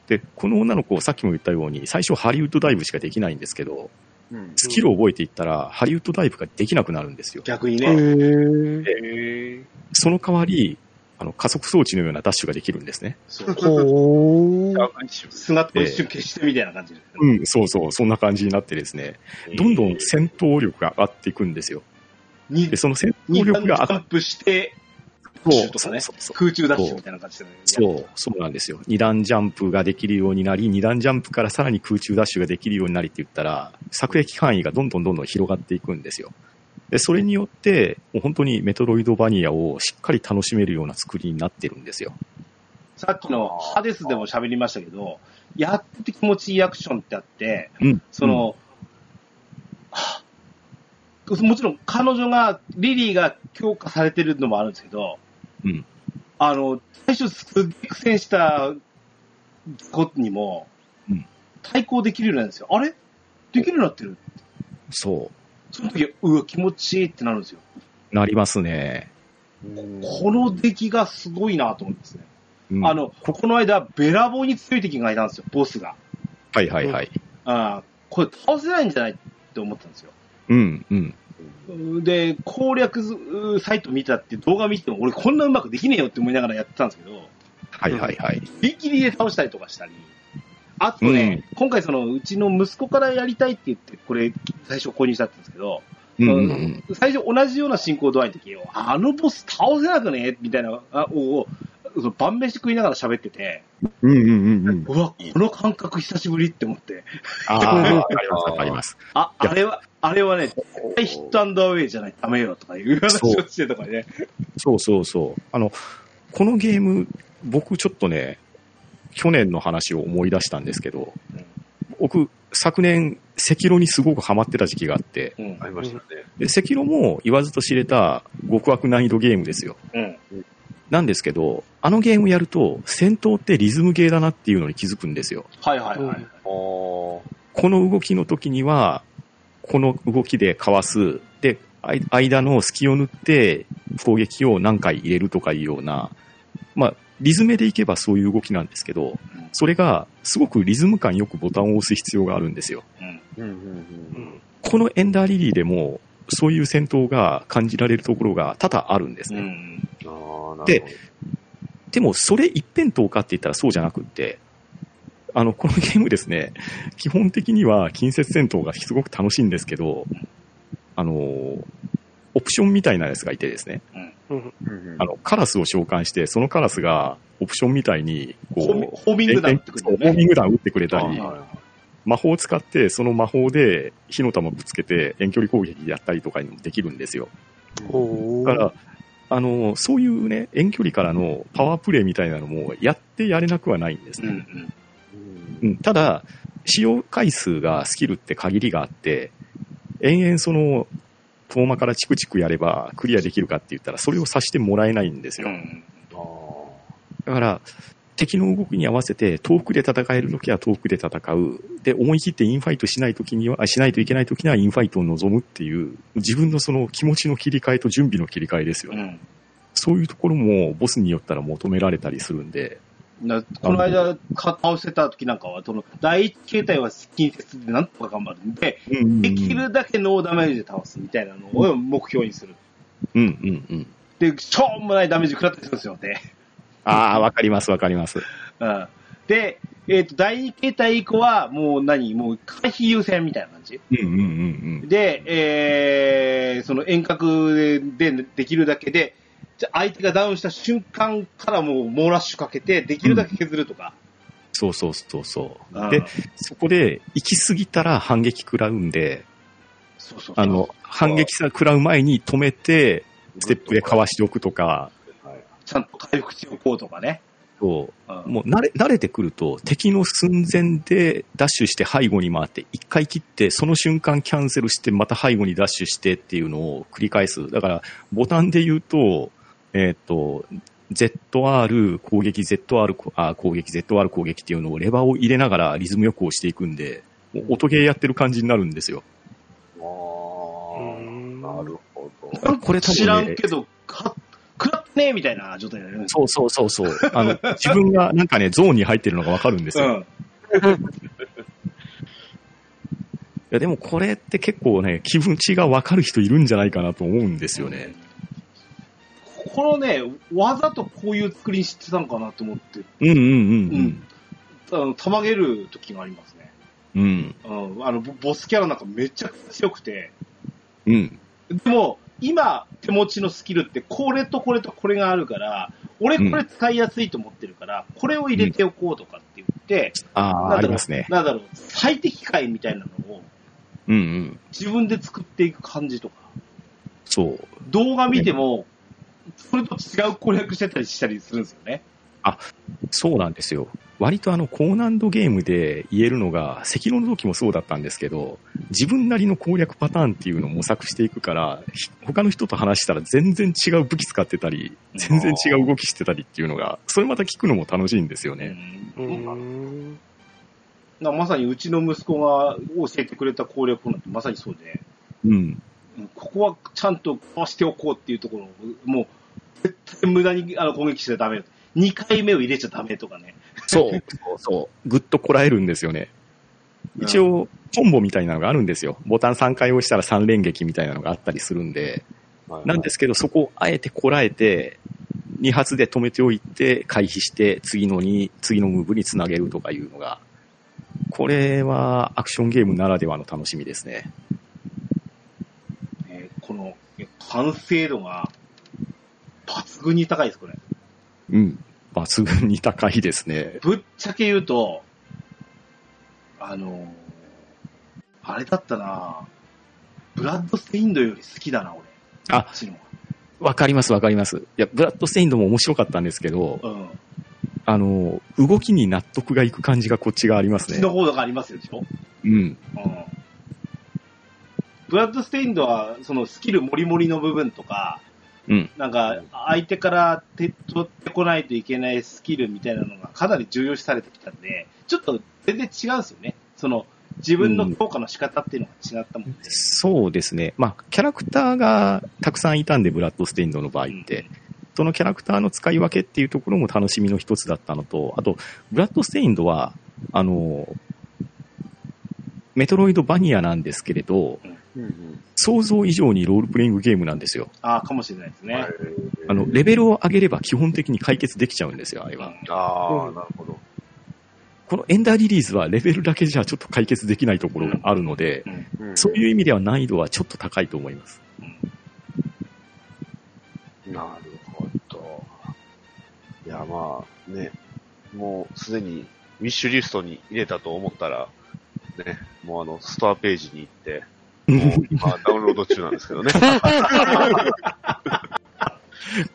Speaker 2: で、この女の子、さっきも言ったように、最初ハリウッドダイブしかできないんですけど、
Speaker 4: ーうん
Speaker 2: スキルを覚えていったら、ハリウッドダイブができなくなるんですよ。
Speaker 1: 逆に
Speaker 3: へ
Speaker 1: ね。
Speaker 3: ー
Speaker 1: へえ。
Speaker 2: その代わり、あの、加速装置のようなダッシュができるんですね。
Speaker 1: そう。
Speaker 3: ほー
Speaker 4: ダークアニッシュ
Speaker 1: 姿を一瞬消してみたいな感じですね。
Speaker 2: うん、そうそう、そんな感じになってですね、どんどん戦闘力が上がっていくんですよ。
Speaker 1: に
Speaker 2: で、、その戦闘
Speaker 1: 二段
Speaker 2: 力
Speaker 1: ジ
Speaker 2: が上
Speaker 1: ャ
Speaker 2: が
Speaker 1: ンプして、
Speaker 2: そう
Speaker 1: とかね
Speaker 2: そうそうそう
Speaker 1: 空中ダッシュみたいな感じで、ね。
Speaker 2: そう、そうなんですよ。二段ジャンプができるようになり、二段ジャンプからさらに空中ダッシュができるようになりって言ったら、作撃範囲がどんどんどんどん広がっていくんですよ。で、それによって、もう本当にメトロイドバニアをしっかり楽しめるような作りになってるんですよ。
Speaker 1: さっきのハデスでも喋りましたけど、やってて気持ちいいアクションってあって、
Speaker 2: うん。
Speaker 1: その、はぁもちろん彼女が、リリーが強化されてるのもあるんですけど、
Speaker 2: うん
Speaker 1: あの、最初すっげえ苦戦した子にも
Speaker 2: うん、
Speaker 1: 対抗できるようになるんですよ。あれできるようになってる。
Speaker 2: そ
Speaker 1: その時、うわ、気持ちいいってなるんですよ。
Speaker 2: う、なりますね。
Speaker 1: この出来がすごいなと思いますね。
Speaker 2: うん
Speaker 1: あ、の、ここの間、べらぼうに強い敵がいたんですよ、ボスが。
Speaker 2: はいはいはい。
Speaker 1: あーこれ倒せないんじゃないって思ったんですよ。
Speaker 2: うん、うん。
Speaker 1: で、攻略サイト見たって動画見ても、俺こんなうまくできねえよって思いながらやってたんですけど、
Speaker 2: はいはいはい。
Speaker 1: ギリギリで倒したりとかしたり、あとね、今回その、うちの息子からやりたいって言って、これ、最初購入したんですけど、
Speaker 2: うん、うんうん。
Speaker 1: 最初同じような進行度合いの時よ、あのボス倒せなくねみたいな、あを、その晩飯食いながら喋ってて、
Speaker 2: うんうんうんうん。
Speaker 1: うわ、この感覚久しぶりって思って、
Speaker 2: ああ、わかりますわかります。
Speaker 1: あ、あれは、あれはね、絶対ヒットアンドアウェイじゃないとダメよとかいう話をしてとかね。
Speaker 2: そうそうそう。あの、このゲーム、僕ちょっとね、去年の話を思い出したんですけど、僕、昨年、赤色にすごくハマってた時期があって、
Speaker 1: うん
Speaker 4: あ。りましたね。
Speaker 2: で赤色も言わずと知れた極悪難易度ゲームですよ。
Speaker 1: うん。
Speaker 2: なんですけど、あのゲームやると、戦闘ってリズムゲーだなっていうのに気づくんですよ。
Speaker 1: はいはいはい。
Speaker 4: あー
Speaker 2: この動きの時には、この動きでかわす。で、あい間の隙を縫って攻撃を何回入れるとかいうような、まあ、リズムでいけばそういう動きなんですけど、それがすごくリズム感よくボタンを押す必要があるんですよ。
Speaker 1: うん。
Speaker 4: うんうんうん。
Speaker 2: このエンダーリリーでも、そういう戦闘が感じられるところが多々あるんです
Speaker 1: う
Speaker 2: ね。
Speaker 1: ん。
Speaker 4: あーなるほど
Speaker 2: ででも、それ一辺倒かって言ったらそうじゃなくって、あの、このゲームですね、基本的には近接戦闘がすごく楽しいんですけど、あの、オプションみたいなやつがいてですね、
Speaker 4: うんうん
Speaker 2: あの、カラスを召喚して、そのカラスがオプションみたいに、
Speaker 1: ホーミ
Speaker 2: こう、
Speaker 1: ホーミングだってく
Speaker 2: そ
Speaker 1: る
Speaker 2: うホーミング弾打ってくれた
Speaker 4: あ
Speaker 2: り
Speaker 4: ー、はいはい
Speaker 2: 魔法を使って、その魔法で火の玉ぶつけて遠距離攻撃やったりとかにもできるんですよ。
Speaker 3: お
Speaker 2: だか
Speaker 3: ー
Speaker 2: ら、あの、そういうね、遠距離からのパワープレイみたいなのもやってやれなくはないんです
Speaker 1: う
Speaker 2: ね。
Speaker 1: ん
Speaker 4: うん
Speaker 2: うん、ただ、使用回数がスキルって限りがあって、延々その、遠間からチクチクやればクリアできるかって言ったら、それをさしてもらえないんです
Speaker 1: うん。う
Speaker 2: よ。
Speaker 1: ん。
Speaker 4: あー
Speaker 2: だから、敵の動きに合わせて、遠くで戦えるときは遠くで戦う。で、思い切ってインファイトしないときには、あしないといけないときにはインファイトを望むっていう、自分のその気持ちの切り替えと準備の切り替えですよ
Speaker 1: う
Speaker 2: ね。
Speaker 1: ん。
Speaker 2: そういうところもボスによったら求められたりするんで、
Speaker 1: なこの間、か倒せた時なんかは、その、第一形態は近接でなんとか頑張るんで、できるだけノーダメージで倒すみたいなのを目標にする。
Speaker 2: うんうんうん。
Speaker 1: で、しょうもないダメージ食らったりするんですよね。
Speaker 2: ああ、わかりますわかります。
Speaker 1: うん。で、えっ、と、第二形態以降は、もう何もう回避優先みたいな感じ。
Speaker 2: うんうんうんうん。
Speaker 1: で、えー、その遠隔でできるだけで、じゃあ相手がダウンした瞬間からもう猛ラッシュかけて、できるだけ削るとか。
Speaker 2: そうそうそうそう。
Speaker 1: うん
Speaker 2: で、そこで行き過ぎたら反撃食らうんで、
Speaker 1: そうそうそう
Speaker 2: あの、反撃さ食らう前に止めて、ステップでかわしておくとか、
Speaker 4: はい
Speaker 1: ちゃんと回復しておこうとかね。
Speaker 2: そう
Speaker 1: うん
Speaker 2: もう慣れ慣れてくると、敵の寸前でダッシュして背後に回って、一回切って、その瞬間キャンセルして、また背後にダッシュしてっていうのを繰り返す。だから、ボタンで言うと、えーっ、と、ZR 攻撃、ZR こあ攻撃、ZR 攻撃っていうのをレバーを入れながらリズムよく押していくんで、もう音ゲーやってる感じになるんですよ。
Speaker 4: あーなるほど。
Speaker 2: これ多分ね
Speaker 1: 知らんけど、か食らってねえみたいな状態になるんです
Speaker 2: そうそうそうそう。あの、自分がなんかね、ゾーンに入ってるのがわかるんですよ。
Speaker 1: うん。
Speaker 2: いや、でもこれって結構ね、気分ちがわかる人いるんじゃないかなと思うんですよね。
Speaker 1: このね、わざとこういう作りにしてたのかなと思って、
Speaker 2: うんうんう
Speaker 1: うんんあの、たまげる時がありますね。
Speaker 2: うん。うん。
Speaker 1: うん。あの、ボボスキャラなんかめちゃくちゃ強くて、
Speaker 2: うん。
Speaker 1: でも、今、手持ちのスキルって、これとこれとこれがあるから、俺これ使いやすいと思ってるから、これを入れておこうとかって言って、
Speaker 2: あ
Speaker 1: な
Speaker 2: あ、
Speaker 1: んだろう
Speaker 2: ありますね。
Speaker 1: なんだろう、最適解みたいなのを
Speaker 2: うんうん。
Speaker 1: 自分で作っていく感じとか、
Speaker 2: そう。
Speaker 1: 動画見ても、それと違う攻略してたりしたりするんですよね。
Speaker 2: そうなんですよ。割とあの、高難度ゲームで言えるのが、赤狼の時もそうだったんですけど、自分なりの攻略パターンっていうのを模索していくから、ひ他の人と話したら全然違う武器使ってたり、全然違う動きしてたりっていうのが、それまた聞くのも楽しいんですよね。
Speaker 1: う
Speaker 3: うんん。
Speaker 1: なまさにうちの息子が教えてくれた攻略法なんてまさにそうで、
Speaker 2: うん。
Speaker 1: うんここはちゃんとかわしておこうっていうところを、もう、絶対無駄にあの攻撃しちゃダメ。2回目を入れちゃダメとかね。
Speaker 2: そう、 そう、そう。ぐっとこらえるんですよね。一応、コンボみたいなのがあるんですよ。ボタン3回押したら3連撃みたいなのがあったりするんで。 なんですけど、そこをあえてこらえて、2発で止めておいて、回避して、次のに、次のムーブにつなげるとかいうのが、これはアクションゲームならではの楽しみですね。
Speaker 1: えーこの、え完成度が、抜群に高いです、これ。
Speaker 2: うん。抜群に高いですね。
Speaker 1: ぶっちゃけ言うと、あのーあれだったなブラッドステインドより好きだな、俺。
Speaker 2: あ
Speaker 1: こっちの
Speaker 2: わかりますわかります。いや、ブラッドステインドも面白かったんですけ
Speaker 1: 方
Speaker 2: ど、
Speaker 1: が。うん。こ
Speaker 2: あの、動きに納得がいく感じがこっちがありま
Speaker 1: っ
Speaker 2: す
Speaker 1: ち
Speaker 2: ね
Speaker 1: の。方がありますよ、でしょ
Speaker 2: うん。
Speaker 1: うんブラッドステインドは、そのスキルモリモリの部分とか、
Speaker 2: うん
Speaker 1: なんか、相手から手取ってこないといけないスキルみたいなのがかなり重要視されてきたんで、ちょっと全然違うんですよね。その、自分の強化の仕方っていうのが違ったもんで。
Speaker 2: そうですね。まあ、キャラクターがたくさんいたんで、ブラッドステインドの場合って。そのキャラクターの使い分けっていうところも楽しみの一つだったのと、あと、ブラッドステインドは、あの、メトロイドバニアなんですけれど、
Speaker 4: うん
Speaker 2: 想像以上にロールプレイングゲームなんですよ。
Speaker 1: ああ、かもしれないですね。
Speaker 4: はい
Speaker 2: あの、レベルを上げれば基本的に解決できちゃうんですよ、あれ
Speaker 1: う
Speaker 2: は。
Speaker 1: ん
Speaker 4: ああ、なるほど。
Speaker 2: このエンダーリリースはレベルだけじゃちょっと解決できないところがあるので、
Speaker 1: うん
Speaker 4: うん
Speaker 2: そういう意味では難易度はちょっと高いと思います。
Speaker 4: なるほど。いや、まあね、もうすでにウィッシュリストに入れたと思ったら、ね、もうあの、ストアページに行って、もう今ダウンロード中なんですけどね。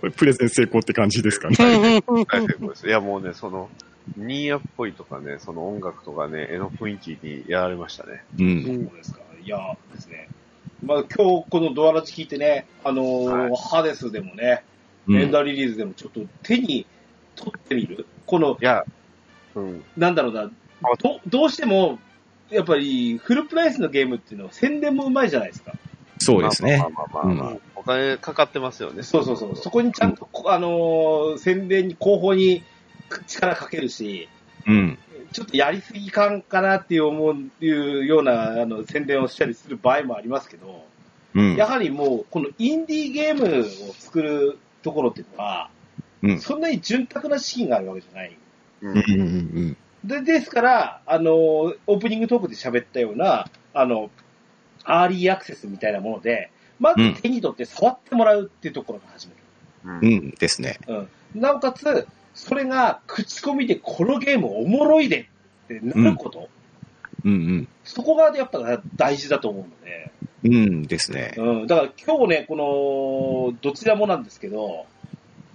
Speaker 2: これプレゼン成功って感じですかね。
Speaker 4: 大成功です。いや、もうね、その、ニーヤっぽいとかね、その音楽とかね、絵の雰囲気にやられましたね。
Speaker 2: うん。
Speaker 1: そうですか。いやーですね。まあ今日このドアラジ聞いてね、あのー
Speaker 4: はい
Speaker 1: ハデスでもね、
Speaker 2: うん
Speaker 1: エンダーリリースでもちょっと手に取ってみる。この、
Speaker 4: いや、うん。
Speaker 1: なんだろうな、どどうしても、やっぱりフルプライスのゲームっていうのは宣伝もうまいじゃないですか。
Speaker 2: そうですね
Speaker 4: まあ。まあまあまあまあ、
Speaker 3: う
Speaker 4: お金かかってますよね。
Speaker 1: そうそうそう。そこにちゃんと、こあのー宣伝に、広報に力かけるし、
Speaker 2: うん。
Speaker 1: ちょっとやりすぎ感かなっていう思う、いうようなあの宣伝をしたりする場合もありますけど、
Speaker 2: うん
Speaker 1: や。はりもう、このインディーゲームを作るところっていうのは、
Speaker 2: うん
Speaker 1: そんなに潤沢な資金があるわけじゃない。
Speaker 4: う。
Speaker 2: うんんうん
Speaker 1: でですから、あの、オープニングトークで喋ったような、あの、アーリーアクセスみたいなもので、ま
Speaker 2: うん
Speaker 1: ず手に取って触ってもらうっていうところが始める。
Speaker 4: う。
Speaker 2: うんんですね。
Speaker 1: うん。なおかつ、それが口コミでこのゲームおもろいでってなること、
Speaker 2: うん
Speaker 1: そこがやっぱ大事だと思うので、
Speaker 2: うん。うんですね。
Speaker 1: うん、だから今日ね、この、どちらもなんですけど、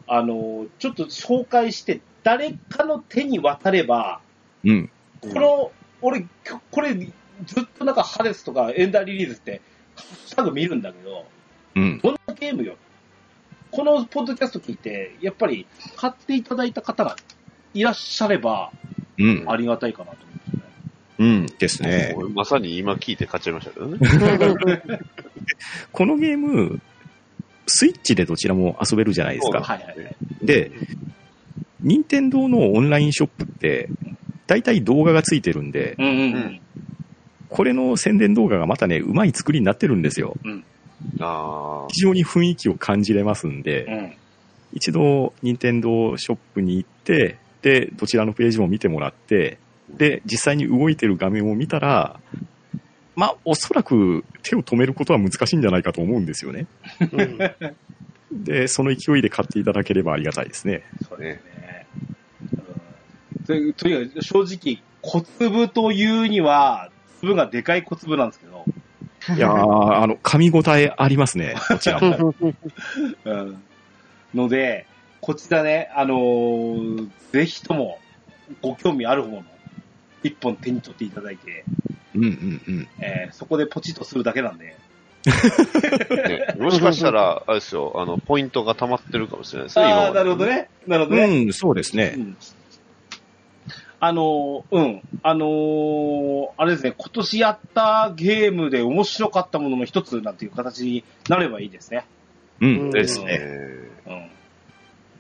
Speaker 1: あの、ちょっと紹介して、誰かの手に渡れば、
Speaker 2: うん。
Speaker 1: この、俺、きょこれ、ずっとなんかハデスとかエンダーリリースって、ハッシュタグ見るんだけど、
Speaker 2: うん。
Speaker 1: どんなゲームよ。このポッドキャスト聞いて、やっぱり買っていただいた方がいらっしゃれば
Speaker 2: うん。
Speaker 1: ありがたいかなと思うんですよね。
Speaker 2: うんですね。
Speaker 4: もうまさに今聞いて買っちゃいましたけ どね。
Speaker 2: このゲーム、スイッチでどちらも遊べるじゃないです
Speaker 4: そう
Speaker 2: か。
Speaker 1: はいはいはい。
Speaker 2: で、任天堂のオンラインショップって、大体動画がついてるんで、
Speaker 1: うんうんう
Speaker 4: うんん。
Speaker 2: これの宣伝動画がまたね、うまい作りになってるんですよ。
Speaker 4: ああ。
Speaker 2: 非常に雰囲気を感じれますんで、
Speaker 1: うん
Speaker 2: 一度、任天堂ショップに行って、で、どちらのページも見てもらって、で、実際に動いてる画面を見たら、まあ、おそらく手を止めることは難しいんじゃないかと思うんですよね。で、その勢いで買っていただければありがたいですね。
Speaker 1: そうですね。うん、ととにかく正直、小粒というには、粒がでかい小粒なんですけど、
Speaker 2: いやー、あの、噛み応えありますね、こちら も。
Speaker 1: うん、ので、こちらね、あのーぜひともご興味ある方の一本手に取っていただいて、
Speaker 2: うんうんうん。
Speaker 1: えーそこでポチッとするだけなんで、
Speaker 4: ねもしかしたら、あれですよ、あの、ポイントが溜まってるかもしれないですね、
Speaker 1: ああ、
Speaker 4: 今ま
Speaker 1: な
Speaker 4: で
Speaker 1: るほどね。なるほどね。
Speaker 2: うん、そうです
Speaker 1: う
Speaker 2: ね。
Speaker 1: んあのーうん。あのーあれですね、今年やったゲームで面白かったものの一つなんていう形になればいいですね。
Speaker 2: うん。
Speaker 4: です
Speaker 1: う
Speaker 4: ね。
Speaker 1: うん。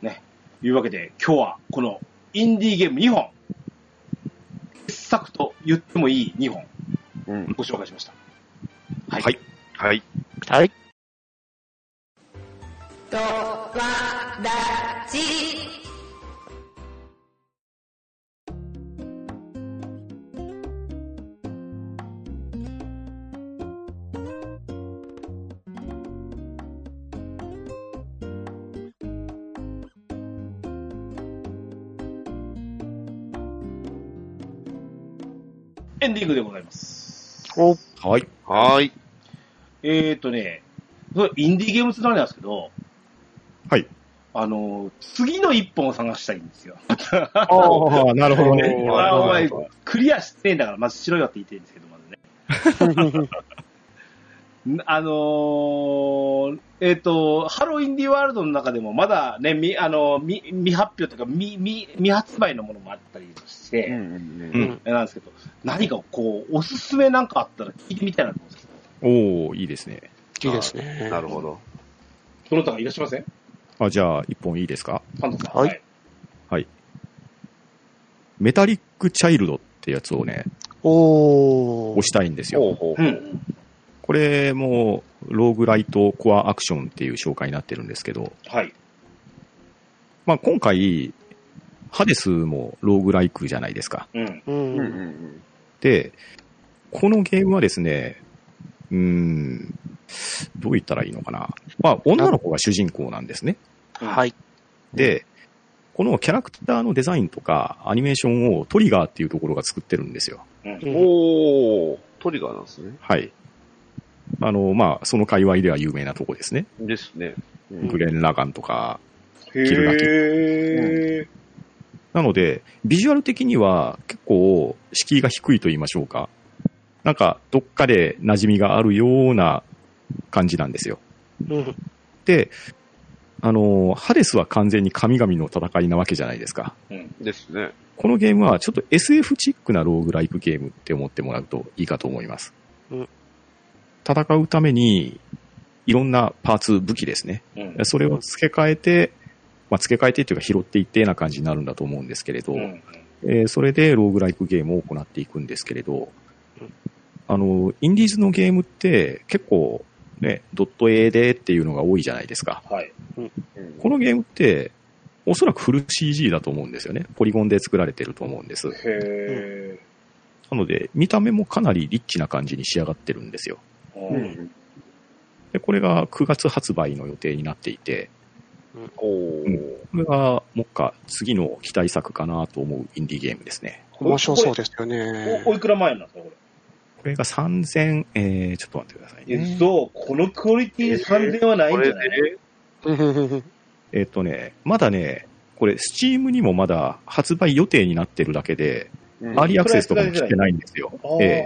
Speaker 1: ね。いうわけで、今日はこのインディーゲーム2本、傑作と言ってもいい2本、
Speaker 4: うん。
Speaker 1: ご紹介しました。はい。
Speaker 2: はい
Speaker 4: はい。
Speaker 3: はい。
Speaker 5: ドワラジ
Speaker 1: エンディングでございます。
Speaker 3: お
Speaker 2: はい。
Speaker 4: はーい。
Speaker 1: えーとね、それインディーゲームつながりなんですけど、
Speaker 2: はい。
Speaker 1: あの、次の1本を探したいんですよ。
Speaker 2: ああ、なるほどね。
Speaker 1: お前
Speaker 4: はい
Speaker 1: クリアしてんだから、まずしろよって言ってるんですけど、まずね。んあのーえっ、と、ハローインディーワールドの中でもまだね、み、あの、み未発表というか、み、み、未発売のものもあったりして、
Speaker 4: うんうん
Speaker 2: う
Speaker 4: うんん。
Speaker 1: あれなんですけど、何かこう、おすすめなんかあったら聞いてみたいなと思うんですけど、
Speaker 2: おおいいですね。
Speaker 3: いいですね。
Speaker 4: なるほど。
Speaker 1: その他いらっしゃいません
Speaker 2: あ、じゃあ、一本いいですか
Speaker 1: パンダさん。
Speaker 3: はい
Speaker 2: メタリックチャイルドってやつをね、
Speaker 3: お
Speaker 2: 押
Speaker 3: ー。
Speaker 2: したいんです
Speaker 4: ほ
Speaker 2: よ。
Speaker 4: うほう
Speaker 1: う。ん。
Speaker 2: これも、ローグライトコアアクションっていう紹介になってるんですけど、
Speaker 1: はい。
Speaker 2: まあ今回、ハデスもローグライクじゃないですか。
Speaker 1: うん。
Speaker 3: う
Speaker 4: うんうん
Speaker 3: ん。
Speaker 4: うん。
Speaker 2: で、このゲームはですね、うーん、どう言ったらいいのかな。まあ女の子が主人公なんですね。
Speaker 3: はい。
Speaker 2: で、このキャラクターのデザインとかアニメーションをトリガーっていうところが作ってるんですよ。
Speaker 1: うん。
Speaker 3: うん
Speaker 4: おー、トリガーなんですね。
Speaker 2: はい。あの、まあ、その界隈では有名なとこですね。
Speaker 4: ですね。うん
Speaker 2: グレン・ラガンとか。切るだけ
Speaker 1: へー。
Speaker 2: なので、ビジュアル的には結構敷居が低いと言いましょうか。なんか、どっかで馴染みがあるような感じなんですよ。
Speaker 3: うん。
Speaker 2: で、あの、ハデスは完全に神々の戦いなわけじゃないですか。
Speaker 4: ですね。
Speaker 2: このゲームはちょっと SF チックなローグライクゲームって思ってもらうといいかと思います。
Speaker 3: うん
Speaker 2: 戦うために、いろんなパーツ、武器ですね。
Speaker 1: うん。
Speaker 2: それを付け替えて、まあ、付け替えてというか拾っていってな感じになるんだと思うんですけれど、
Speaker 1: うん。
Speaker 2: えーそれでローグライクゲームを行っていくんですけれど
Speaker 3: うん、
Speaker 2: あの、インディーズのゲームって結構ね、ドット A でっていうのが多いじゃないですか。
Speaker 1: はい。
Speaker 4: うん
Speaker 2: このゲームって、おそらくフル CG だと思うんですよね。ポリゴンで作られてると思うんです。
Speaker 1: へ
Speaker 2: なので、見た目もかなりリッチな感じに仕上がってるんですよ。
Speaker 1: ー。
Speaker 4: う
Speaker 1: うん。
Speaker 4: ん。
Speaker 2: で、これが9月発売の予定になっていて、
Speaker 4: おー。
Speaker 2: これが、もっか、次の期待作かなと思うインディーゲームですね。
Speaker 3: 面白そうですよね。
Speaker 1: お、おいくら前なんですか、こ
Speaker 2: これが3000、えー、ちょっと待ってください
Speaker 1: れ。え、
Speaker 2: ね。
Speaker 1: そう、このクオリティで3000はない
Speaker 4: こ
Speaker 1: んじ
Speaker 4: れ
Speaker 1: ゃない
Speaker 4: で、
Speaker 2: えっとね、まだね、これ、スチームにもまだ発売予定になってるだけで、
Speaker 4: うん
Speaker 2: アーリーアクセスとかも来てないんですよ。
Speaker 1: ああ、
Speaker 2: え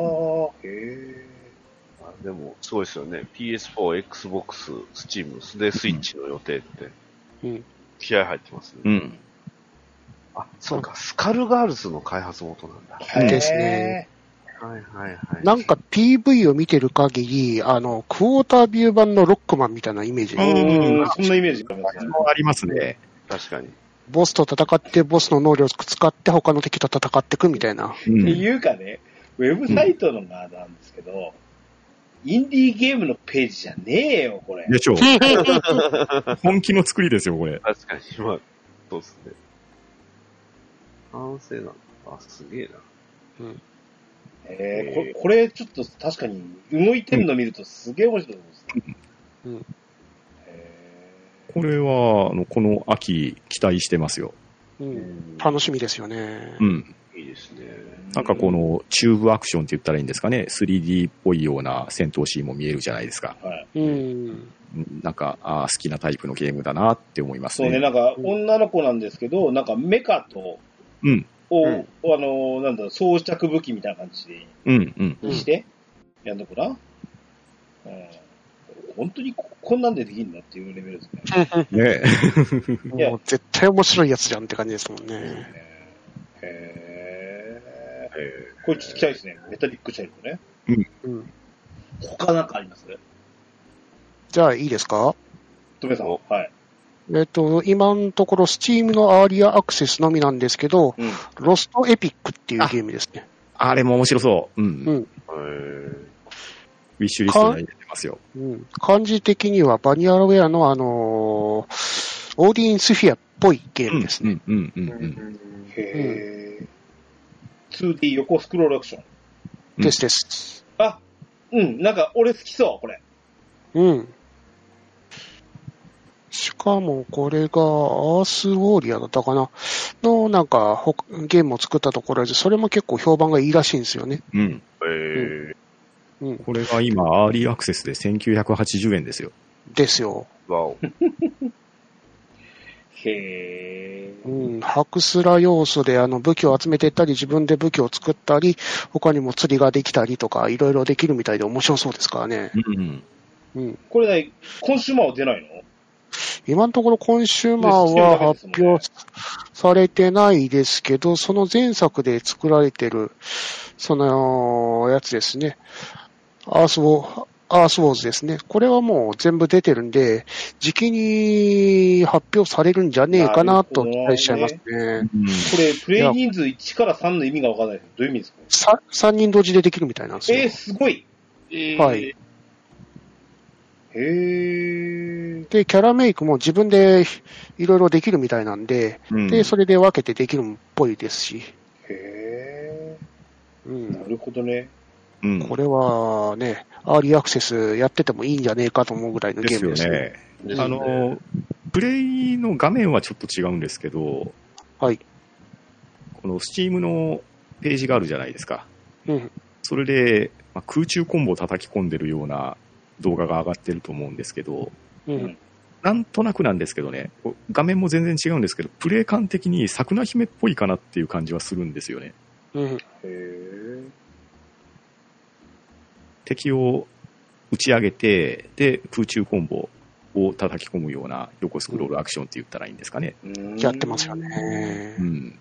Speaker 2: え
Speaker 1: へ
Speaker 4: あでも、すごいですよね。PS4、Xbox、Steam、で、スイッチの予定って。
Speaker 3: うん
Speaker 4: 気合入ってますね。
Speaker 2: うん。
Speaker 4: あ、そうか、スカルガールズの開発元なんだ。
Speaker 1: え。
Speaker 3: ですね。
Speaker 4: はいはいはい。
Speaker 3: なんか PV を見てる限り、あの、クォータービュー版のロックマンみたいなイメージ。
Speaker 1: うん、そんなイメージがありますね。
Speaker 2: ありますね。
Speaker 4: 確かに。
Speaker 3: ボスと戦って、ボスの能力を使って、他の敵と戦っていくみたいな。
Speaker 2: うん
Speaker 1: っていうかね、ウェブサイトの側なんですけど、インディーゲームのページじゃねえよ、これ。
Speaker 2: でしょう。本気の作りですよ、これ。
Speaker 4: 確かに、 まあ、そうですね。完成なのあ、すげえな。
Speaker 1: えーここれちょっと確かに動いてるの見るとすげえ面白いと思うんですよ。へ
Speaker 2: これは、あの、この秋、期待してますよ。
Speaker 3: う、
Speaker 4: うんん
Speaker 3: 楽しみですよね。
Speaker 2: うん。
Speaker 4: いいですね。
Speaker 1: ー
Speaker 2: なんかこ、の、チューブアクションって言ったらいいんですかね。3D っぽいような戦闘シーンも見えるじゃないですか。
Speaker 1: はい、
Speaker 3: うん。
Speaker 2: うんなんか、あー好きなタイプのゲームだなって思います
Speaker 1: そう
Speaker 2: ね。
Speaker 1: ね、なんか女の子なんですけど、なんかメカと、
Speaker 2: うん
Speaker 1: を、
Speaker 4: うん
Speaker 1: あの、なんだろう、装着武器みたいな感じで
Speaker 2: うん、うん。
Speaker 3: うん
Speaker 1: して、やんのかな、うん、本当にここんなんでできるのっていうレベルですね。
Speaker 2: ね
Speaker 1: いや
Speaker 3: もう絶対面白いやつじゃんって感じですもんね。
Speaker 1: へ
Speaker 4: え
Speaker 1: ーこれちょっと期待ですね。メタリックチャイルドね。
Speaker 3: うん、
Speaker 1: 他なんかあります
Speaker 3: じゃあいいですか
Speaker 1: トメさん。は
Speaker 4: お
Speaker 1: い。
Speaker 3: えっと、今のところ、スチームのアーリアアクセスのみなんですけど、
Speaker 1: うん。
Speaker 3: ロストエピックっていうゲームですね。
Speaker 2: あれも面白そう。うん。
Speaker 3: うん
Speaker 4: ー、え
Speaker 2: ウィッシュリストに入れてますよ。
Speaker 3: うん、漢字的にはバニアルウェアのあのーオーディンスフィアっぽいゲームですね。
Speaker 2: うん、うん、うん、う
Speaker 4: ー
Speaker 2: ん。
Speaker 1: へー。2D 横スクロールアクション。
Speaker 2: うん
Speaker 3: ですです。
Speaker 1: あ、うん。なんか俺好きそう、これ。
Speaker 3: うん。しかもこれがアースウォーリアーだったかなのなんかほゲームを作ったところで、それも結構評判がいいらしいんですよね。
Speaker 2: うん。
Speaker 4: え
Speaker 3: うん。
Speaker 2: これが今、アーリーアクセスで1980円ですよ。
Speaker 3: ですよ。
Speaker 4: ー、わお。
Speaker 1: へえ。
Speaker 3: うん、白スラ要素であの武器を集めていったり、自分で武器を作ったり、他にも釣りができたりとか、いろいろできるみたいで面白そうですからね。
Speaker 2: うん。
Speaker 3: うん、
Speaker 1: これね、今週まで出ないの
Speaker 3: 今のところコンシューマーは発表されてないですけど、その前作で作られてる、そのやつですね。アースウォー、アースウォーズですね。これはもう全部出てるんで、時期に発表されるんじゃねえかなと期待しちゃいますね。
Speaker 1: これ、プレイ人数1から3の意味がわからないですどういう意味ですか
Speaker 3: さ三人同時でできるみたいなんですよ。
Speaker 1: えー、すごい。えー
Speaker 3: はい。
Speaker 1: へー。
Speaker 3: で、キャラメイクも自分でいろいろできるみたいなんで、
Speaker 2: うん
Speaker 3: で、それで分けてできるっぽいですし、
Speaker 1: へ
Speaker 3: う、
Speaker 1: ー。なんるほどね。
Speaker 2: うん
Speaker 3: これはね、アーリーアクセスやっててもいいんじゃねえかと思うぐらいの
Speaker 2: で
Speaker 3: ゲー
Speaker 2: す
Speaker 3: ム
Speaker 2: よ
Speaker 3: ですね。
Speaker 2: ね。
Speaker 4: ですね
Speaker 2: あの、プレイの画面はちょっと違うんですけど、
Speaker 3: はい。
Speaker 2: この Steam のページがあるじゃないですか。
Speaker 3: うん、
Speaker 2: それで、まあ空中コンボを叩き込んでるような動画が上がってると思うんですけど、
Speaker 3: うん、
Speaker 2: なんとなくなんですけどね、こう画面も全然違うんですけど、プレイ感的に桜姫っぽいかなっていう感じはするんですよね。
Speaker 3: うん。
Speaker 1: へー。
Speaker 2: 敵を打ち上げて、で、空中コンボを叩き込むような横スクロールアクションって言ったらいいんですかね。
Speaker 1: うーん
Speaker 3: やってますよ。ね
Speaker 2: う。ん。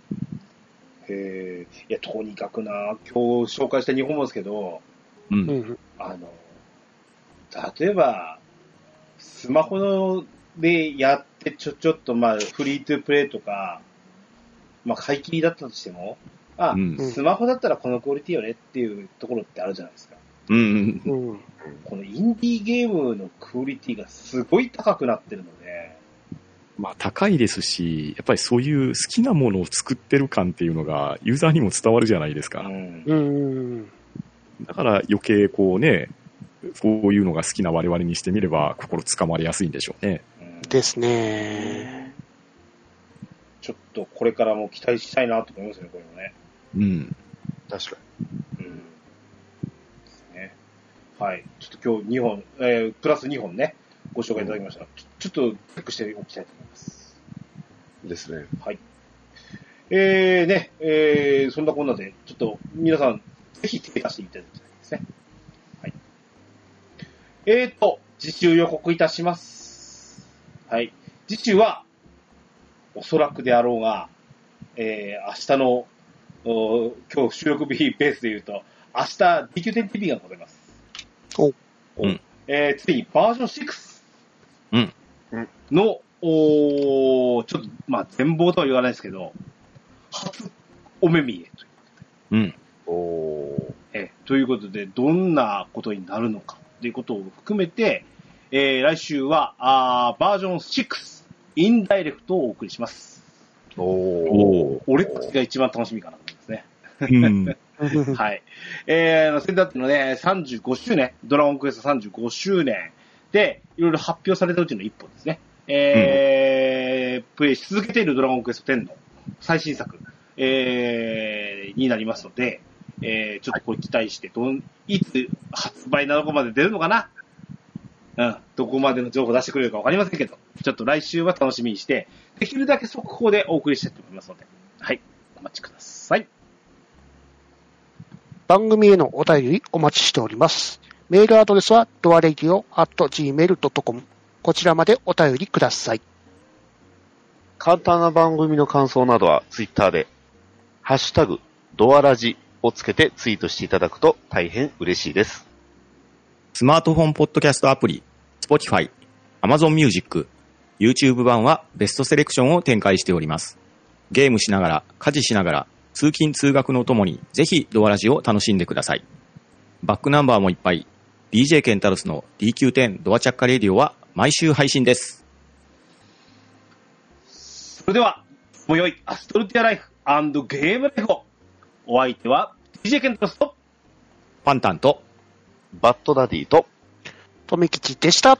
Speaker 1: へー。いや、とにかくな、今日紹介した日本もですけど、
Speaker 2: う。
Speaker 3: うんん、
Speaker 1: あの、例えば、スマホのでやって、ちょ、ちょっと、まあ、フリートゥープレイとか、まあ、買い切りだったとしても、あ、
Speaker 2: うん。
Speaker 3: うん
Speaker 1: スマホだったらこのクオリティよねっていうところってあるじゃないですか。
Speaker 2: うん。
Speaker 3: うん、
Speaker 1: このインディーゲームのクオリティがすごい高くなってるので、
Speaker 2: まあ、高いですし、やっぱりそういう好きなものを作ってる感っていうのが、ユーザーにも伝わるじゃないですか。
Speaker 1: ん。
Speaker 3: うん、
Speaker 2: だから余計こうね、こういうのが好きな我々にしてみれば、心つかまれやすいんでしょうね。
Speaker 3: ですね。
Speaker 1: ちょっとこれからも期待したいなと思いますね、これもね。
Speaker 2: うん。
Speaker 4: 確か
Speaker 1: うん。ですね。はい。ちょっと今日2本、えー、プラス2本ね、ご紹介いただきました。ちょちょっとチェックしておきたいと思います。
Speaker 4: に。ですね。
Speaker 1: はい。えー、ね、えー、そんなこんなで、ちょっと皆さん、ぜひ手出していただきたいですね。はい。えーと、次週予告いたします。はい。次週は、おそらくであろうが、えー、明日の、お今日収録日ベースで言うと、明日 DQ10TV がございます。
Speaker 3: お
Speaker 2: うん
Speaker 1: えー、ついにバージョン6。
Speaker 2: うん
Speaker 1: の、おーちょっと、まあ、全貌とは言わないですけど、初お目見えという
Speaker 2: うん。
Speaker 4: おー。
Speaker 1: えーということで、どんなことになるのかということを含めて、えー来週はあーバージョン6、インダイレクトをお送りします。
Speaker 4: おー。
Speaker 2: おお。
Speaker 1: 俺たちが一番楽しみかなと思いますね。
Speaker 2: うん。
Speaker 3: は
Speaker 1: はい。えーあの、センターってのね、35周年、ドラゴンクエスト35周年で、いろいろ発表されたうちの一本ですね。えープレイし続けているドラゴンクエスト10の最新作、えーになりますので、えーちょっとこれ期待して、どん、いつ発売なのかまで出るのかなうん、どこまでの情報を出してくれるかわかりませんけど、ちょっと来週は楽しみにして、できるだけ速報でお送りしたいと思いますので、はい、お待ちください。
Speaker 3: 番組へのお便りお待ちしております。メールアドレスは、ドアレディオ at gmail.com。こちらまでお便りください。
Speaker 4: 簡単な番組の感想などはツイッターで、ハッシュタグ、ドアラジをつけてツイートしていただくと大変嬉しいです。
Speaker 2: スマートフォンポッドキャストアプリ、Spotify、Amazon Music、YouTube 版はベストセレクションを展開しております。ゲームしながら、家事しながら、通勤通学のともに、ぜひドアラジを楽しんでください。バックナンバーもいっぱい、DJ ケンタロスの DQ10 ドアチャッカレディオは毎週配信です。
Speaker 1: それでは、もよいアストルティアライフゲームライフを。お相手は、DJ ケントロスと、
Speaker 2: パンタンと、
Speaker 4: バッドダディと、
Speaker 3: とめきちでした。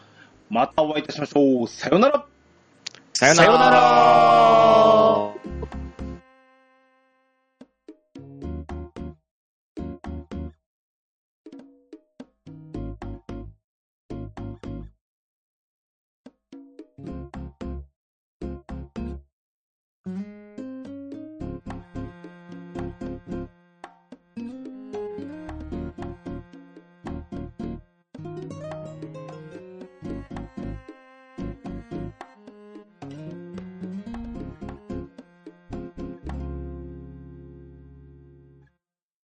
Speaker 1: またお会いいたしましょう。さようなら。
Speaker 2: さよ
Speaker 3: さようなら